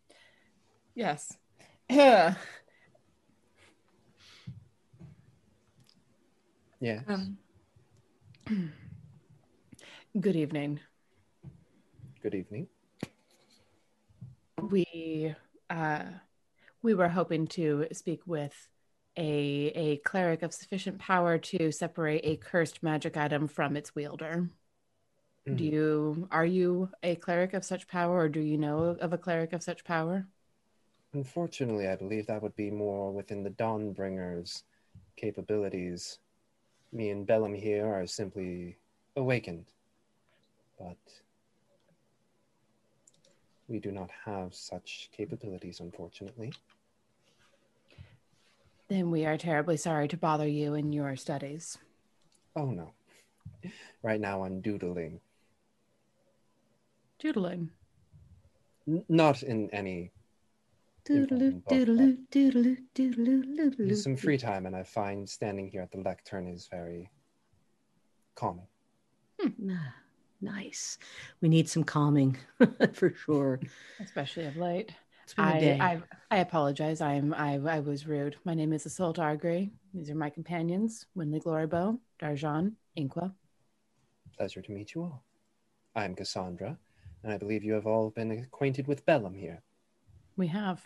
Speaker 9: yes. Yeah.
Speaker 8: yeah
Speaker 9: Um, good evening.
Speaker 8: good evening
Speaker 9: We uh, we were hoping to speak with a a cleric of sufficient power to separate a cursed magic item from its wielder. Do
Speaker 8: Mm.
Speaker 9: you are you a cleric of such power, or do you know of a cleric of such power?
Speaker 8: Unfortunately, I believe that would be more within the Dawnbringer's capabilities. Me and Bellum here are simply awakened, but we do not have such capabilities, unfortunately.
Speaker 9: Then we are terribly sorry to bother you in your studies.
Speaker 8: Oh no. Right now, I'm doodling,
Speaker 9: Doodling.
Speaker 8: N- not in any.
Speaker 10: Doodaloo,
Speaker 8: but-
Speaker 10: doodaloo, doodaloo, doodaloo, doodaloo.
Speaker 8: Some free time, and I find standing here at the lectern is very calming.
Speaker 2: Hmm.
Speaker 10: Ah, Nice. We need some calming for sure.
Speaker 9: especially of late.
Speaker 10: been a
Speaker 9: I,
Speaker 10: day.
Speaker 9: I I apologize. I'm I I was rude. My name is Assault Argrey. These are my companions: Winley Glorybow, Darjan, Inqua.
Speaker 8: Pleasure to meet you all. I am Cassandra, and I believe you have all been acquainted with Bellum here.
Speaker 9: We have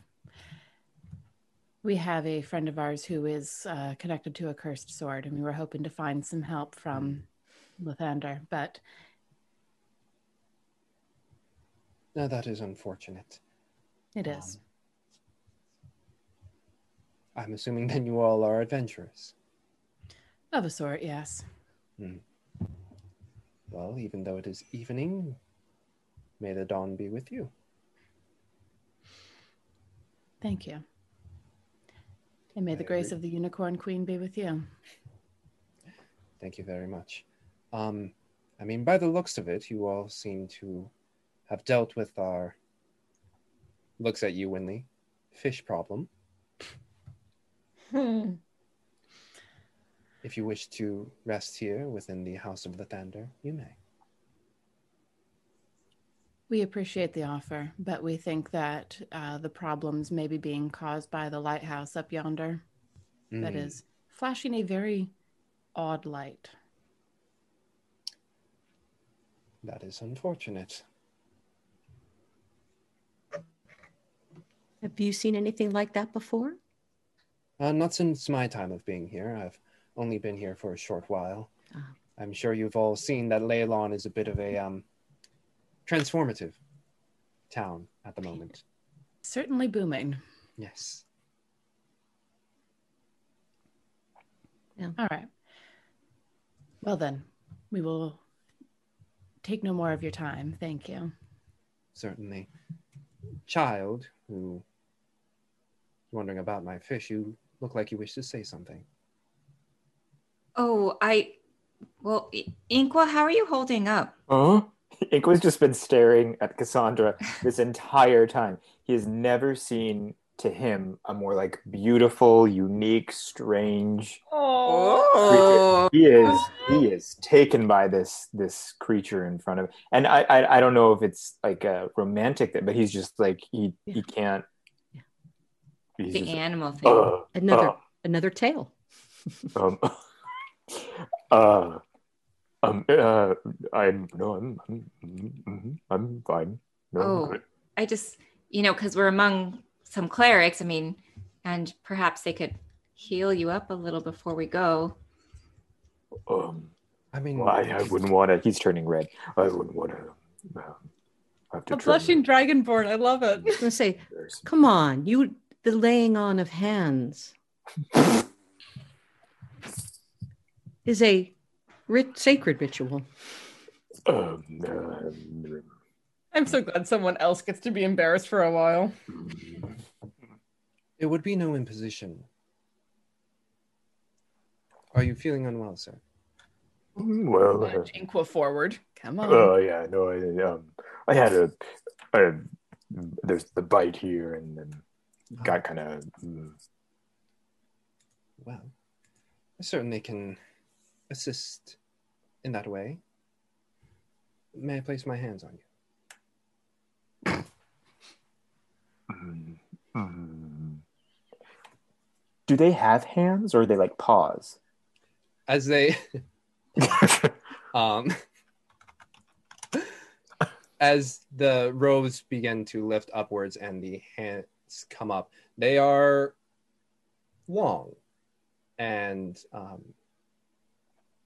Speaker 9: we have a friend of ours who is uh, connected to a cursed sword, and we were hoping to find some help from Lathander, but
Speaker 8: Now that is unfortunate.
Speaker 9: it is.
Speaker 8: I'm assuming then you all are adventurous.
Speaker 9: Of a sort, yes.
Speaker 8: Hmm. Well, even though it is evening, may the dawn be with you.
Speaker 9: Thank you. And may the grace of the unicorn queen be with you.
Speaker 8: Thank you very much. Um, I mean, by the looks of it, you all seem to have dealt with our looks at you, Winley, fish problem.
Speaker 9: Hmm.
Speaker 8: If you wish to rest here within the House of Lathander, you may.
Speaker 9: We appreciate the offer, but we think that uh, the problems may be being caused by the lighthouse up yonder that
Speaker 8: Mm.
Speaker 9: is flashing a very odd light.
Speaker 8: That is unfortunate.
Speaker 2: Have you seen anything like that before?
Speaker 8: Uh, not since my time of being here. I've only been here for a short while.
Speaker 2: Ah.
Speaker 8: I'm sure you've all seen that Leylon is a bit of a um, transformative town at the moment.
Speaker 9: Certainly booming.
Speaker 8: Yes.
Speaker 9: All right. Well, then, we will take no more of your time. Thank you.
Speaker 8: certainly. Child, who wondering about my fish, you look like you wish to say something.
Speaker 17: Oh, I. Well, I- Inqua, how are you holding up?
Speaker 11: Huh? Inqua's Uh-huh. just been staring at Cassandra this entire time. He has never seen to him a more like beautiful, unique, strange creature. He is he is taken by this this creature in front of him. And I I, I don't know if it's like a romantic thing, but he's just like he he can't he's
Speaker 17: The
Speaker 11: just-
Speaker 17: animal thing.
Speaker 11: Ugh,
Speaker 2: Another
Speaker 11: ugh.
Speaker 2: another tail.
Speaker 11: um, uh, um, uh, I'm no, I'm, I'm, mhm, I'm fine. No, I'm
Speaker 17: Oh,
Speaker 11: good.
Speaker 17: I just, you know, because we're among some clerics. I mean, and perhaps they could heal you up a little before we go.
Speaker 11: Um,
Speaker 8: I mean,
Speaker 11: well, I, I wouldn't want to. He's turning red. I wouldn't want to. Um, have to
Speaker 9: A
Speaker 11: trim
Speaker 9: blushing dragonborn. I love it.
Speaker 2: I was gonna say, come on, you the laying on of hands is a rit- sacred ritual.
Speaker 11: Um, um,
Speaker 9: I'm so glad someone else gets to be embarrassed for a while.
Speaker 8: It would be no imposition. Are you feeling unwell, sir?
Speaker 11: well, uh,
Speaker 9: Inqua forward. Come on.
Speaker 11: oh yeah, no, I, um, I had a, a, there's the bite here, and then got mm. kind of.
Speaker 8: Well, I certainly can assist in that way. May I place my hands on you?
Speaker 11: Do they have hands, or are they like paws?
Speaker 8: As they, um, as the robes begin to lift upwards and the hands come up, they are long and um,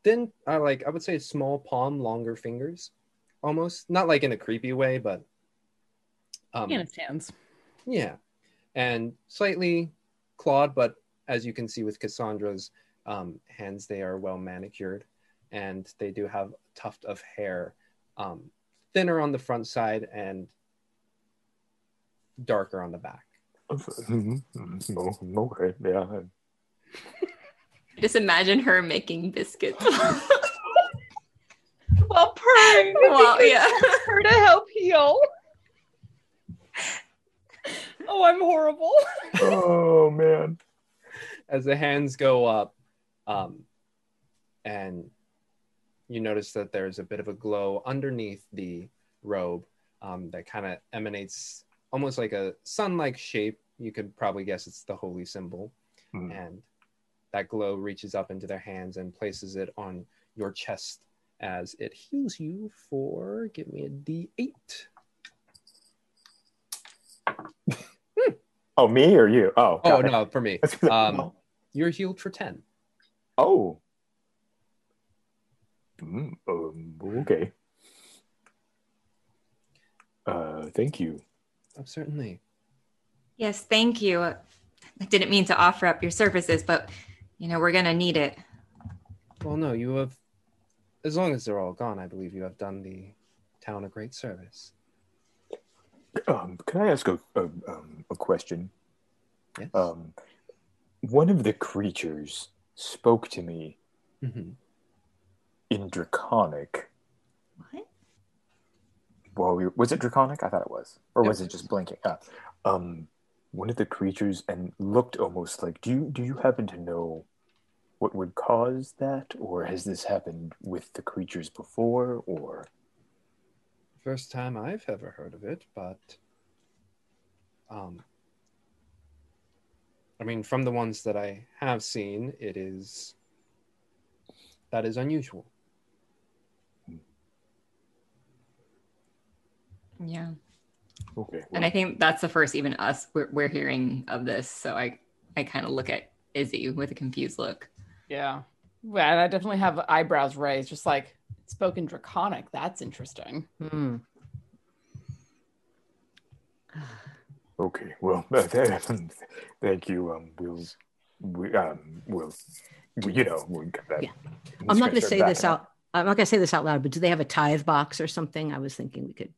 Speaker 8: thin. Uh, like I would say, small palm, longer fingers, almost not like in a creepy way, but um,
Speaker 9: And it's hands.
Speaker 8: yeah, and slightly clawed, but as you can see with Cassandra's um, hands, they are well manicured, and they do have a tuft of hair, um, thinner on the front side and darker on the back.
Speaker 11: Mm-hmm, no, no, mm-hmm, yeah.
Speaker 12: Just imagine her making biscuits. While purring. Well, yeah.
Speaker 9: Her to help heal. Oh, I'm horrible.
Speaker 11: oh man!
Speaker 8: As the hands go up, um, and you notice that there's a bit of a glow underneath the robe um, that kind of emanates almost like a sun-like shape. You could probably guess it's the holy symbol, and that glow reaches up into their hands and places it on your chest as it heals you for. Give me a D8.
Speaker 11: Oh, me or you? Oh,
Speaker 8: Oh
Speaker 11: got it.
Speaker 8: no, for me. Um, you're healed for ten.
Speaker 11: Oh. Mm, um, okay. Uh, thank you.
Speaker 8: Oh, certainly.
Speaker 17: Yes, thank you. I didn't mean to offer up your services, but, you know, we're going to need it.
Speaker 8: Well, no, you have. As long as they're all gone, I believe you have done the town a great service.
Speaker 11: Um, can I ask a, a, um, a question? Um, one of the creatures spoke to me
Speaker 8: Mm-hmm.
Speaker 11: in Draconic. What? Well, we, was it Draconic? I thought it was. Or was it just blinking? Ah, um, one of the creatures and looked almost like. Do you do you happen to know what would cause that, or has this happened with the creatures before, or?
Speaker 8: First time I've ever heard of it, but um, I mean, from the ones that I have seen, it is that is unusual.
Speaker 18: Yeah.
Speaker 11: Okay.
Speaker 18: And I think that's the first even us we're, we're hearing of this. So I I kind of look at Izzy with a confused look.
Speaker 9: Yeah. Well, and I definitely have eyebrows raised, just like spoken draconic. That's interesting.
Speaker 2: Hmm.
Speaker 11: Okay, well, uh, th- um, thank you. Um, we'll, we, um, we'll, we, you know, we'll get that.
Speaker 2: I'm not going to say this out. I'm not going to say this out loud, but do they have a tithe box or something? I was thinking we could.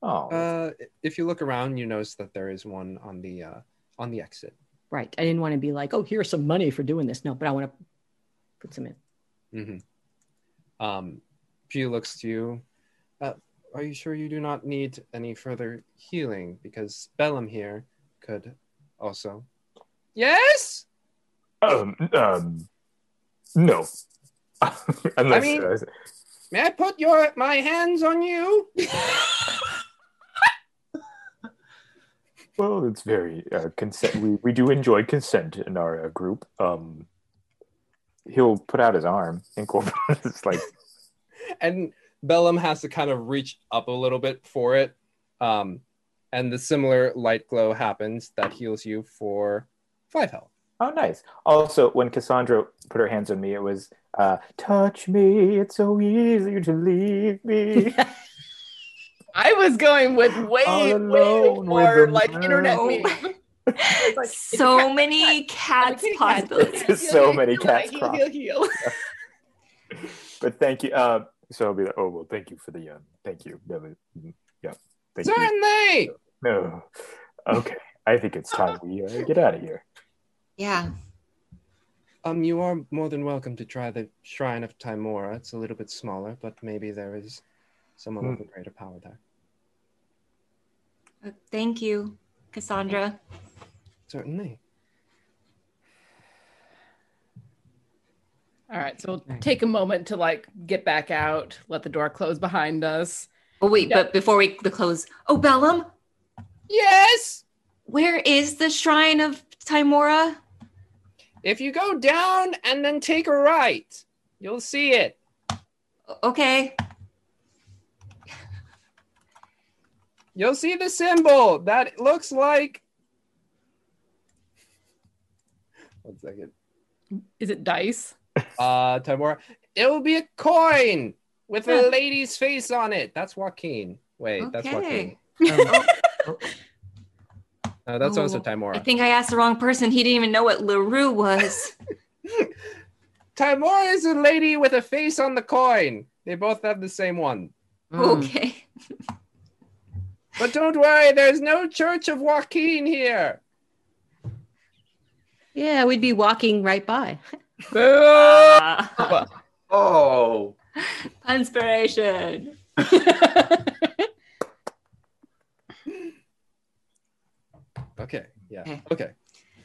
Speaker 11: Oh.
Speaker 8: Uh, if you look around, you notice that there is one on the uh, on the exit.
Speaker 2: Right. I didn't want to be like, oh, here's some money for doing this. No, but I want to put some in.
Speaker 8: hmm Um, Pew looks to you. Uh, are you sure you do not need any further healing? Because Bellum here could also. Yes.
Speaker 11: Um, um, no. Unless,
Speaker 8: I mean-
Speaker 11: uh,
Speaker 8: May I put your my hands on you?
Speaker 11: well, it's very uh, consent. We, we do enjoy consent in our uh, group. Um, he'll put out his arm and go. it's like
Speaker 8: and Bellum has to kind of reach up a little bit for it. Um, and the similar light glow happens that heals you for five health.
Speaker 19: Oh, nice.
Speaker 11: Also, when Cassandra put her hands on me, it was uh, touch me. It's so easy to leave me.
Speaker 9: I was going with way,
Speaker 2: Oh,
Speaker 9: way more like internet
Speaker 18: Oh.
Speaker 12: world.
Speaker 9: memes. It's like,
Speaker 12: So many cats possibilities.
Speaker 11: so many cats
Speaker 9: Heal,
Speaker 11: cross.
Speaker 9: heal, heal.
Speaker 11: But thank you. Uh, so I'll be like, oh well, thank you for the um, thank you. That was- mm, Yeah, thank you.
Speaker 8: Certainly.
Speaker 11: No, okay. I think it's time we uh, get out of here.
Speaker 12: Yeah.
Speaker 8: Um, you are more than welcome to try the Shrine of Timora. It's a little bit smaller, but maybe there is someone with a greater power there.
Speaker 12: Uh, Thank you, Cassandra.
Speaker 8: Certainly.
Speaker 9: All right, so we'll take a moment to like get back out, let the door close behind us.
Speaker 12: Oh wait, but before we close, oh Bellum,
Speaker 8: Yes.
Speaker 12: where is the shrine of Timora?
Speaker 8: If you go down and then take a right, you'll see it.
Speaker 12: Okay.
Speaker 8: You'll see the symbol that looks like. One second.
Speaker 9: Is it dice?
Speaker 8: Uh, Timora. It will be a coin with
Speaker 12: Hmm.
Speaker 9: Yeah.
Speaker 8: a lady's face on it. That's Joaquin. Wait, that's Joaquin. No, that's
Speaker 12: Oh,
Speaker 8: also Timora.
Speaker 12: I think I asked the wrong person. He didn't even know what Larue was.
Speaker 8: Timora is a lady with a face on the coin. They both have the same one.
Speaker 2: Hmm.
Speaker 12: Okay.
Speaker 8: But don't worry, there's no Church of Joaquin here.
Speaker 2: Yeah, we'd be walking right by.
Speaker 18: Ah.
Speaker 20: Oh.
Speaker 12: Inspiration.
Speaker 8: Okay, yeah.
Speaker 12: Okay.
Speaker 8: Okay.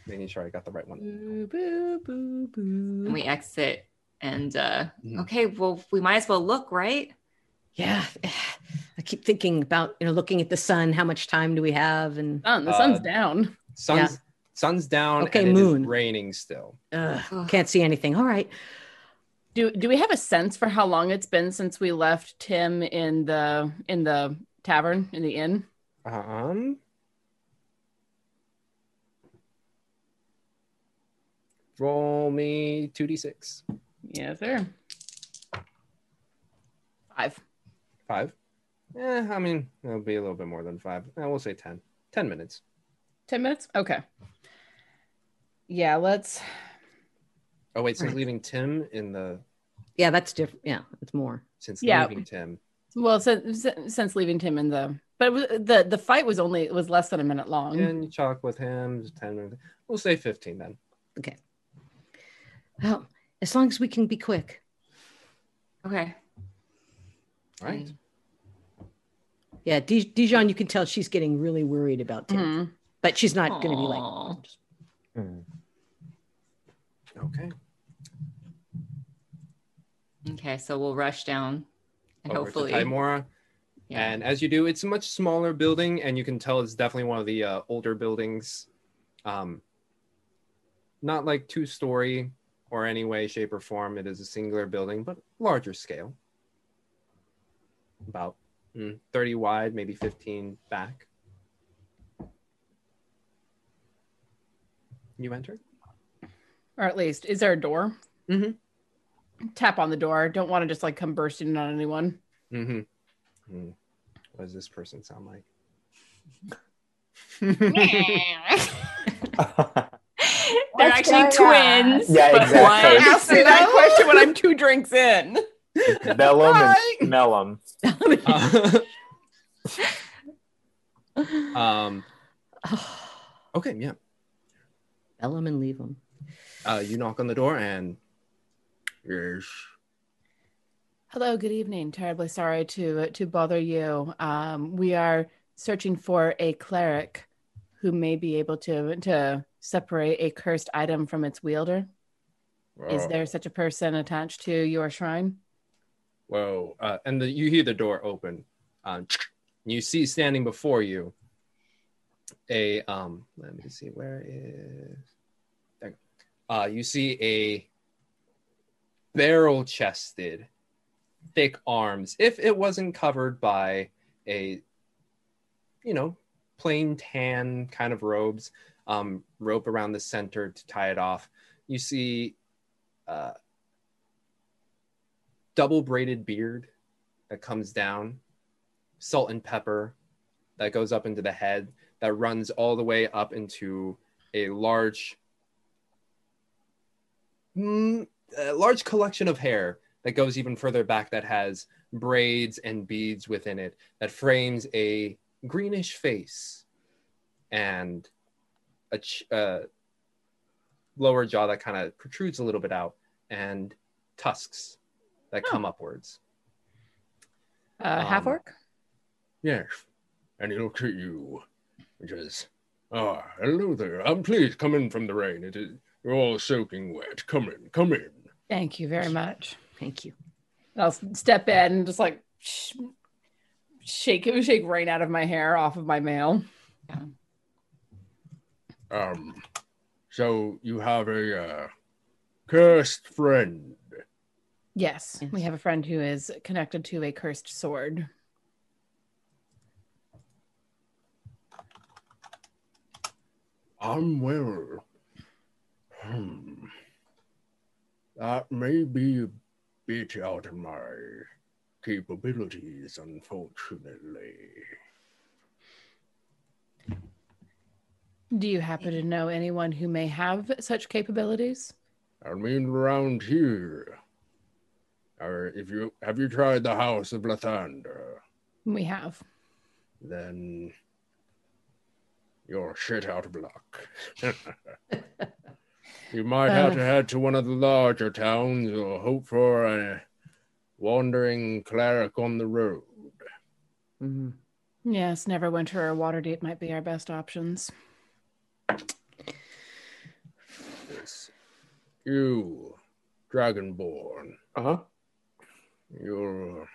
Speaker 8: Making sure I got the right one.
Speaker 9: Boo, boo, boo, boo.
Speaker 12: And we exit and uh
Speaker 8: Hmm.
Speaker 12: okay, well we might as well look, right?
Speaker 2: Yeah. I keep thinking about, you know, looking at the sun. How much time do we have? And
Speaker 9: Sun,
Speaker 8: the sun's Uh,
Speaker 9: down.
Speaker 8: Sun's sun's down.
Speaker 2: Okay,
Speaker 8: and it is
Speaker 2: moon.
Speaker 8: raining still.
Speaker 2: Ugh, can't see anything. All right.
Speaker 9: Do do we have a sense for how long it's been since we left Tim in the in the tavern in the inn?
Speaker 8: Um. Roll me two d six.
Speaker 9: Yes, sir. Five.
Speaker 8: Five. Eh, I mean, it'll be a little bit more than five. I will say ten. Ten minutes.
Speaker 9: Ten minutes? Okay. Yeah, let's
Speaker 8: Oh wait, since
Speaker 9: Right.
Speaker 8: leaving Tim in the
Speaker 2: Yeah, that's different. Yeah, it's more.
Speaker 8: since
Speaker 9: Yeah.
Speaker 8: leaving Tim.
Speaker 9: well since since leaving Tim in the But it was, the the fight was only it was less than a minute long.
Speaker 8: And you talk with him. just 10 minutes. We'll say 15 then.
Speaker 10: Okay. Well, as long as we can be quick.
Speaker 17: Okay.
Speaker 8: Right.
Speaker 10: Yeah, Di- Dijon, you can tell she's getting really worried about Tim, but she's not going to be like.
Speaker 17: Aw.
Speaker 8: Hmm. Okay.
Speaker 17: Okay, so we'll rush down and
Speaker 8: over
Speaker 17: hopefully
Speaker 8: to Timora. And as you do, it's a much smaller building, and you can tell it's definitely one of the uh, older buildings. Um, not like two story or any way, shape, or form. It is a singular building, but larger scale. About mm, 30 wide, maybe 15 back. You enter?
Speaker 9: Or at least, is there a door?
Speaker 8: Mm-hmm.
Speaker 9: Tap on the door. Don't want to just like come bursting in on anyone.
Speaker 8: Mm-hmm. Mm. What does this person sound like?
Speaker 12: They're actually twins.
Speaker 11: Yeah,
Speaker 12: but
Speaker 11: exactly.
Speaker 12: one-
Speaker 9: Ask me that question when I'm two drinks in.
Speaker 11: Bellum and Mellum.
Speaker 8: um, okay, yeah.
Speaker 10: Bell him and leave him.
Speaker 8: Uh, you knock on the door and. Yes.
Speaker 9: Hello, good evening. Terribly sorry to to bother you. Um, we are searching for a cleric who may be able to to separate a cursed item from its wielder. Is
Speaker 8: Oh.
Speaker 9: there such a person attached to your shrine?
Speaker 8: Whoa. Uh, and the, you hear the door open. Um, and you see standing before you a, um, let me see, where is, there you go. Uh, you see a barrel chested, thick arms. If it wasn't covered by a, you know, plain tan kind of robes, um, rope around the center to tie it off, you see uh, double braided beard that comes down, salt and pepper that goes up into the head that runs all the way up into a large mm, a large collection of hair that goes even further back that has braids and beads within it that frames a greenish face and a ch- uh, lower jaw that kind of protrudes a little bit out and tusks that come upwards.
Speaker 9: Uh, half
Speaker 8: Um,
Speaker 9: orc?
Speaker 8: Yes. And he looks at you and says, Ah, hello there. Um, please come in from the rain. It is you're all soaking wet. Come in, come in.
Speaker 9: Thank you very much.
Speaker 10: Thank you.
Speaker 9: I'll s- step in and just like sh- shake it, shake rain out of my hair off of my mail.
Speaker 13: Um, so you have a uh, cursed friend.
Speaker 9: Yes, we have a friend who is connected to a cursed sword.
Speaker 13: I'm well. Hmm. That may be a bit out of my capabilities, unfortunately.
Speaker 9: Do you happen to know anyone who may have such capabilities?
Speaker 13: I mean, around here. Or if you have you tried the House of Lathander?
Speaker 9: We have.
Speaker 13: then you're shit out of luck. you might have to
Speaker 9: Uh.
Speaker 13: head to one of the larger towns or hope for a wandering cleric on the road.
Speaker 9: Yes, Neverwinter or Waterdeep might be our best options.
Speaker 13: Yes. You, Dragonborn.
Speaker 15: Uh huh.
Speaker 13: You're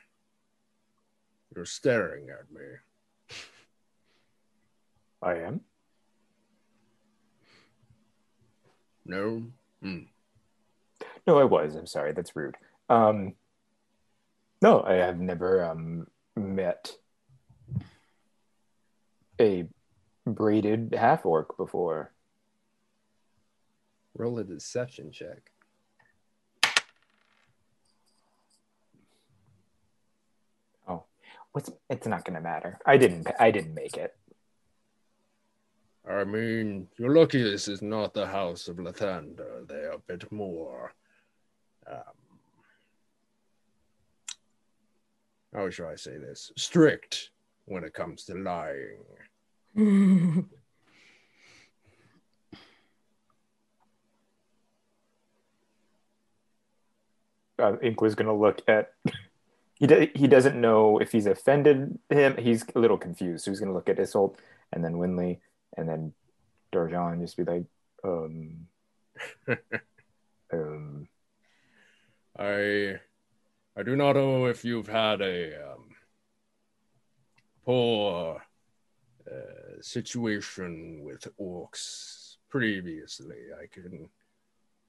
Speaker 13: you're staring at me.
Speaker 15: I am.
Speaker 13: No.
Speaker 15: No, I was. I'm sorry. That's rude. Um, no, I have never um, met a braided half orc before.
Speaker 8: Roll a deception check.
Speaker 15: Oh, what's? It's not gonna matter. I didn't. I didn't make it.
Speaker 13: I mean, you're lucky this is not the House of Lathander. They are a bit more. Um, how shall I say this? Strict when it comes to lying.
Speaker 11: uh, Ink was going to look at. He, do, he doesn't know if he's offended him. He's a little confused. So he's going to look at Isolt and then Winley and then Darjan and just be like, um, um,
Speaker 13: I I do not know if you've had a um, poor uh, situation with orcs previously. I can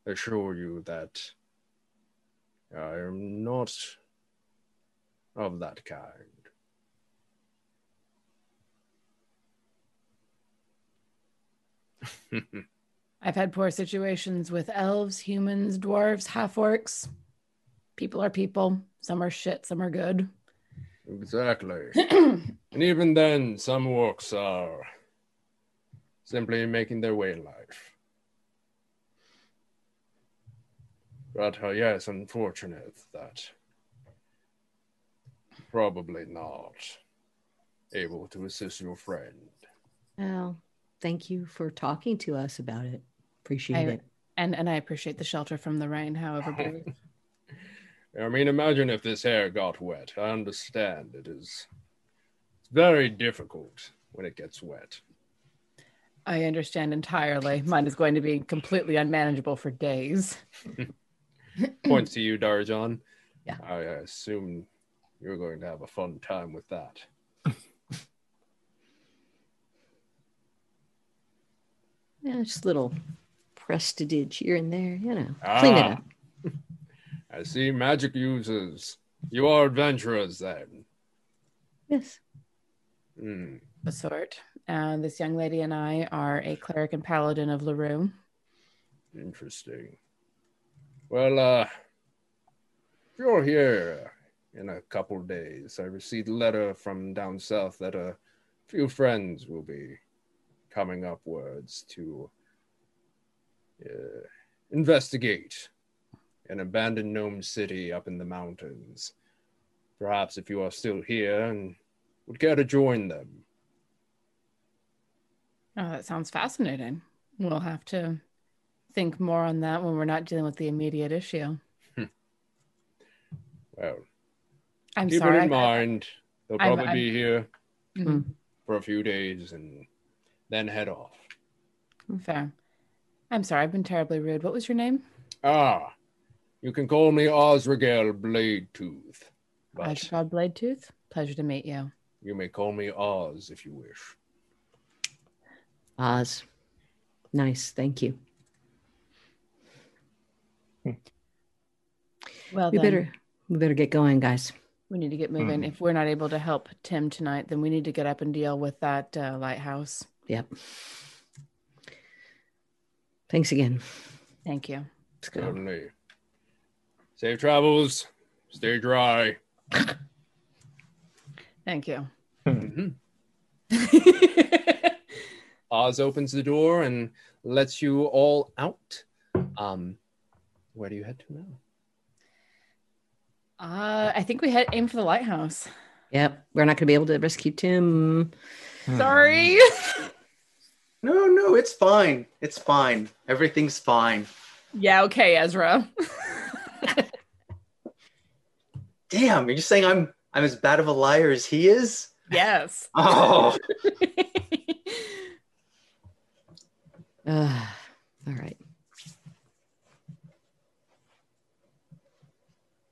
Speaker 13: assure you that I am not of that kind.
Speaker 9: I've had poor situations with elves, humans, dwarves, half orcs. People are people. Some are shit, some are good.
Speaker 13: Exactly. and even then, some orcs are simply making their way in life. But uh, yes, unfortunate that probably not able to assist your friend.
Speaker 2: Well, thank you for talking to us about it. Appreciate
Speaker 9: I-
Speaker 2: it.
Speaker 9: And and I appreciate the shelter from the rain, however brave.
Speaker 13: I mean, imagine if this hair got wet. I understand it is it's very difficult when it gets wet.
Speaker 9: I understand entirely. Mine is going to be completely unmanageable for days.
Speaker 13: Points to you, Darjan.
Speaker 9: Yeah.
Speaker 13: I assume you're going to have a fun time with that.
Speaker 2: Yeah, just little prestige here and there, you know. Clean it
Speaker 13: Ah.
Speaker 2: up.
Speaker 13: I see magic users. You are adventurers then.
Speaker 2: Yes.
Speaker 13: Hmm.
Speaker 9: The sort. And this young lady and I are a cleric and paladin of LaRue.
Speaker 13: Interesting. Well, uh, if you're here in a couple days, I received a letter from down south that a few friends will be coming upwards to uh, investigate an abandoned gnome city up in the mountains. Perhaps if you are still here and would care to join them.
Speaker 9: Oh, that sounds fascinating. We'll have to think more on that when we're not dealing with the immediate issue.
Speaker 13: Well,
Speaker 9: I'm
Speaker 13: keep
Speaker 9: sorry,
Speaker 13: it in
Speaker 9: I- I-
Speaker 13: mind. They'll
Speaker 9: I'm-
Speaker 13: probably
Speaker 9: I'm-
Speaker 13: be here
Speaker 9: Mhm.
Speaker 13: for a few days and then head off.
Speaker 9: Fair. I'm sorry, I've been terribly rude. What was your name?
Speaker 13: Ah, you can call me Osrogel Blade Tooth. But
Speaker 9: Ashford Blade Tooth. Pleasure to meet you.
Speaker 13: you may call me Oz if you wish.
Speaker 2: Oz. Nice. Thank you.
Speaker 9: Well,
Speaker 2: we
Speaker 9: then,
Speaker 2: better we better get going, guys.
Speaker 9: we need to get moving.
Speaker 2: Mm.
Speaker 9: If we're not able to help Tim tonight, then we need to get up and deal with that uh, lighthouse.
Speaker 2: Yep. Thanks again.
Speaker 9: Thank you.
Speaker 13: Certainly. Safe travels. Stay dry.
Speaker 9: Thank you.
Speaker 13: Oz opens the door and lets you all out. Um, where do you head to now?
Speaker 9: Uh, I think we had aim for the lighthouse.
Speaker 2: Yep. We're not gonna be able to rescue Tim.
Speaker 9: Sorry.
Speaker 3: No, no, it's fine. It's fine. Everything's fine.
Speaker 9: yeah. Okay, Ezra.
Speaker 3: Damn, you're saying I'm I'm as bad of a liar as he is?
Speaker 9: Yes.
Speaker 3: Oh,
Speaker 2: Uh, all right.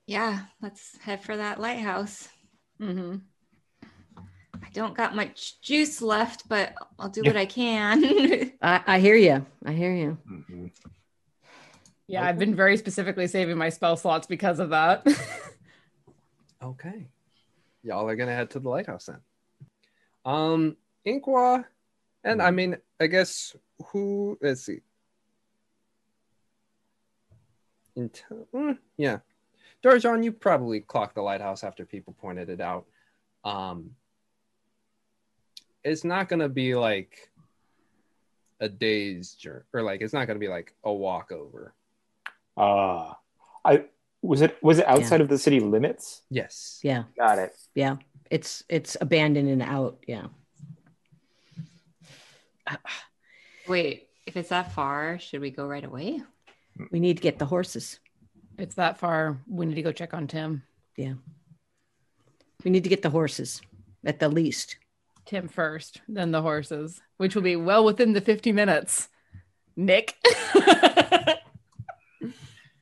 Speaker 12: Yeah, let's head for that lighthouse.
Speaker 9: Mm-hmm.
Speaker 12: I don't got much juice left, but I'll do
Speaker 2: Yeah.
Speaker 12: what I can.
Speaker 2: I, I hear you. I hear you.
Speaker 9: Yeah, I've been very specifically saving my spell slots because of that.
Speaker 8: Okay.
Speaker 13: Y'all are gonna head to the lighthouse then. Um, Inkwa, and I mean, I guess who? Let's see. Intel- mm, yeah, Darjan, you probably clocked the lighthouse after people pointed it out. Um, it's not gonna be like a day's journey, or like it's not gonna be like a walk over.
Speaker 11: Ah, I was it was it outside of the city limits?
Speaker 13: Yes.
Speaker 2: Yeah.
Speaker 11: Got it.
Speaker 2: Yeah. It's it's abandoned and out. Yeah.
Speaker 17: Wait, if it's that far, should we go right away?
Speaker 2: We need to get the horses.
Speaker 9: It's that far. We need to go check on Tim.
Speaker 2: Yeah. We need to get the horses at the least.
Speaker 9: Tim first, then the horses, which will be well within the 50 minutes. Nick.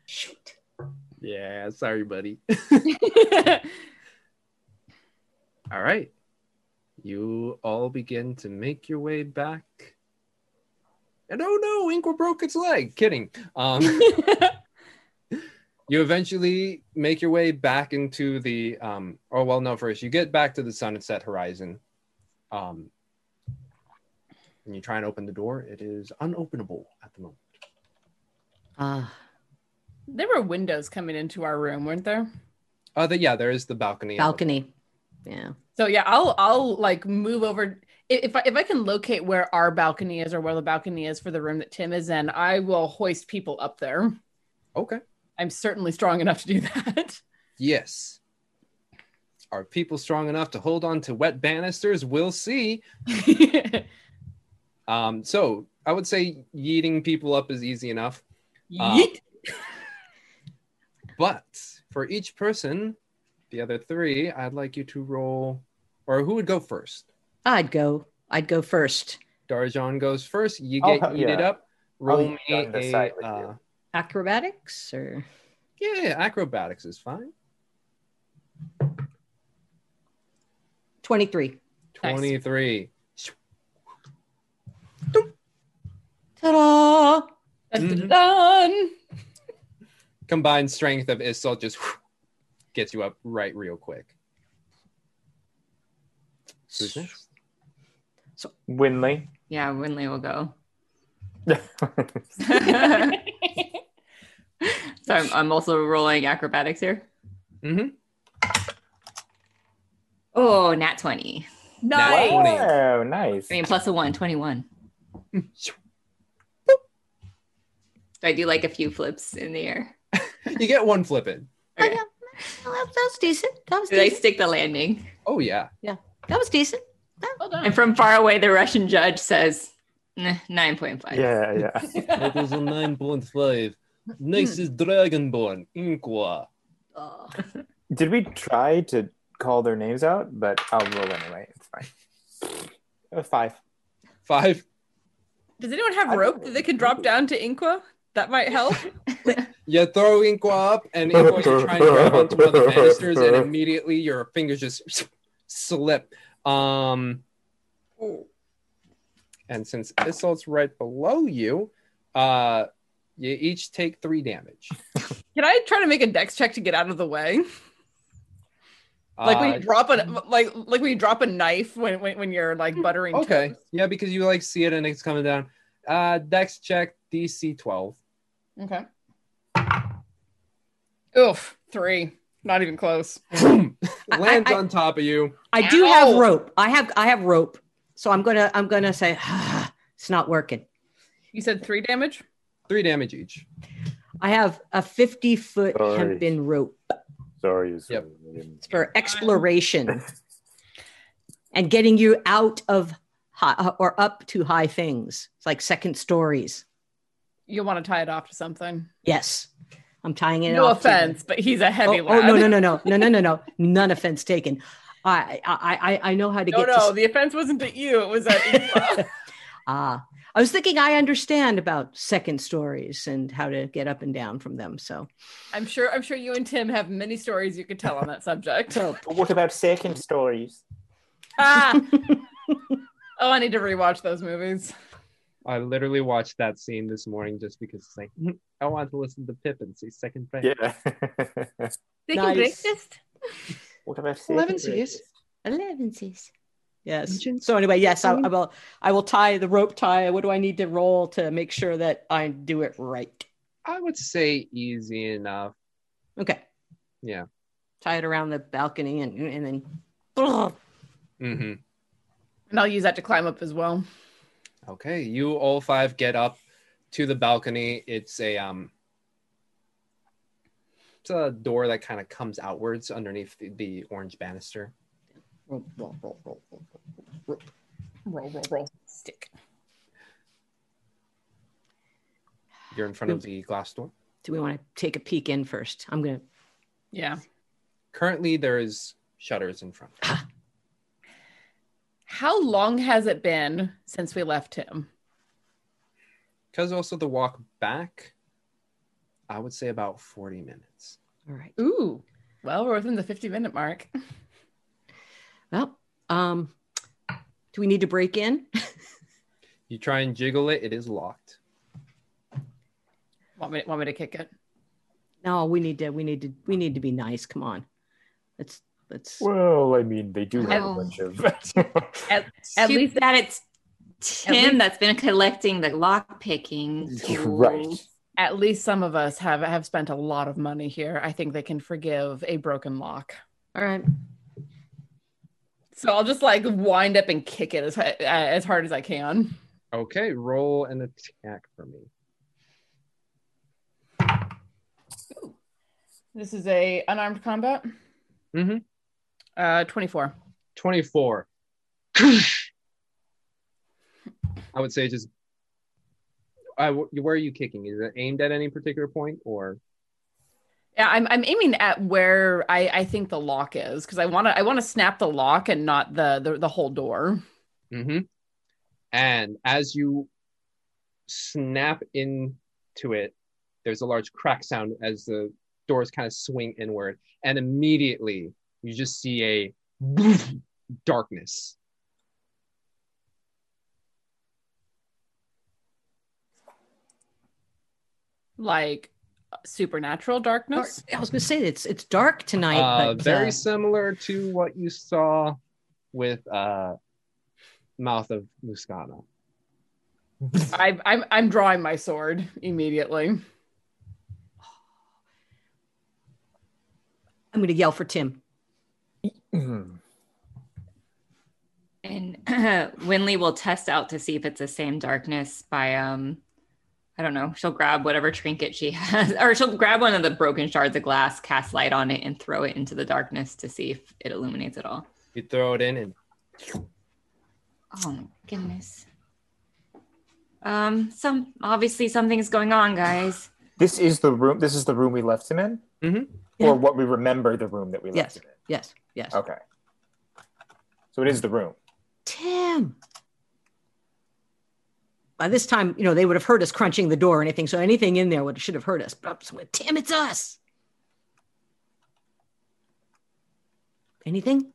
Speaker 10: Shoot.
Speaker 8: Yeah, sorry, buddy. all right. You all begin to make your way back. And oh no, Inkle broke its leg. Kidding. Um, you eventually make your way back into the. Um, oh, well, no, first you get back to the sunset horizon. Um, and you try and open the door. It is unopenable at the moment.
Speaker 2: Ah.
Speaker 9: There were windows coming into our room, weren't there?
Speaker 8: Oh, the, yeah, there is the balcony.
Speaker 2: Balcony. Yeah.
Speaker 9: So yeah, I'll I'll like move over if if I, if I can locate where our balcony is or where the balcony is for the room that Tim is in, I will hoist people up there.
Speaker 8: Okay.
Speaker 9: I'm certainly strong enough to do that.
Speaker 8: Yes. Are people strong enough to hold on to wet banisters? We'll see. um, so I would say yeeting people up is easy enough. Um,
Speaker 9: Yeet.
Speaker 8: but for each person, the other three, I'd like you to roll. Or who would go first?
Speaker 2: I'd go. I'd go first.
Speaker 8: Darjan goes first. You
Speaker 2: I'll
Speaker 8: get yeeted
Speaker 2: help- Oh, yeah. Oh,
Speaker 8: up. Roll
Speaker 2: I'll
Speaker 8: me
Speaker 2: done the
Speaker 8: a.
Speaker 2: side with
Speaker 8: Uh,
Speaker 2: Acrobatics or
Speaker 8: yeah, yeah, acrobatics is fine.
Speaker 2: 23.
Speaker 8: 23.
Speaker 2: Ta-da!
Speaker 11: Mm-hmm.
Speaker 8: Mhm.
Speaker 9: Done.
Speaker 8: Combined strength of Isolde just gets you up right real quick. Who's next?
Speaker 11: Winley.
Speaker 17: Yeah, Winley will go. so I'm, I'm also rolling acrobatics here.
Speaker 8: Mm-hmm.
Speaker 17: Oh, nat 20.
Speaker 9: Nice.
Speaker 11: Wow, Oh, nice.
Speaker 17: I mean, plus a 1, 21. So I do like a few flips in the air.
Speaker 8: You get one flip in.
Speaker 2: Well, Oh, that was decent. That was
Speaker 17: Did I
Speaker 2: decent.
Speaker 17: stick the landing?
Speaker 8: Oh, yeah.
Speaker 2: Yeah, that was decent.
Speaker 17: And from far away, the Russian judge says, "Nah, 9.5.
Speaker 8: yeah. it is a 9.5. Next is Dragonborn, Inkwa.
Speaker 11: Did we try to call their names out? But I'll roll anyway. It's fine. A five.
Speaker 8: Five.
Speaker 9: Does anyone have rope that they can drop down to Inqua? That might help.
Speaker 8: You throw Inkwa up, and Inkwa, you're trying to grab onto one of the banisters, and immediately your fingers just slip. Um, and since Isolde's right below you, uh, you each take three damage.
Speaker 9: Can I try to make a dex check to get out of the way? Like when
Speaker 8: Uh,
Speaker 9: you drop a
Speaker 2: mm.
Speaker 9: like like when you drop a knife when when, when you're like buttering.
Speaker 8: Okay.
Speaker 9: toast.
Speaker 8: Yeah, because you like see it and it's coming down. Uh Dex check DC 12.
Speaker 9: Okay. Oof, three. Not even close.
Speaker 8: Lands on top of you.
Speaker 2: I do have rope. I have I have rope. So I'm gonna I'm gonna say it's not working.
Speaker 9: You said three damage.
Speaker 8: Three damage each.
Speaker 2: I have a 50 foot
Speaker 11: Sorry.
Speaker 2: hempen rope
Speaker 11: Sorry.
Speaker 8: Yep.
Speaker 2: for exploration and getting you out of high, or up to high things. It's like second stories.
Speaker 9: You'll want to tie it off to something.
Speaker 2: Yes, I'm tying it.
Speaker 9: No
Speaker 2: off to-
Speaker 9: offense, but he's a heavy
Speaker 2: oh, oh, no,
Speaker 9: lad.
Speaker 2: no, no, no, no, no, no, no. None offense taken. I, I, I, I know how to
Speaker 9: No,
Speaker 2: get.
Speaker 9: no,
Speaker 2: To,
Speaker 9: the offense wasn't at you. It was at
Speaker 2: ah, I was thinking I understand about second stories and how to get up and down from them. So
Speaker 9: I'm sure. I'm sure you and Tim have many stories you could tell on that subject.
Speaker 2: So-
Speaker 11: What about second stories?
Speaker 9: ah! oh, I need to rewatch those movies.
Speaker 8: I literally watched that scene this morning just because it's like I want to listen to Pip and see second grade.
Speaker 11: Yeah.
Speaker 2: Nice.
Speaker 17: breakfast?
Speaker 11: What about second
Speaker 2: Eleven
Speaker 11: stories?
Speaker 2: Cs. Eleven Cs. Yes. So anyway, yes, I, I will. I will tie the rope tie. What do I need to roll to make sure that I do it right?
Speaker 8: I would say easy enough.
Speaker 2: Okay.
Speaker 8: Yeah.
Speaker 2: Tie it around the balcony and and then. Ugh.
Speaker 8: Mm-hmm.
Speaker 9: And I'll use that to climb up as well.
Speaker 8: Okay, you all five get up to the balcony. It's a um it's a door that kind of comes outwards underneath the, the orange banister.
Speaker 9: Roll, roll, roll, roll, roll, roll, roll, roll, roll. Stick.
Speaker 8: You're in front of the glass door.
Speaker 2: Do we want to take a peek in first? I'm going to.
Speaker 9: Yeah.
Speaker 8: Currently, there is shutters in front.
Speaker 9: How long has it been since we left him?
Speaker 8: Because also the walk back, I would say about 40 minutes.
Speaker 2: All right.
Speaker 9: Ooh. Well, we're within the 50 minute mark.
Speaker 2: Well, um, do we need to break in?
Speaker 8: You try and jiggle it, it is locked.
Speaker 9: Want me, want me to kick it?
Speaker 2: No, we need to. We need to. We need to be nice. Come on. Let's. Let's.
Speaker 11: Well, I mean, they do have a
Speaker 12: Oh.
Speaker 11: bunch of.
Speaker 12: At,
Speaker 9: at
Speaker 12: least that it's
Speaker 9: at
Speaker 12: Tim
Speaker 9: least-
Speaker 12: that's been collecting the lock picking. tools.
Speaker 9: At least some of us have have spent a lot of money here. I think they can forgive a broken lock.
Speaker 2: All right.
Speaker 9: So I'll just like wind up and kick it as ha- as hard as I can.
Speaker 8: Okay, roll an attack for me.
Speaker 9: This is a unarmed combat.
Speaker 8: Mm-hmm.
Speaker 9: Uh, twenty four.
Speaker 8: 24. I would say just. I, where are you kicking? Is it aimed at any particular point or?
Speaker 9: Yeah, I'm I'm aiming at where I I think the lock is because I want to I want to snap the lock and not the the, the whole door.
Speaker 8: Mm-hmm. And as you snap into it, there's a large crack sound as the doors kind of swing inward, and immediately you just see a darkness.
Speaker 9: Like supernatural darkness.
Speaker 2: I was going to say it's it's dark tonight.
Speaker 8: Uh,
Speaker 2: but,
Speaker 8: very
Speaker 2: uh,
Speaker 8: similar to what you saw with uh, Mouth of Muscana.
Speaker 9: I, I'm I'm drawing my sword immediately.
Speaker 2: I'm going to yell for Tim.
Speaker 12: And Winley will test out to see if it's the same darkness by um I don't know. She'll grab whatever trinket she has, or she'll grab one of the broken shards of glass, cast light on it, and throw it into the darkness to see if it illuminates at all.
Speaker 8: You throw it in, and
Speaker 12: Oh my goodness. Um, some obviously something's going on, guys.
Speaker 11: This is the room. This is the room we left him in,
Speaker 12: Mm-hmm.
Speaker 11: or what we remember the room that we left
Speaker 2: Yes.
Speaker 11: him
Speaker 2: Yes. Yes.
Speaker 11: in. Okay. So it is the room.
Speaker 2: Tim. By this time, you know they would have heard us crunching the door or anything, so anything in there would should have heard us. But I'm just like, Tim, it's us. Anything?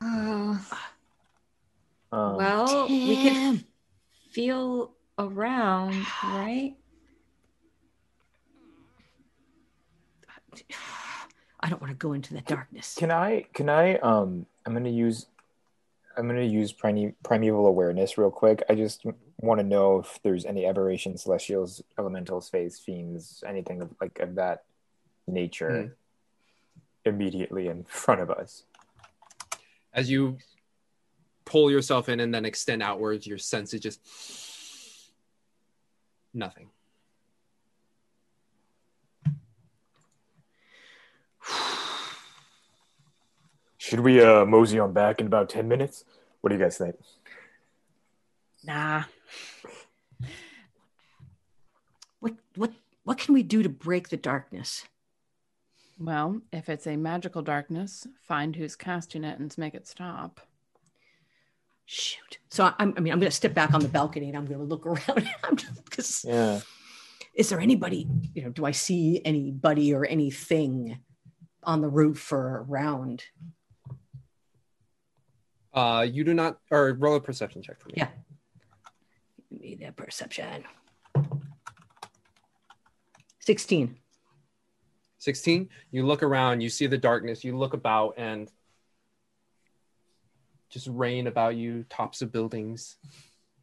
Speaker 12: Oh,
Speaker 11: Um,
Speaker 12: well, we can feel around, right?
Speaker 2: I don't want to go into the darkness.
Speaker 11: Can I? Can I? Um, I'm gonna use. I'm gonna use prime, primeval awareness real quick. I just want to know if there's any aberrations, celestials, elementals, phase fiends, anything of, like of that nature, immediately in front of us.
Speaker 8: as you pull yourself in and then extend outwards, your sense is just nothing.
Speaker 11: Should we uh, mosey on back in about ten minutes? What do you guys think?
Speaker 9: Nah.
Speaker 2: What what what can we do to break the darkness?
Speaker 9: Well, if it's a magical darkness, find who's casting it and make it stop.
Speaker 2: Shoot. So I- I'm, I mean, I'm going to step back on the balcony and I'm going to look around. I'm just because
Speaker 11: Yeah.
Speaker 2: is there anybody? You know, do I see anybody or anything on the roof or around?
Speaker 8: Uh, you do not, or roll a perception check for me.
Speaker 2: Yeah. Give me that perception. Sixteen.
Speaker 8: 16, you look around, you see the darkness, you look about, and just rain about you, tops of buildings,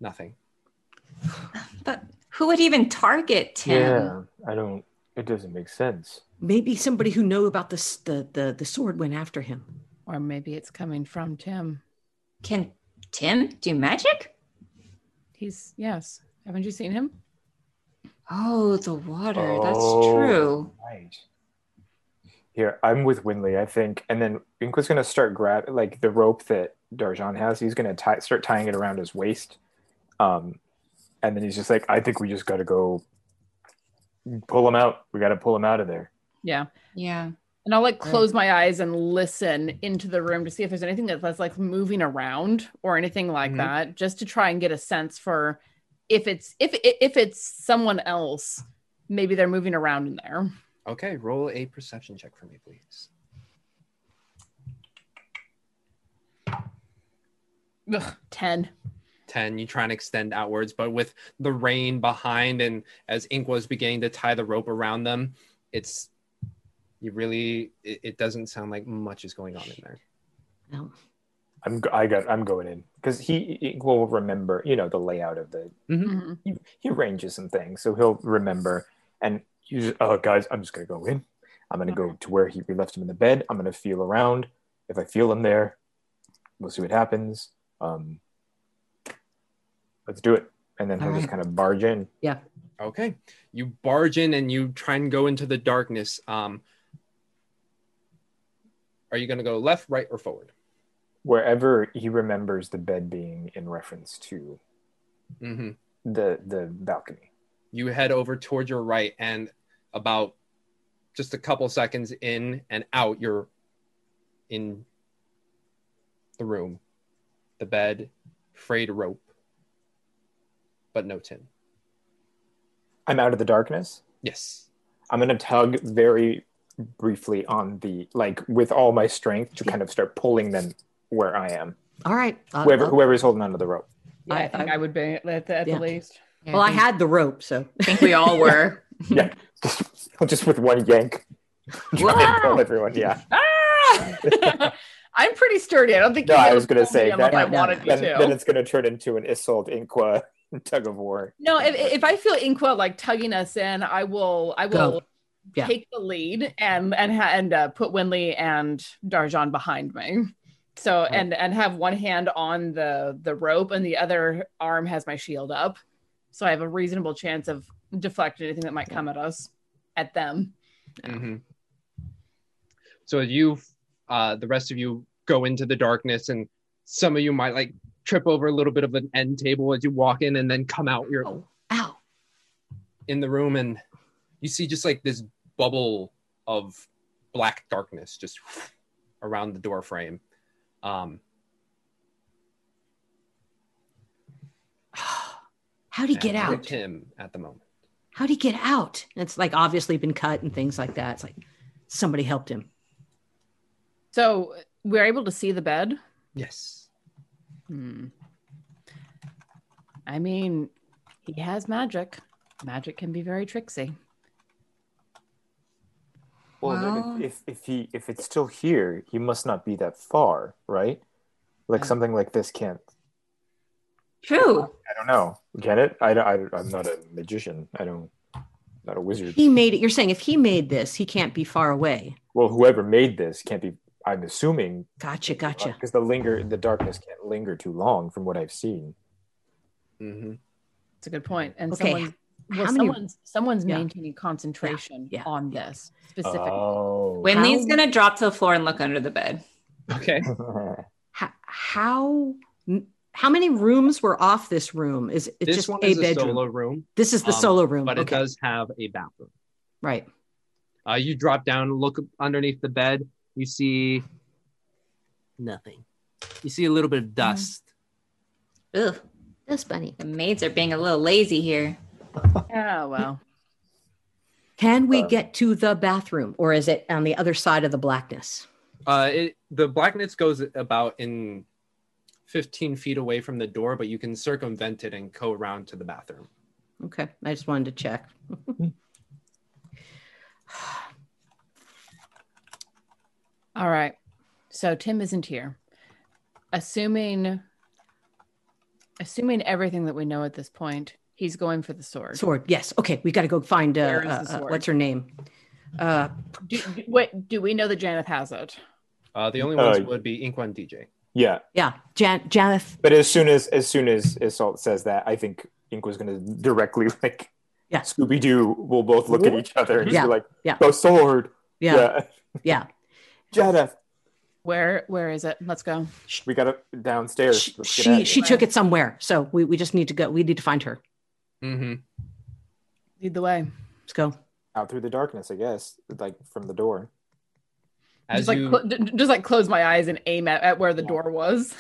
Speaker 8: nothing.
Speaker 12: But who would even target Tim?
Speaker 11: I don't. It doesn't make sense.
Speaker 2: Maybe somebody who knew about the s- the the, the sword went after him.
Speaker 9: Or maybe it's coming from Tim.
Speaker 12: Can Tim do magic?
Speaker 9: He's yes. Haven't you seen him?
Speaker 12: Oh, the water.
Speaker 11: Oh,
Speaker 12: That's true.
Speaker 11: Right. Here, I'm with Winley, I think. And then Inquis gonna start grab like the rope that Darjan has. He's gonna tie, start tying it around his waist. Um, and then he's just like, I think we just gotta go pull him out. We gotta pull him out of there.
Speaker 9: Yeah.
Speaker 12: Yeah.
Speaker 9: And I'll like close my eyes and listen into the room to see if there's anything that- that's like moving around or anything like
Speaker 11: Mm-hmm.
Speaker 12: Mhm.
Speaker 9: that, just to try and get a sense for if it's if if it's someone else, maybe they're moving around in there.
Speaker 8: Okay, roll a perception check for me, please.
Speaker 9: Ugh, Ten.
Speaker 8: 10 you try and extend outwards but with the rain behind and as ink was beginning to tie the rope around them it's you really it, it doesn't sound like much is going on in there
Speaker 2: Oh.
Speaker 11: I'm go- I got I'm going in because he, he will remember you know the layout of the
Speaker 12: Mm-hmm.
Speaker 11: he,
Speaker 9: Mm-hmm.
Speaker 11: he arranges some things so he'll remember and you just, oh guys I'm just gonna go in I'm gonna go to where he we left him in the bed I'm gonna feel around if I feel him there we'll see what happens um let's do it and then he'll just kind of barge in
Speaker 2: yeah
Speaker 8: okay you barge in and you try and go into the darkness um are you going to go left right or forward
Speaker 11: wherever he remembers the bed being in reference to
Speaker 8: mm-hmm.
Speaker 11: the the balcony
Speaker 8: you head over towards your right and about just a couple seconds in and out you're in the room the bed frayed rope but no tin
Speaker 11: I'm out of the darkness
Speaker 8: yes
Speaker 11: I'm gonna tug very briefly on the like with all my strength to kind of start pulling them where I am.
Speaker 2: All right.
Speaker 9: Uh-huh.
Speaker 2: Uh,
Speaker 11: Whoever
Speaker 2: uh,
Speaker 11: whoever's holding onto the rope.
Speaker 9: Yeah, I, think I, would be at, the, at the least.
Speaker 2: well, I had the rope, so I
Speaker 12: think we all were.
Speaker 11: yeah, just with one yank. Try and pull everyone. Yeah.
Speaker 9: I'm pretty sturdy. I don't think
Speaker 11: No,
Speaker 9: you
Speaker 11: I
Speaker 9: could
Speaker 11: was gonna
Speaker 9: pull
Speaker 11: say
Speaker 9: me
Speaker 11: that.
Speaker 9: if I wanted you
Speaker 11: then,
Speaker 9: to.
Speaker 11: then it's gonna turn into an Isold Inqua tug of war.
Speaker 9: No, if, if I feel Inqua like tugging us in, I will I
Speaker 11: Go.
Speaker 9: will
Speaker 11: Yeah.
Speaker 9: take the lead and and ha- and uh, put Winley and Darjan behind me. So and and have one hand on the the rope and the other arm has my shield up, so I have a reasonable chance of deflecting anything that might come at us, at them.
Speaker 8: Mhm. So you, uh, the rest of you, go into the darkness, and some of you might like trip over a little bit of an end table as you walk in, and then come out. You're
Speaker 2: Oh, ow
Speaker 8: in the room, and you see just like this bubble of black darkness just around the door frame. Um,
Speaker 2: How'd he get
Speaker 8: and
Speaker 2: out?
Speaker 8: with Tim at the moment.
Speaker 2: How'd he get out? And it's like obviously been cut and things like that. It's like somebody helped him.
Speaker 9: So we're able to see the bed.
Speaker 8: Yes.
Speaker 9: Hmm. I mean, he has magic. Magic can be very tricksy.
Speaker 11: Well, then
Speaker 9: Well-
Speaker 11: if, if he if it's still here, he must not be that far, right? Like something like this can't.
Speaker 12: True.
Speaker 11: I don't know. Can it? I, don't- I don't- I'm not a magician. I don't. Not a wizard.
Speaker 2: He made it. You're saying if he made this, he can't be far away.
Speaker 11: well whoever made this can't be i'm assuming
Speaker 2: gotcha gotcha
Speaker 11: because the linger the darkness can't linger too long from what i've seen
Speaker 8: mm-hmm.
Speaker 9: It's a good point. And
Speaker 11: Okay.
Speaker 9: someone's well,
Speaker 11: How many-
Speaker 9: someone's someone's
Speaker 11: Yeah.
Speaker 9: maintaining concentration on this specifically.
Speaker 8: Uh,
Speaker 11: oh
Speaker 12: Winley's going to drop to the floor and look under the bed.
Speaker 8: Okay.
Speaker 2: How how many rooms were off this room? Is it
Speaker 8: this
Speaker 2: just
Speaker 8: one
Speaker 2: a
Speaker 8: is
Speaker 2: bedroom?
Speaker 8: a solo room.
Speaker 2: This is the
Speaker 8: um,
Speaker 2: solo room.
Speaker 8: but it
Speaker 2: okay.
Speaker 8: does have a bathroom.
Speaker 2: Right.
Speaker 8: Uh, you drop down, look underneath the bed. You see nothing. You see a little bit
Speaker 2: Mm-hmm.
Speaker 8: of dust.
Speaker 2: Ugh, that's funny.
Speaker 12: The maids are being a little lazy here.
Speaker 9: Oh, well.
Speaker 2: Can
Speaker 8: uh,
Speaker 2: we get to the bathroom or is it on the other side of the blackness?
Speaker 8: Uh, it, the blackness goes about in 15 feet away from the door, but you can circumvent it and go around to the bathroom.
Speaker 2: Okay. I just wanted to check.
Speaker 9: All right. So Tim isn't here. Assuming assuming everything that we know at this point, he's going for the sword.
Speaker 2: Sword. Yes. Okay. We got to go find uh,
Speaker 9: Where is the
Speaker 2: uh, uh,
Speaker 9: sword?
Speaker 2: what's her name? Uh,
Speaker 9: Do, do- wait, do we know that Janeth has it?
Speaker 8: Uh, the only
Speaker 11: Uh,
Speaker 8: ones would be Ink One DJ.
Speaker 11: yeah
Speaker 2: yeah Jan- janeth
Speaker 11: but as soon as as soon as assault says that i think ink was going to directly like
Speaker 2: Yeah.
Speaker 11: Scooby Doo will both look at each other and
Speaker 9: Yeah.
Speaker 11: just be like,
Speaker 9: Yeah.
Speaker 11: "The sword."
Speaker 9: Yeah.
Speaker 2: Yeah.
Speaker 11: Jada,
Speaker 9: Where where is it? Let's go.
Speaker 11: we got it downstairs. Let's get out
Speaker 2: She
Speaker 11: of
Speaker 2: she
Speaker 11: here.
Speaker 2: took it somewhere, so we, we just need to go. We need to find her.
Speaker 11: Mm-hmm.
Speaker 9: Lead the way.
Speaker 2: Let's go
Speaker 11: out through the darkness. I guess, like from the door.
Speaker 9: just like clo- d- d- just like close my eyes and aim at, at where the door was.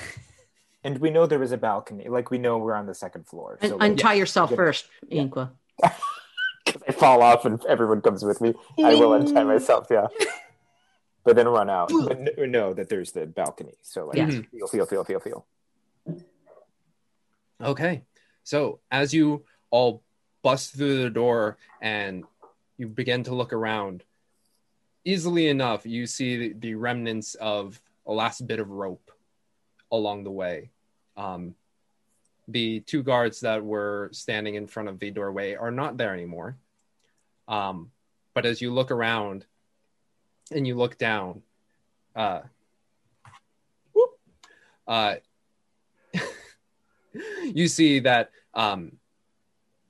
Speaker 11: and we know there was a balcony. Like we know we're on the second floor.
Speaker 2: And
Speaker 11: like,
Speaker 2: untie yourself
Speaker 11: yeah.
Speaker 2: first, Inqua.
Speaker 11: I fall off and everyone comes with me. I will untie
Speaker 2: Mm.
Speaker 11: myself, yeah. But then run out. But kn- know that there's the balcony. So like
Speaker 8: Yeah.
Speaker 11: feel, feel, feel, feel, feel.
Speaker 8: Okay. So as you all bust through the door and you begin to look around, easily enough, you see the, the remnants of a last bit of rope along the way. Um, the two guards that were standing in front of the doorway are not there anymore. Um, but as you look around and you look down, uh, whoop, uh, you see that um,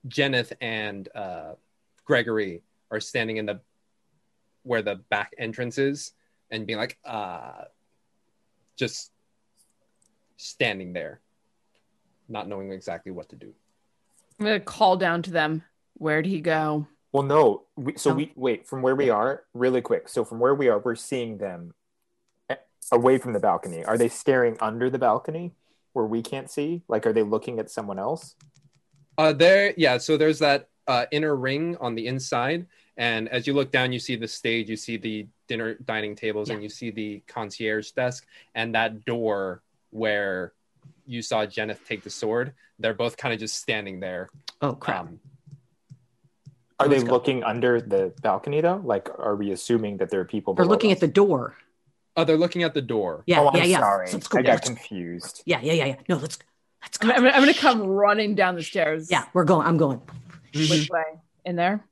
Speaker 8: Jenneth and uh, Gregory are standing in the where the back entrance is and being like, uh, just standing there, not knowing exactly what to do.
Speaker 9: I'm gonna call down to them. Where'd he go?
Speaker 11: Well, no. We, so we wait from where we are really quick. So from where we are, we're seeing them a- away from the balcony. Are they staring under the balcony where we can't see? Like, are they looking at someone else?
Speaker 8: Uh, there, yeah. So there's that uh, inner ring on the inside, and as you look down, you see the stage, you see the dinner dining tables, and you see the concierge desk, and that door where you saw Jenneth take the sword. They're both kind of just standing there. Um,
Speaker 2: Oh crap!
Speaker 11: Are they
Speaker 8: Let's go.
Speaker 11: looking under the balcony though? Like, are we assuming that there are people?
Speaker 2: They're
Speaker 11: below
Speaker 2: looking
Speaker 11: us?
Speaker 2: at the door.
Speaker 8: oh, they're looking at the door.
Speaker 2: Yeah,
Speaker 11: oh, I'm
Speaker 2: yeah, yeah.
Speaker 11: Sorry,
Speaker 2: So let's go.
Speaker 11: I got
Speaker 2: Let's-
Speaker 11: confused.
Speaker 2: Yeah, yeah, yeah, yeah. No, let's.
Speaker 9: I'm, I'm, I'm gonna come running down the stairs.
Speaker 2: Yeah, we're going. I'm going.
Speaker 9: Which way? In there?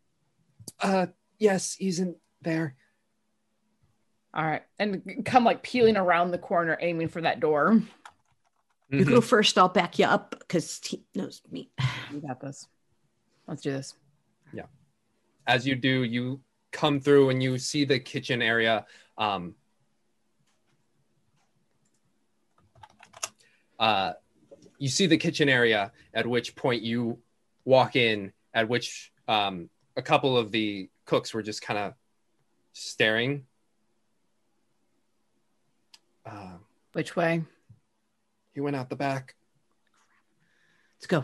Speaker 8: Uh, yes, he's in there.
Speaker 9: All right, and g- come like peeling around the corner, aiming for that door. Mm-hmm.
Speaker 2: You go first. I'll back you up because he knows me.
Speaker 9: You got this. Let's do this.
Speaker 8: Yeah. As you do, you come through and you see the kitchen area. Um, uh, you see the kitchen area, at which point you walk in, at which um, a couple of the cooks were just kind of staring. Uh,
Speaker 9: Which way?
Speaker 8: he went out the back.
Speaker 2: Let's go.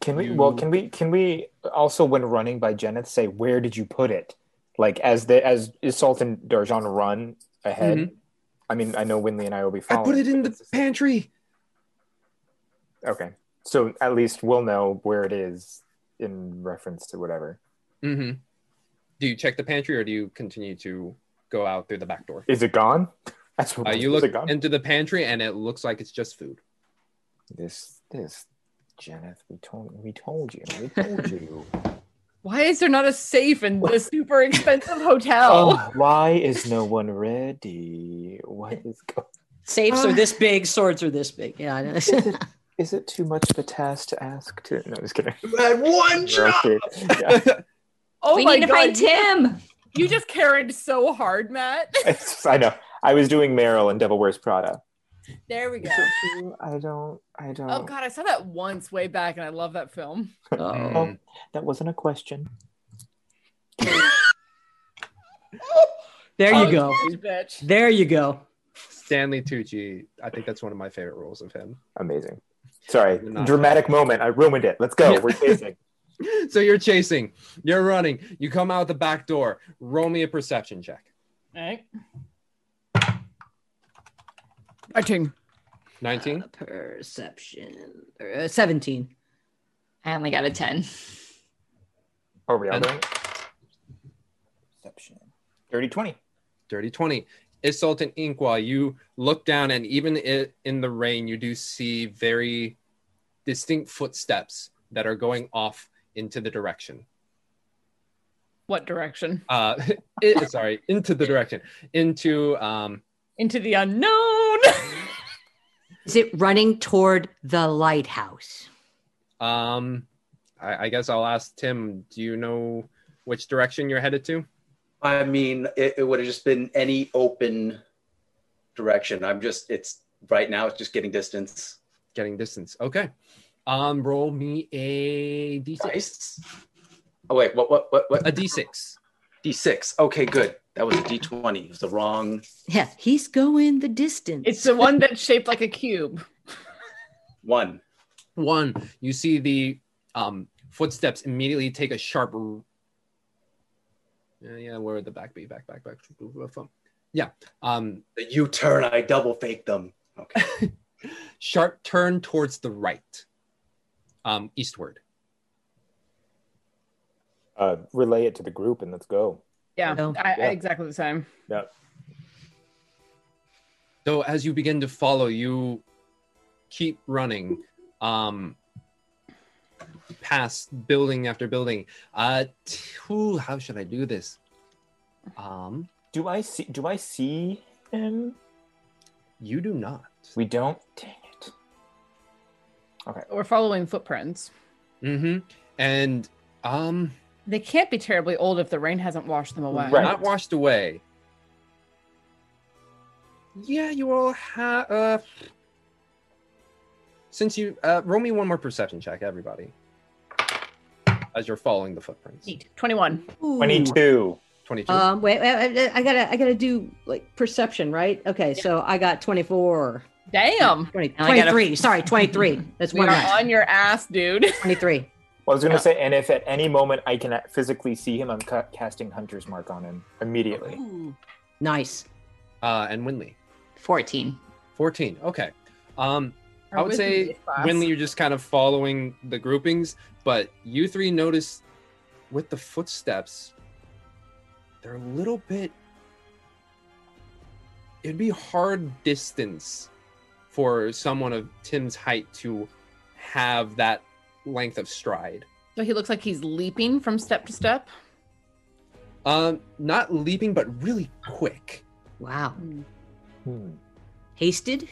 Speaker 11: Can we? Well, can we? Can we also, when running by Jenneth, say where did you put it? Like as the as Isolt and Darjan run ahead.
Speaker 8: Mhm.
Speaker 11: I mean, I know Winley and I will be
Speaker 8: I
Speaker 11: following.
Speaker 8: put it in the pantry.
Speaker 11: Okay, so at least we'll know where it is in reference to whatever.
Speaker 8: Mm-hmm. Do you check the pantry or do you continue to go out through the back door?
Speaker 11: Is it gone? That's what
Speaker 8: Uh, you
Speaker 11: is
Speaker 8: look
Speaker 11: it gone?
Speaker 8: into the pantry and it looks like it's just food.
Speaker 11: This, this, Jenneth. We told, we told you, we told you.
Speaker 9: Why is there not a safe in this super expensive hotel?
Speaker 11: oh, why is no one ready? What is going?
Speaker 2: Safes
Speaker 9: Ah.
Speaker 8: Uh,
Speaker 2: are this big. Swords are this big. Yeah. I know.
Speaker 11: Is it, is it too much of a task to ask? To no, just kidding.
Speaker 8: had one
Speaker 11: Okay. Yeah.
Speaker 9: Oh
Speaker 12: We
Speaker 9: my
Speaker 12: need to
Speaker 9: God,
Speaker 12: find
Speaker 9: you-
Speaker 12: Tim.
Speaker 9: You just carried so hard, Matt.
Speaker 11: It's just- I know. I was doing Meryl and Devil Wears Prada.
Speaker 9: There we go.
Speaker 11: I don't. I don't.
Speaker 9: Oh God, I saw that once way back, and I love that film.
Speaker 11: Oh, that wasn't a question.
Speaker 2: There you go.
Speaker 9: Bitch.
Speaker 2: There you go.
Speaker 8: Stanley Tucci. I think that's one of my favorite roles of him.
Speaker 11: Amazing. Sorry,
Speaker 8: Not-
Speaker 11: dramatic moment. I ruined it. Let's go. We're chasing.
Speaker 8: So you're chasing, you're running, you come out the back door. Roll me a perception check.
Speaker 9: All right. Nineteen.
Speaker 8: 19?
Speaker 2: Perception. Uh, Seventeen.
Speaker 12: I only got a 10.
Speaker 11: Are we all
Speaker 8: And-
Speaker 11: going? Perception. Dirty 20.
Speaker 8: Dirty 20. Isolt and Inkwa, you look down, and even i in the rain, you do see very distinct footsteps that are going off into the direction.
Speaker 9: What direction?
Speaker 8: Uh, i sorry, into the direction, into um,
Speaker 9: Into the unknown.
Speaker 2: Is it running toward the lighthouse?
Speaker 8: Um, I, I guess I'll ask Tim. Do you know which direction you're headed to?
Speaker 3: I mean, it, it would have just been any open direction. I'm just, it's right now, it's just getting distance.
Speaker 8: Getting distance. Okay. Um, roll me a d6.
Speaker 3: Oh, wait, what, what, what, what?
Speaker 8: A d6.
Speaker 3: D6. Okay, good. That was a d20. It was the wrong.
Speaker 10: Yeah, he's going the distance.
Speaker 9: It's the one that's shaped like a cube.
Speaker 3: One.
Speaker 8: One. You see the um, footsteps immediately take a sharp. Yeah, yeah. Where would the back be? Back, back, back. Yeah. Um,
Speaker 3: the U turn, I double fake them.
Speaker 8: sharp turn towards the right, um, eastward.
Speaker 11: Uh, relay it to the group and let's go.
Speaker 9: Yeah,
Speaker 11: No.
Speaker 9: I, I,
Speaker 11: Yeah.
Speaker 9: exactly the same.
Speaker 11: Yeah.
Speaker 8: So as you begin to follow, you keep running um, past building after building. Uh, t- ooh, how should I do this? Um,
Speaker 11: do I see? Do I see him?
Speaker 8: You do not.
Speaker 11: We don't. Dang it. Okay.
Speaker 9: We're following footprints.
Speaker 8: Mm-hmm. And um,
Speaker 9: They can't be terribly old if the rain hasn't washed them away.
Speaker 8: not washed away. Yeah, you all have. Uh, since you uh, roll me one more perception check, everybody, as you're following the footprints.
Speaker 9: Neat. 21.
Speaker 10: Ooh.
Speaker 11: 22.
Speaker 8: 22.
Speaker 10: Um, wait, wait, wait, I gotta, I gotta do like perception, right? Okay, so I got twenty-four.
Speaker 9: Damn.
Speaker 10: 20,
Speaker 9: I gotta-
Speaker 10: 23. Sorry, twenty-three. That's
Speaker 9: We
Speaker 10: one
Speaker 9: are
Speaker 10: less.
Speaker 9: on your ass, dude.
Speaker 10: Twenty-three.
Speaker 11: Well, I was gonna say, and if at any moment I can physically see him, I'm ca- casting Hunter's Mark on him immediately.
Speaker 10: Nice.
Speaker 8: Uh, and Winley.
Speaker 17: 14.
Speaker 8: 14. Okay. Um,
Speaker 17: Or
Speaker 8: I would
Speaker 17: wisdom
Speaker 8: say,
Speaker 17: is class.
Speaker 8: Winley, you're just kind of following the groupings, but you three notice with the footsteps, they're a little bit. It'd be hard distance for someone of Tim's height to have that length of stride.
Speaker 9: So he looks like he's leaping from step to step.
Speaker 8: Um, not leaping, but really quick. Hmm.
Speaker 10: Wow.
Speaker 17: Hmm.
Speaker 10: Hasted.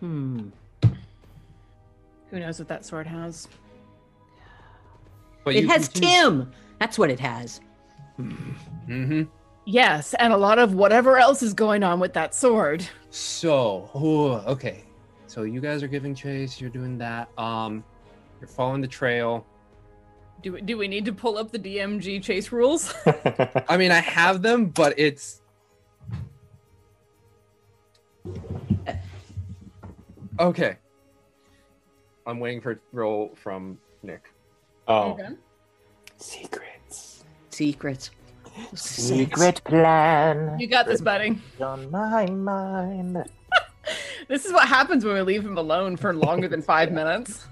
Speaker 10: Hmm.
Speaker 9: Who knows what that sword has?
Speaker 10: it has Tim. That's what it has.
Speaker 8: Mm-hmm.
Speaker 9: Yes, and a lot of whatever else is going on with that sword.
Speaker 8: So, ooh, okay. So you guys are giving chase. You're doing that. Um, you're following the trail.
Speaker 9: Do we, do we need to pull up the DMG chase rules?
Speaker 8: I mean, I have them, but it's. Okay. I'm waiting for a roll from Nick.
Speaker 11: Oh.
Speaker 10: Secrets. Secrets.
Speaker 11: Secret plan.
Speaker 9: You got this, buddy.
Speaker 11: On my mind.
Speaker 9: This is what happens when we leave him alone for longer than five minutes.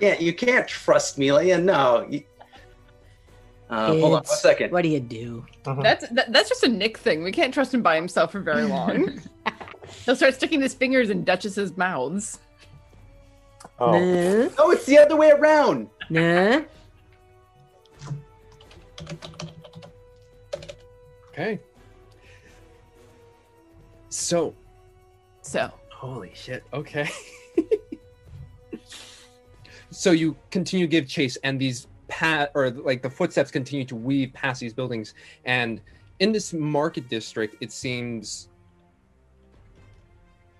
Speaker 3: Yeah, you can't trust me. Like, yeah, no. You- Uh, hold on one
Speaker 10: Kids,
Speaker 3: second.
Speaker 10: What do you do?
Speaker 11: Uh-huh.
Speaker 9: That's that, that's just a Nick thing. We can't trust him by himself for very long. He'll start sticking his fingers in Duchess's mouths.
Speaker 11: Oh.
Speaker 3: No, it's the other way around.
Speaker 10: Nah.
Speaker 8: Okay. So.
Speaker 9: So.
Speaker 8: Holy shit. Okay. so you continue to give chase, and these pat or like the footsteps continue to weave past these buildings. And in this market district, it seems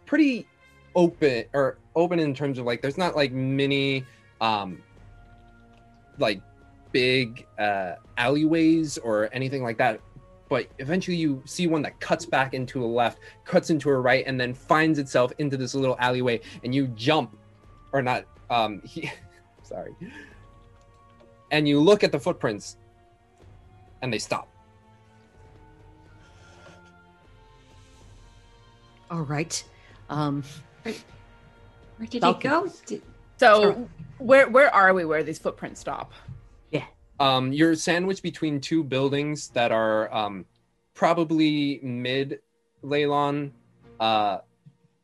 Speaker 8: pretty open or open in terms of like there's not like many um like big uh alleyways or anything like that but eventually you see one that cuts back into a left, cuts into a right, and then finds itself into this little alleyway, and you jump, or not, um, he, sorry, and you look at the footprints, and they stop.
Speaker 10: All right. Um.
Speaker 17: Where did
Speaker 10: Falcon.
Speaker 17: he go? Did-
Speaker 9: So where where are we where these footprints stop?
Speaker 8: Um, you're sandwiched between two buildings that are um, probably mid Leylon uh,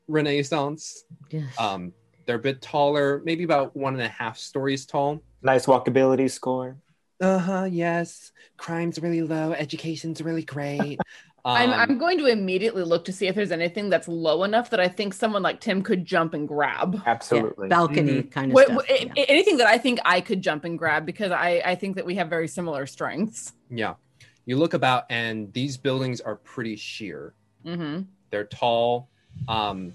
Speaker 8: Renaissance.
Speaker 10: Yes.
Speaker 8: Um, they're a bit taller, maybe about one and a half stories tall.
Speaker 11: Nice walkability score.
Speaker 8: Uh huh. Yes. Crime's really low. Education's really great.
Speaker 9: I'm,
Speaker 8: Um,
Speaker 9: I'm going to immediately look to see if there's anything that's low enough that I think someone like Tim could jump and grab.
Speaker 11: Absolutely.
Speaker 2: balcony kind of
Speaker 9: Wha-
Speaker 2: stuff.
Speaker 9: wha- a- a- Anything that I think I could jump and grab because I, I think that we have very similar strengths.
Speaker 8: Yeah. You look about, and these buildings are pretty sheer.
Speaker 9: Mm-hmm.
Speaker 8: They're tall. Um,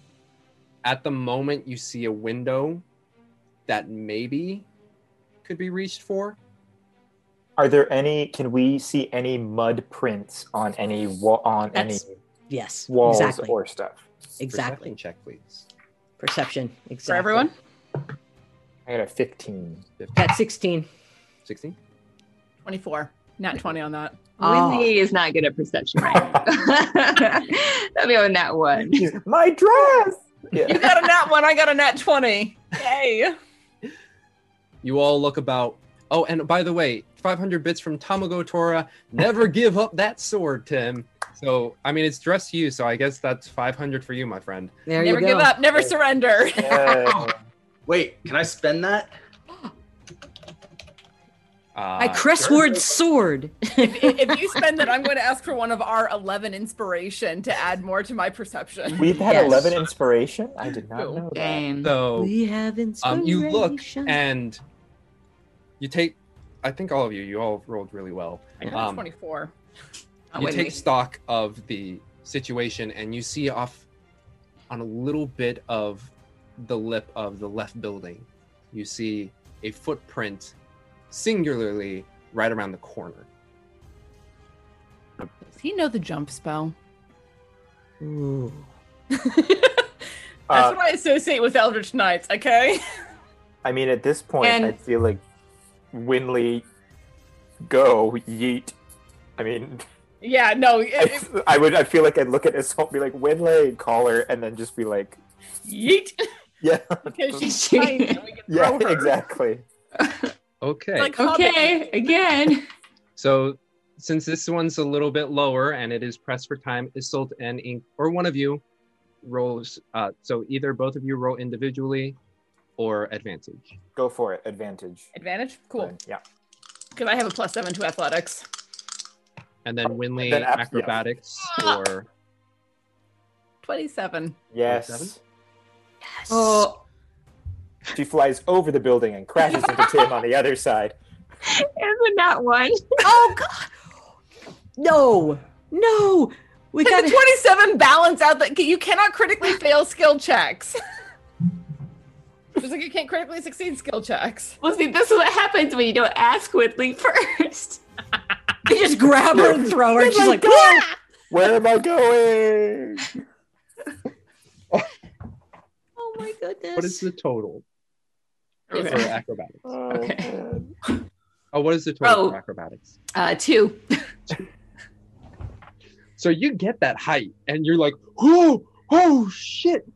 Speaker 8: at the moment, you see a window that maybe could be reached for.
Speaker 11: Are there any? Can we see any mud prints on any wall on
Speaker 2: That's-
Speaker 11: any
Speaker 2: yes,
Speaker 11: walls
Speaker 2: exactly.
Speaker 11: or stuff?
Speaker 2: Exactly.
Speaker 8: Perception check, please.
Speaker 2: Perception. Exactly.
Speaker 9: everyone?
Speaker 11: I got a fifteen.
Speaker 2: Got 16.
Speaker 8: 16?
Speaker 9: 24. Not 20 on that.
Speaker 12: Winley is not good at perception right now. That'd be on that one.
Speaker 11: My dress.
Speaker 9: You got a nat one. I got a nat 20. Yay.
Speaker 8: You all look about. Oh, and by the way, 500 bits from Tamago Tora. Never give up that sword, Tim. So, I mean, it's dressed you, so I guess that's 500 for you, my friend.
Speaker 2: There
Speaker 9: never give up. Never surrender.
Speaker 8: Wait, can I spend that? Uh,
Speaker 2: My Cressward sword.
Speaker 9: if, if you spend it, I'm going to ask for one of our 11 inspiration to add more to my perception.
Speaker 11: We've had
Speaker 8: Yes. Oh.
Speaker 11: eleven inspiration. I did not know that.
Speaker 8: So
Speaker 2: we have
Speaker 8: um, you look
Speaker 2: inspiration.
Speaker 8: and you take. I think all of you, you all rolled really well.
Speaker 9: I got
Speaker 8: Um,
Speaker 9: 24. Oh,
Speaker 8: you
Speaker 9: wait,
Speaker 8: take
Speaker 9: wait.
Speaker 8: stock of the situation and you see off on a little bit of the lip of the left building you see a footprint singularly right around the corner
Speaker 9: Does he know the jump spell?
Speaker 2: Ooh.
Speaker 9: That's
Speaker 11: Uh,
Speaker 9: what I associate with Eldritch Knights, okay?
Speaker 11: I mean, at this point,
Speaker 9: And-
Speaker 11: I feel like Winley, go yeet. I mean,
Speaker 9: Yeah, no. it-
Speaker 11: I,
Speaker 9: it-
Speaker 11: I would. I feel like I'd look at Isolt, be like Winley, call her, and then just be like,
Speaker 9: yeet.
Speaker 11: yeah,
Speaker 9: Because she's tiny and we can
Speaker 11: yeah,
Speaker 9: throw her.
Speaker 11: exactly.
Speaker 8: okay
Speaker 9: Like,
Speaker 12: Okay, again.
Speaker 8: so since this one's a little bit lower and it is pressed for time isolt and ink or one of you rolls uh, so either both of you roll individually or advantage
Speaker 11: Go for it. Advantage.
Speaker 9: Advantage? Cool.
Speaker 11: Yeah.
Speaker 9: Because I have a plus seven to athletics.
Speaker 8: and then winley
Speaker 11: then ab- yeah.
Speaker 8: acrobatics
Speaker 12: Ah!
Speaker 8: or
Speaker 9: 27.
Speaker 11: Yes.
Speaker 2: Yes.
Speaker 12: Oh,
Speaker 11: She flies over the building and crashes into Tim on the other side.
Speaker 12: and the nat one.
Speaker 2: Oh, God. No. No. We
Speaker 9: Can
Speaker 2: got
Speaker 9: the 27 balance out that you cannot critically fail skill checks. Just like you can't critically succeed skill checks.
Speaker 12: Well, see, this is what happens when you don't ask Whitley first.
Speaker 2: I just grab her and throw her. and she's like, "Ah!"
Speaker 11: Where am I going?
Speaker 2: oh my goodness.
Speaker 8: what is the total
Speaker 12: Okay.
Speaker 8: for acrobatics
Speaker 11: Uh,
Speaker 12: Okay.
Speaker 8: Oh, what is the total
Speaker 12: Oh.
Speaker 8: for acrobatics?
Speaker 12: Uh, two.
Speaker 8: So you get that height, and you're like, oh, oh shit,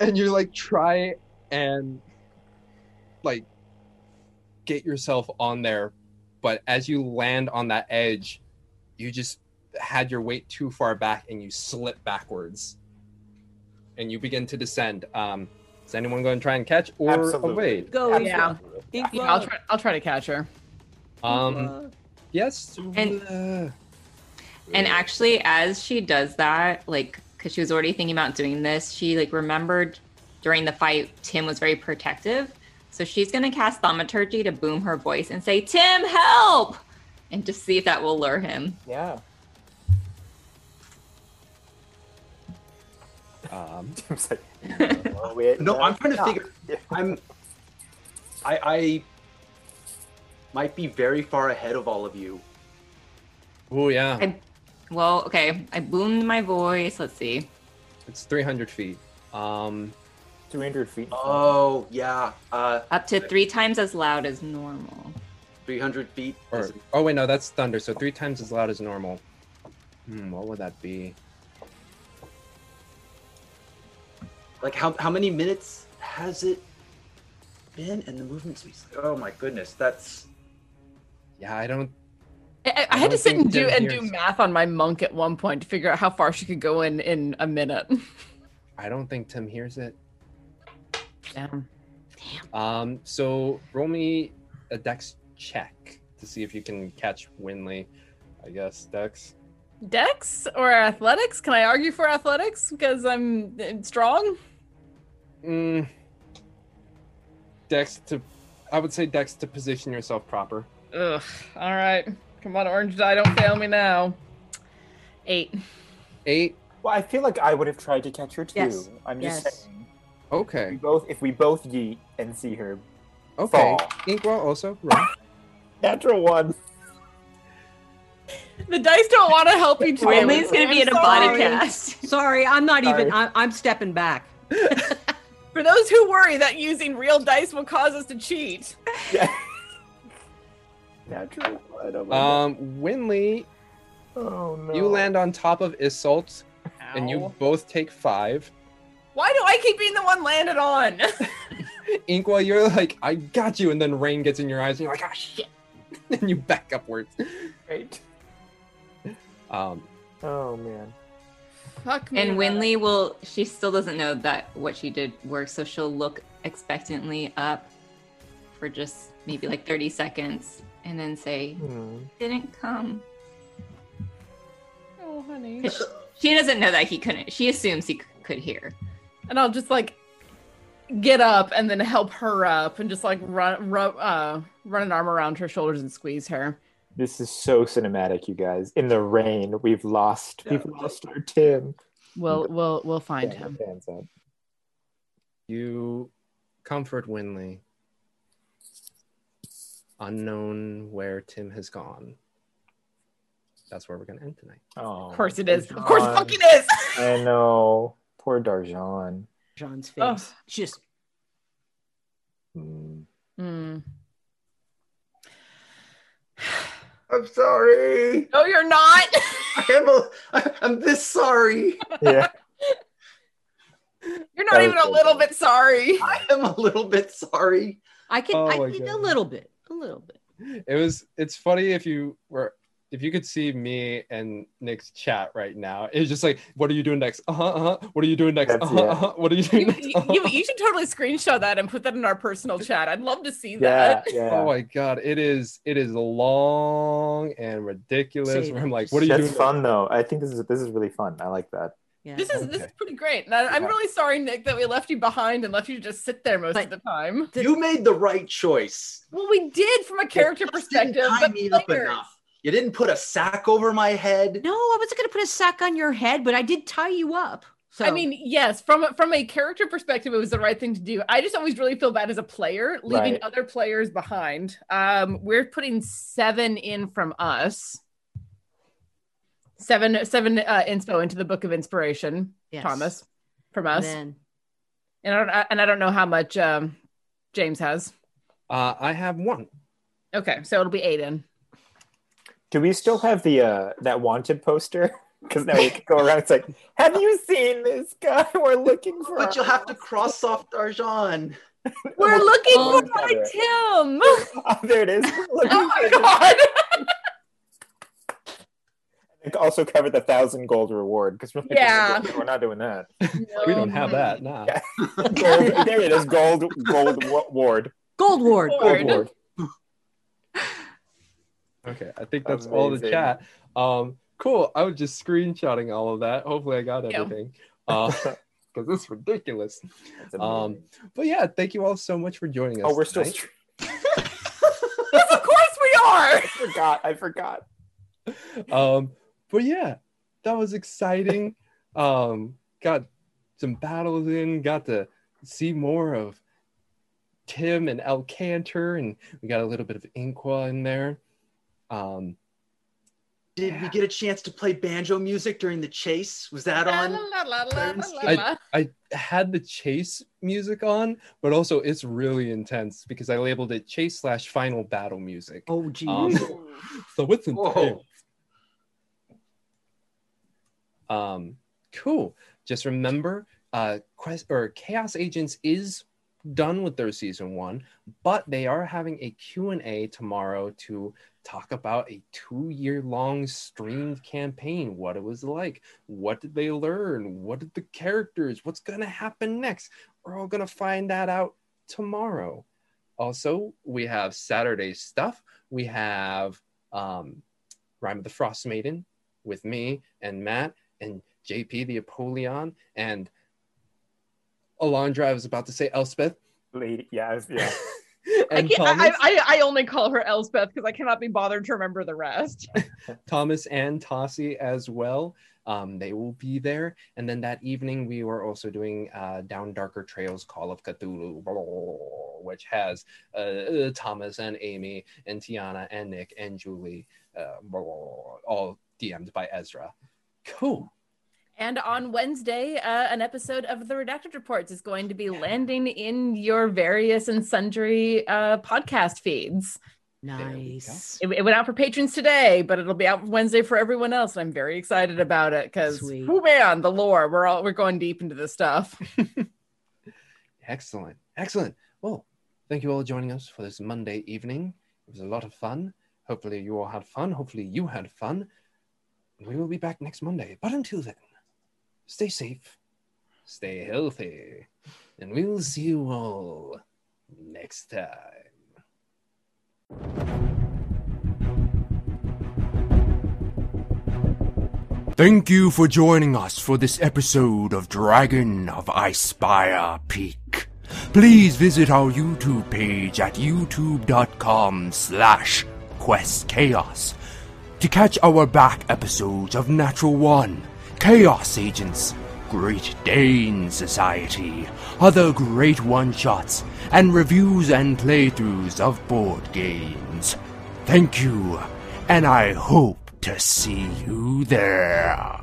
Speaker 8: and you like try and like get yourself on there, but as you land on that edge, you just had your weight too far back, and you slip backwards, and you begin to descend. Um, is anyone going to try and catch or
Speaker 12: Oh,
Speaker 11: Absolutely.
Speaker 8: evade?
Speaker 2: Go,
Speaker 9: Yeah.
Speaker 2: Inkwa. Inkwa.
Speaker 9: Yeah, I'll try, I'll try to catch her.
Speaker 8: Um,
Speaker 2: Inkwa.
Speaker 8: yes.
Speaker 12: And-
Speaker 8: uh,
Speaker 12: And actually, as she does that, like, because she was already thinking about doing this, she like remembered during the fight, Tim was very protective. So she's gonna cast thaumaturgy to boom her voice and say, "Tim, help!" and just see if that will lure him.
Speaker 11: Yeah.
Speaker 8: um,
Speaker 11: Tim's like, "No, wait,
Speaker 3: No, I'm trying to
Speaker 11: stop."
Speaker 3: figure- I'm I I might be very far ahead of all of you.
Speaker 8: oh yeah,
Speaker 12: I, well, okay, I boomed my voice. Let's see.
Speaker 8: it's 300 feet. Um,
Speaker 11: 200 feet.
Speaker 3: Oh yeah. Uh
Speaker 12: Up to three times as loud as normal.
Speaker 3: three hundred feet.
Speaker 8: Or, oh wait, no, that's thunder. So three times as loud as normal. Hmm, what would that be?
Speaker 3: Like how how many minutes has it been and the movement speed? Oh my goodness, that's
Speaker 8: Yeah, I don't.
Speaker 9: I, I- I
Speaker 8: I
Speaker 9: had to
Speaker 8: don't
Speaker 9: sit
Speaker 8: think
Speaker 9: and do
Speaker 8: Jen
Speaker 9: and do
Speaker 8: hears.
Speaker 9: math on my monk at one point to figure out how far she could go in in a minute.
Speaker 8: I don't think Tim hears it.
Speaker 9: Damn.
Speaker 8: Um, so roll me a dex check to to see if you can catch Winley. I guess Dex.
Speaker 9: Dex or athletics? Can I argue for athletics because I'm uh, strong?
Speaker 8: Mm. Dex to, I would say Dex to position yourself proper.
Speaker 9: Ugh. All right. Come on, orange die. Don't fail me now. Eight.
Speaker 8: Eight.
Speaker 11: Well, I feel like I would have tried to catch her too.
Speaker 9: Yes.
Speaker 11: I'm just
Speaker 9: Yes.
Speaker 11: saying.
Speaker 8: Okay.
Speaker 11: We both if we both yeet and see her.
Speaker 8: Okay.
Speaker 11: Fall.
Speaker 8: Inkwell also roll.
Speaker 11: Natural one.
Speaker 9: The dice don't want to help you.
Speaker 10: Sorry.
Speaker 9: Winley's gonna be in a body cast.
Speaker 10: Sorry, I'm not
Speaker 9: Sorry.
Speaker 10: even. I'm, I'm stepping back.
Speaker 9: For those who worry that using real dice will cause us to cheat,
Speaker 11: Natural. I don't
Speaker 8: Um, Winley,
Speaker 11: Oh no.
Speaker 8: you land on top of Isolt, and
Speaker 9: Ow.
Speaker 8: you both take five.
Speaker 9: why do I keep being the one landed on?
Speaker 8: Inkwell, you're like, I got you, and then rain gets in your eyes, and you're like, ah, shit, and you back upwards.
Speaker 11: Right.
Speaker 8: Um,
Speaker 11: Oh man.
Speaker 9: Fuck me.
Speaker 17: And
Speaker 9: Lana.
Speaker 17: Winley will, she still doesn't know that what she did worked, so she'll look expectantly up for just maybe like 30 seconds and then say,
Speaker 11: Hmm.
Speaker 17: didn't come.
Speaker 9: Oh, honey.
Speaker 17: 'Cause She, she doesn't know that he couldn't. She assumes he c- could hear.
Speaker 9: And I'll just like get up and then help her up and just like run, run, uh, run an arm around her shoulders and squeeze her.
Speaker 11: This is so cinematic, you guys. In the rain, we've lost. We've lost our Tim.
Speaker 9: We'll we'll we'll find him.
Speaker 11: Hands up.
Speaker 8: You comfort Winley. Unknown where Tim has gone. That's where we're gonna end tonight.
Speaker 11: Oh,
Speaker 9: Of course it is. Of course, it fucking is.
Speaker 11: I know. Poor Darjan.
Speaker 10: John's face.
Speaker 9: Ugh.
Speaker 10: Just
Speaker 11: Hmm.
Speaker 9: Mm.
Speaker 16: I'm sorry.
Speaker 9: No, you're not.
Speaker 16: I am a, I, I'm this sorry.
Speaker 11: Yeah.
Speaker 9: You're not even a little bit sorry.
Speaker 16: I am a little bit sorry.
Speaker 10: I can.
Speaker 8: Oh
Speaker 10: I
Speaker 8: my
Speaker 10: can a
Speaker 8: God.
Speaker 10: little bit. A little bit.
Speaker 8: It was. It's funny if you were. If you could see me and Nick's chat right now, it's just like, what are you doing next? Uh huh. Uh-huh. What are you doing next?
Speaker 11: That's
Speaker 8: Uh-huh,
Speaker 11: it.
Speaker 8: uh-huh. What are you doing next?
Speaker 9: You, you- you should totally screenshot that and put that in our personal chat. I'd love to see
Speaker 11: Yeah,
Speaker 9: that.
Speaker 11: yeah.
Speaker 8: Oh my god, it is it is long and ridiculous.
Speaker 11: Save
Speaker 8: Where
Speaker 11: it.
Speaker 8: I'm like, what are you
Speaker 11: That's
Speaker 8: doing?
Speaker 11: fun though. I think this is this is really fun. I like that.
Speaker 10: Yeah.
Speaker 9: This is this is pretty great. And I, I'm
Speaker 11: Yeah.
Speaker 9: really sorry, Nick, that we left you behind and left you to just sit there most of the time.
Speaker 16: You made the right choice.
Speaker 9: Well, we did from a character perspective.
Speaker 16: tie
Speaker 9: but
Speaker 16: me up
Speaker 9: players-
Speaker 16: enough. You didn't put a sack over my head.
Speaker 10: No, I wasn't going to put a sack on your head, but I did tie you up. So
Speaker 9: I mean, yes, from a, from a character perspective, it was the right thing to do. I just always really feel bad as a player leaving
Speaker 11: Right.
Speaker 9: other players behind. Um, we're putting seven in from us, seven seven uh, inspo into the book of inspiration,
Speaker 10: Yes.
Speaker 9: Thomas, from
Speaker 10: And
Speaker 9: us,
Speaker 10: then-
Speaker 9: and I don't I- and I don't know how much um, James has.
Speaker 8: Uh, I have one.
Speaker 9: Okay, so it'll be eight in.
Speaker 11: Do we still have the uh that wanted poster? Because now we can go around. It's like, have you seen this guy? We're looking for.
Speaker 16: But you'll have to cross off Darjan.
Speaker 9: We're looking
Speaker 11: Oh,
Speaker 9: for
Speaker 11: got
Speaker 9: my
Speaker 11: it.
Speaker 9: Tim.
Speaker 11: Oh, there it is. Look,
Speaker 9: Oh my god.
Speaker 11: we can also cover the thousand gold reward because we're, like,
Speaker 9: Yeah.
Speaker 11: we're not doing that.
Speaker 8: We don't have that. Nah.
Speaker 11: Gold- there it is. Gold gold wa- ward.
Speaker 10: Gold Ward.
Speaker 11: Gold ward.
Speaker 8: Okay, I think that's all the
Speaker 11: Amazing.
Speaker 8: chat. Um, cool. I was just screenshotting all of that. Hopefully, I got
Speaker 9: Yeah.
Speaker 8: everything. Because it's ridiculous.
Speaker 11: That's amazing.
Speaker 8: Um, but yeah, thank you all so much for joining us.
Speaker 11: oh, we're still.
Speaker 8: tonight.
Speaker 9: yes, of course we are.
Speaker 11: I forgot. I forgot.
Speaker 8: um but yeah that was exciting um got some battles in got to see more of tim and el cantor and we got a little bit of inqua in there um
Speaker 16: Did we get a chance to play banjo music during the chase? Was that
Speaker 9: La,
Speaker 16: on?
Speaker 9: la, la, la, la, la.
Speaker 8: I, I had the chase music on but also it's really intense because i labeled it chase slash final battle music
Speaker 10: oh, geez.
Speaker 8: Um, so it's intense.
Speaker 16: Whoa.
Speaker 8: Um, cool. Just remember, uh, Quest or Chaos Agents is done with their season one, but they are having a Q and A tomorrow to talk about a two-year-long streamed campaign. What it was like. What did they learn? What did the characters? What's gonna happen next? We're all gonna find that out tomorrow. Also, we have Saturday stuff. We have um, Rhyme of the Frost Maiden with me and Matt and JP the Apollyon and Alondra. I was about to say Elspeth.
Speaker 11: Lady, yeah, yeah.
Speaker 9: I,
Speaker 8: and
Speaker 9: can't, I,
Speaker 8: Thomas,
Speaker 9: I, I only call her Elspeth because I cannot be bothered to remember the rest.
Speaker 8: Thomas and Tossie as well. Um, they will be there. And then that evening, we were also doing uh, Down Darker Trails Call of Cthulhu, which has uh, uh, Thomas and Amy and Tiana and Nick and Julie, uh, all DM'd by Ezra. Cool.
Speaker 9: And on Wednesday, uh, an episode of the Redacted Reports is going to be landing in your various and sundry uh, podcast feeds.
Speaker 2: Nice.
Speaker 9: It, it went out for patrons today, but it'll be out Wednesday for everyone else. And I'm very excited about it because,
Speaker 2: Sweet.
Speaker 9: oh man, the lore. We're all we're going deep into this stuff.
Speaker 8: Excellent. Excellent. Well, thank you all joining us for this Monday evening. It was a lot of fun. Hopefully, you all had fun. Hopefully, you had fun. We will be back next Monday. But until then, stay safe, stay healthy, and we'll see you all next time.
Speaker 1: Thank you for joining us for this episode of Dragon of Ispire Peak. Please visit our YouTube page at youtube.com slash questchaos to catch our back episodes of Natural One, Chaos Agents, Great Dane Society, other great one-shots, and reviews and playthroughs of board games. Thank you, and I hope to see you there.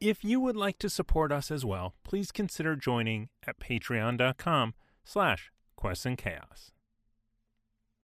Speaker 21: If you would like to support us as well, please consider joining at patreon.com slash quests and chaos.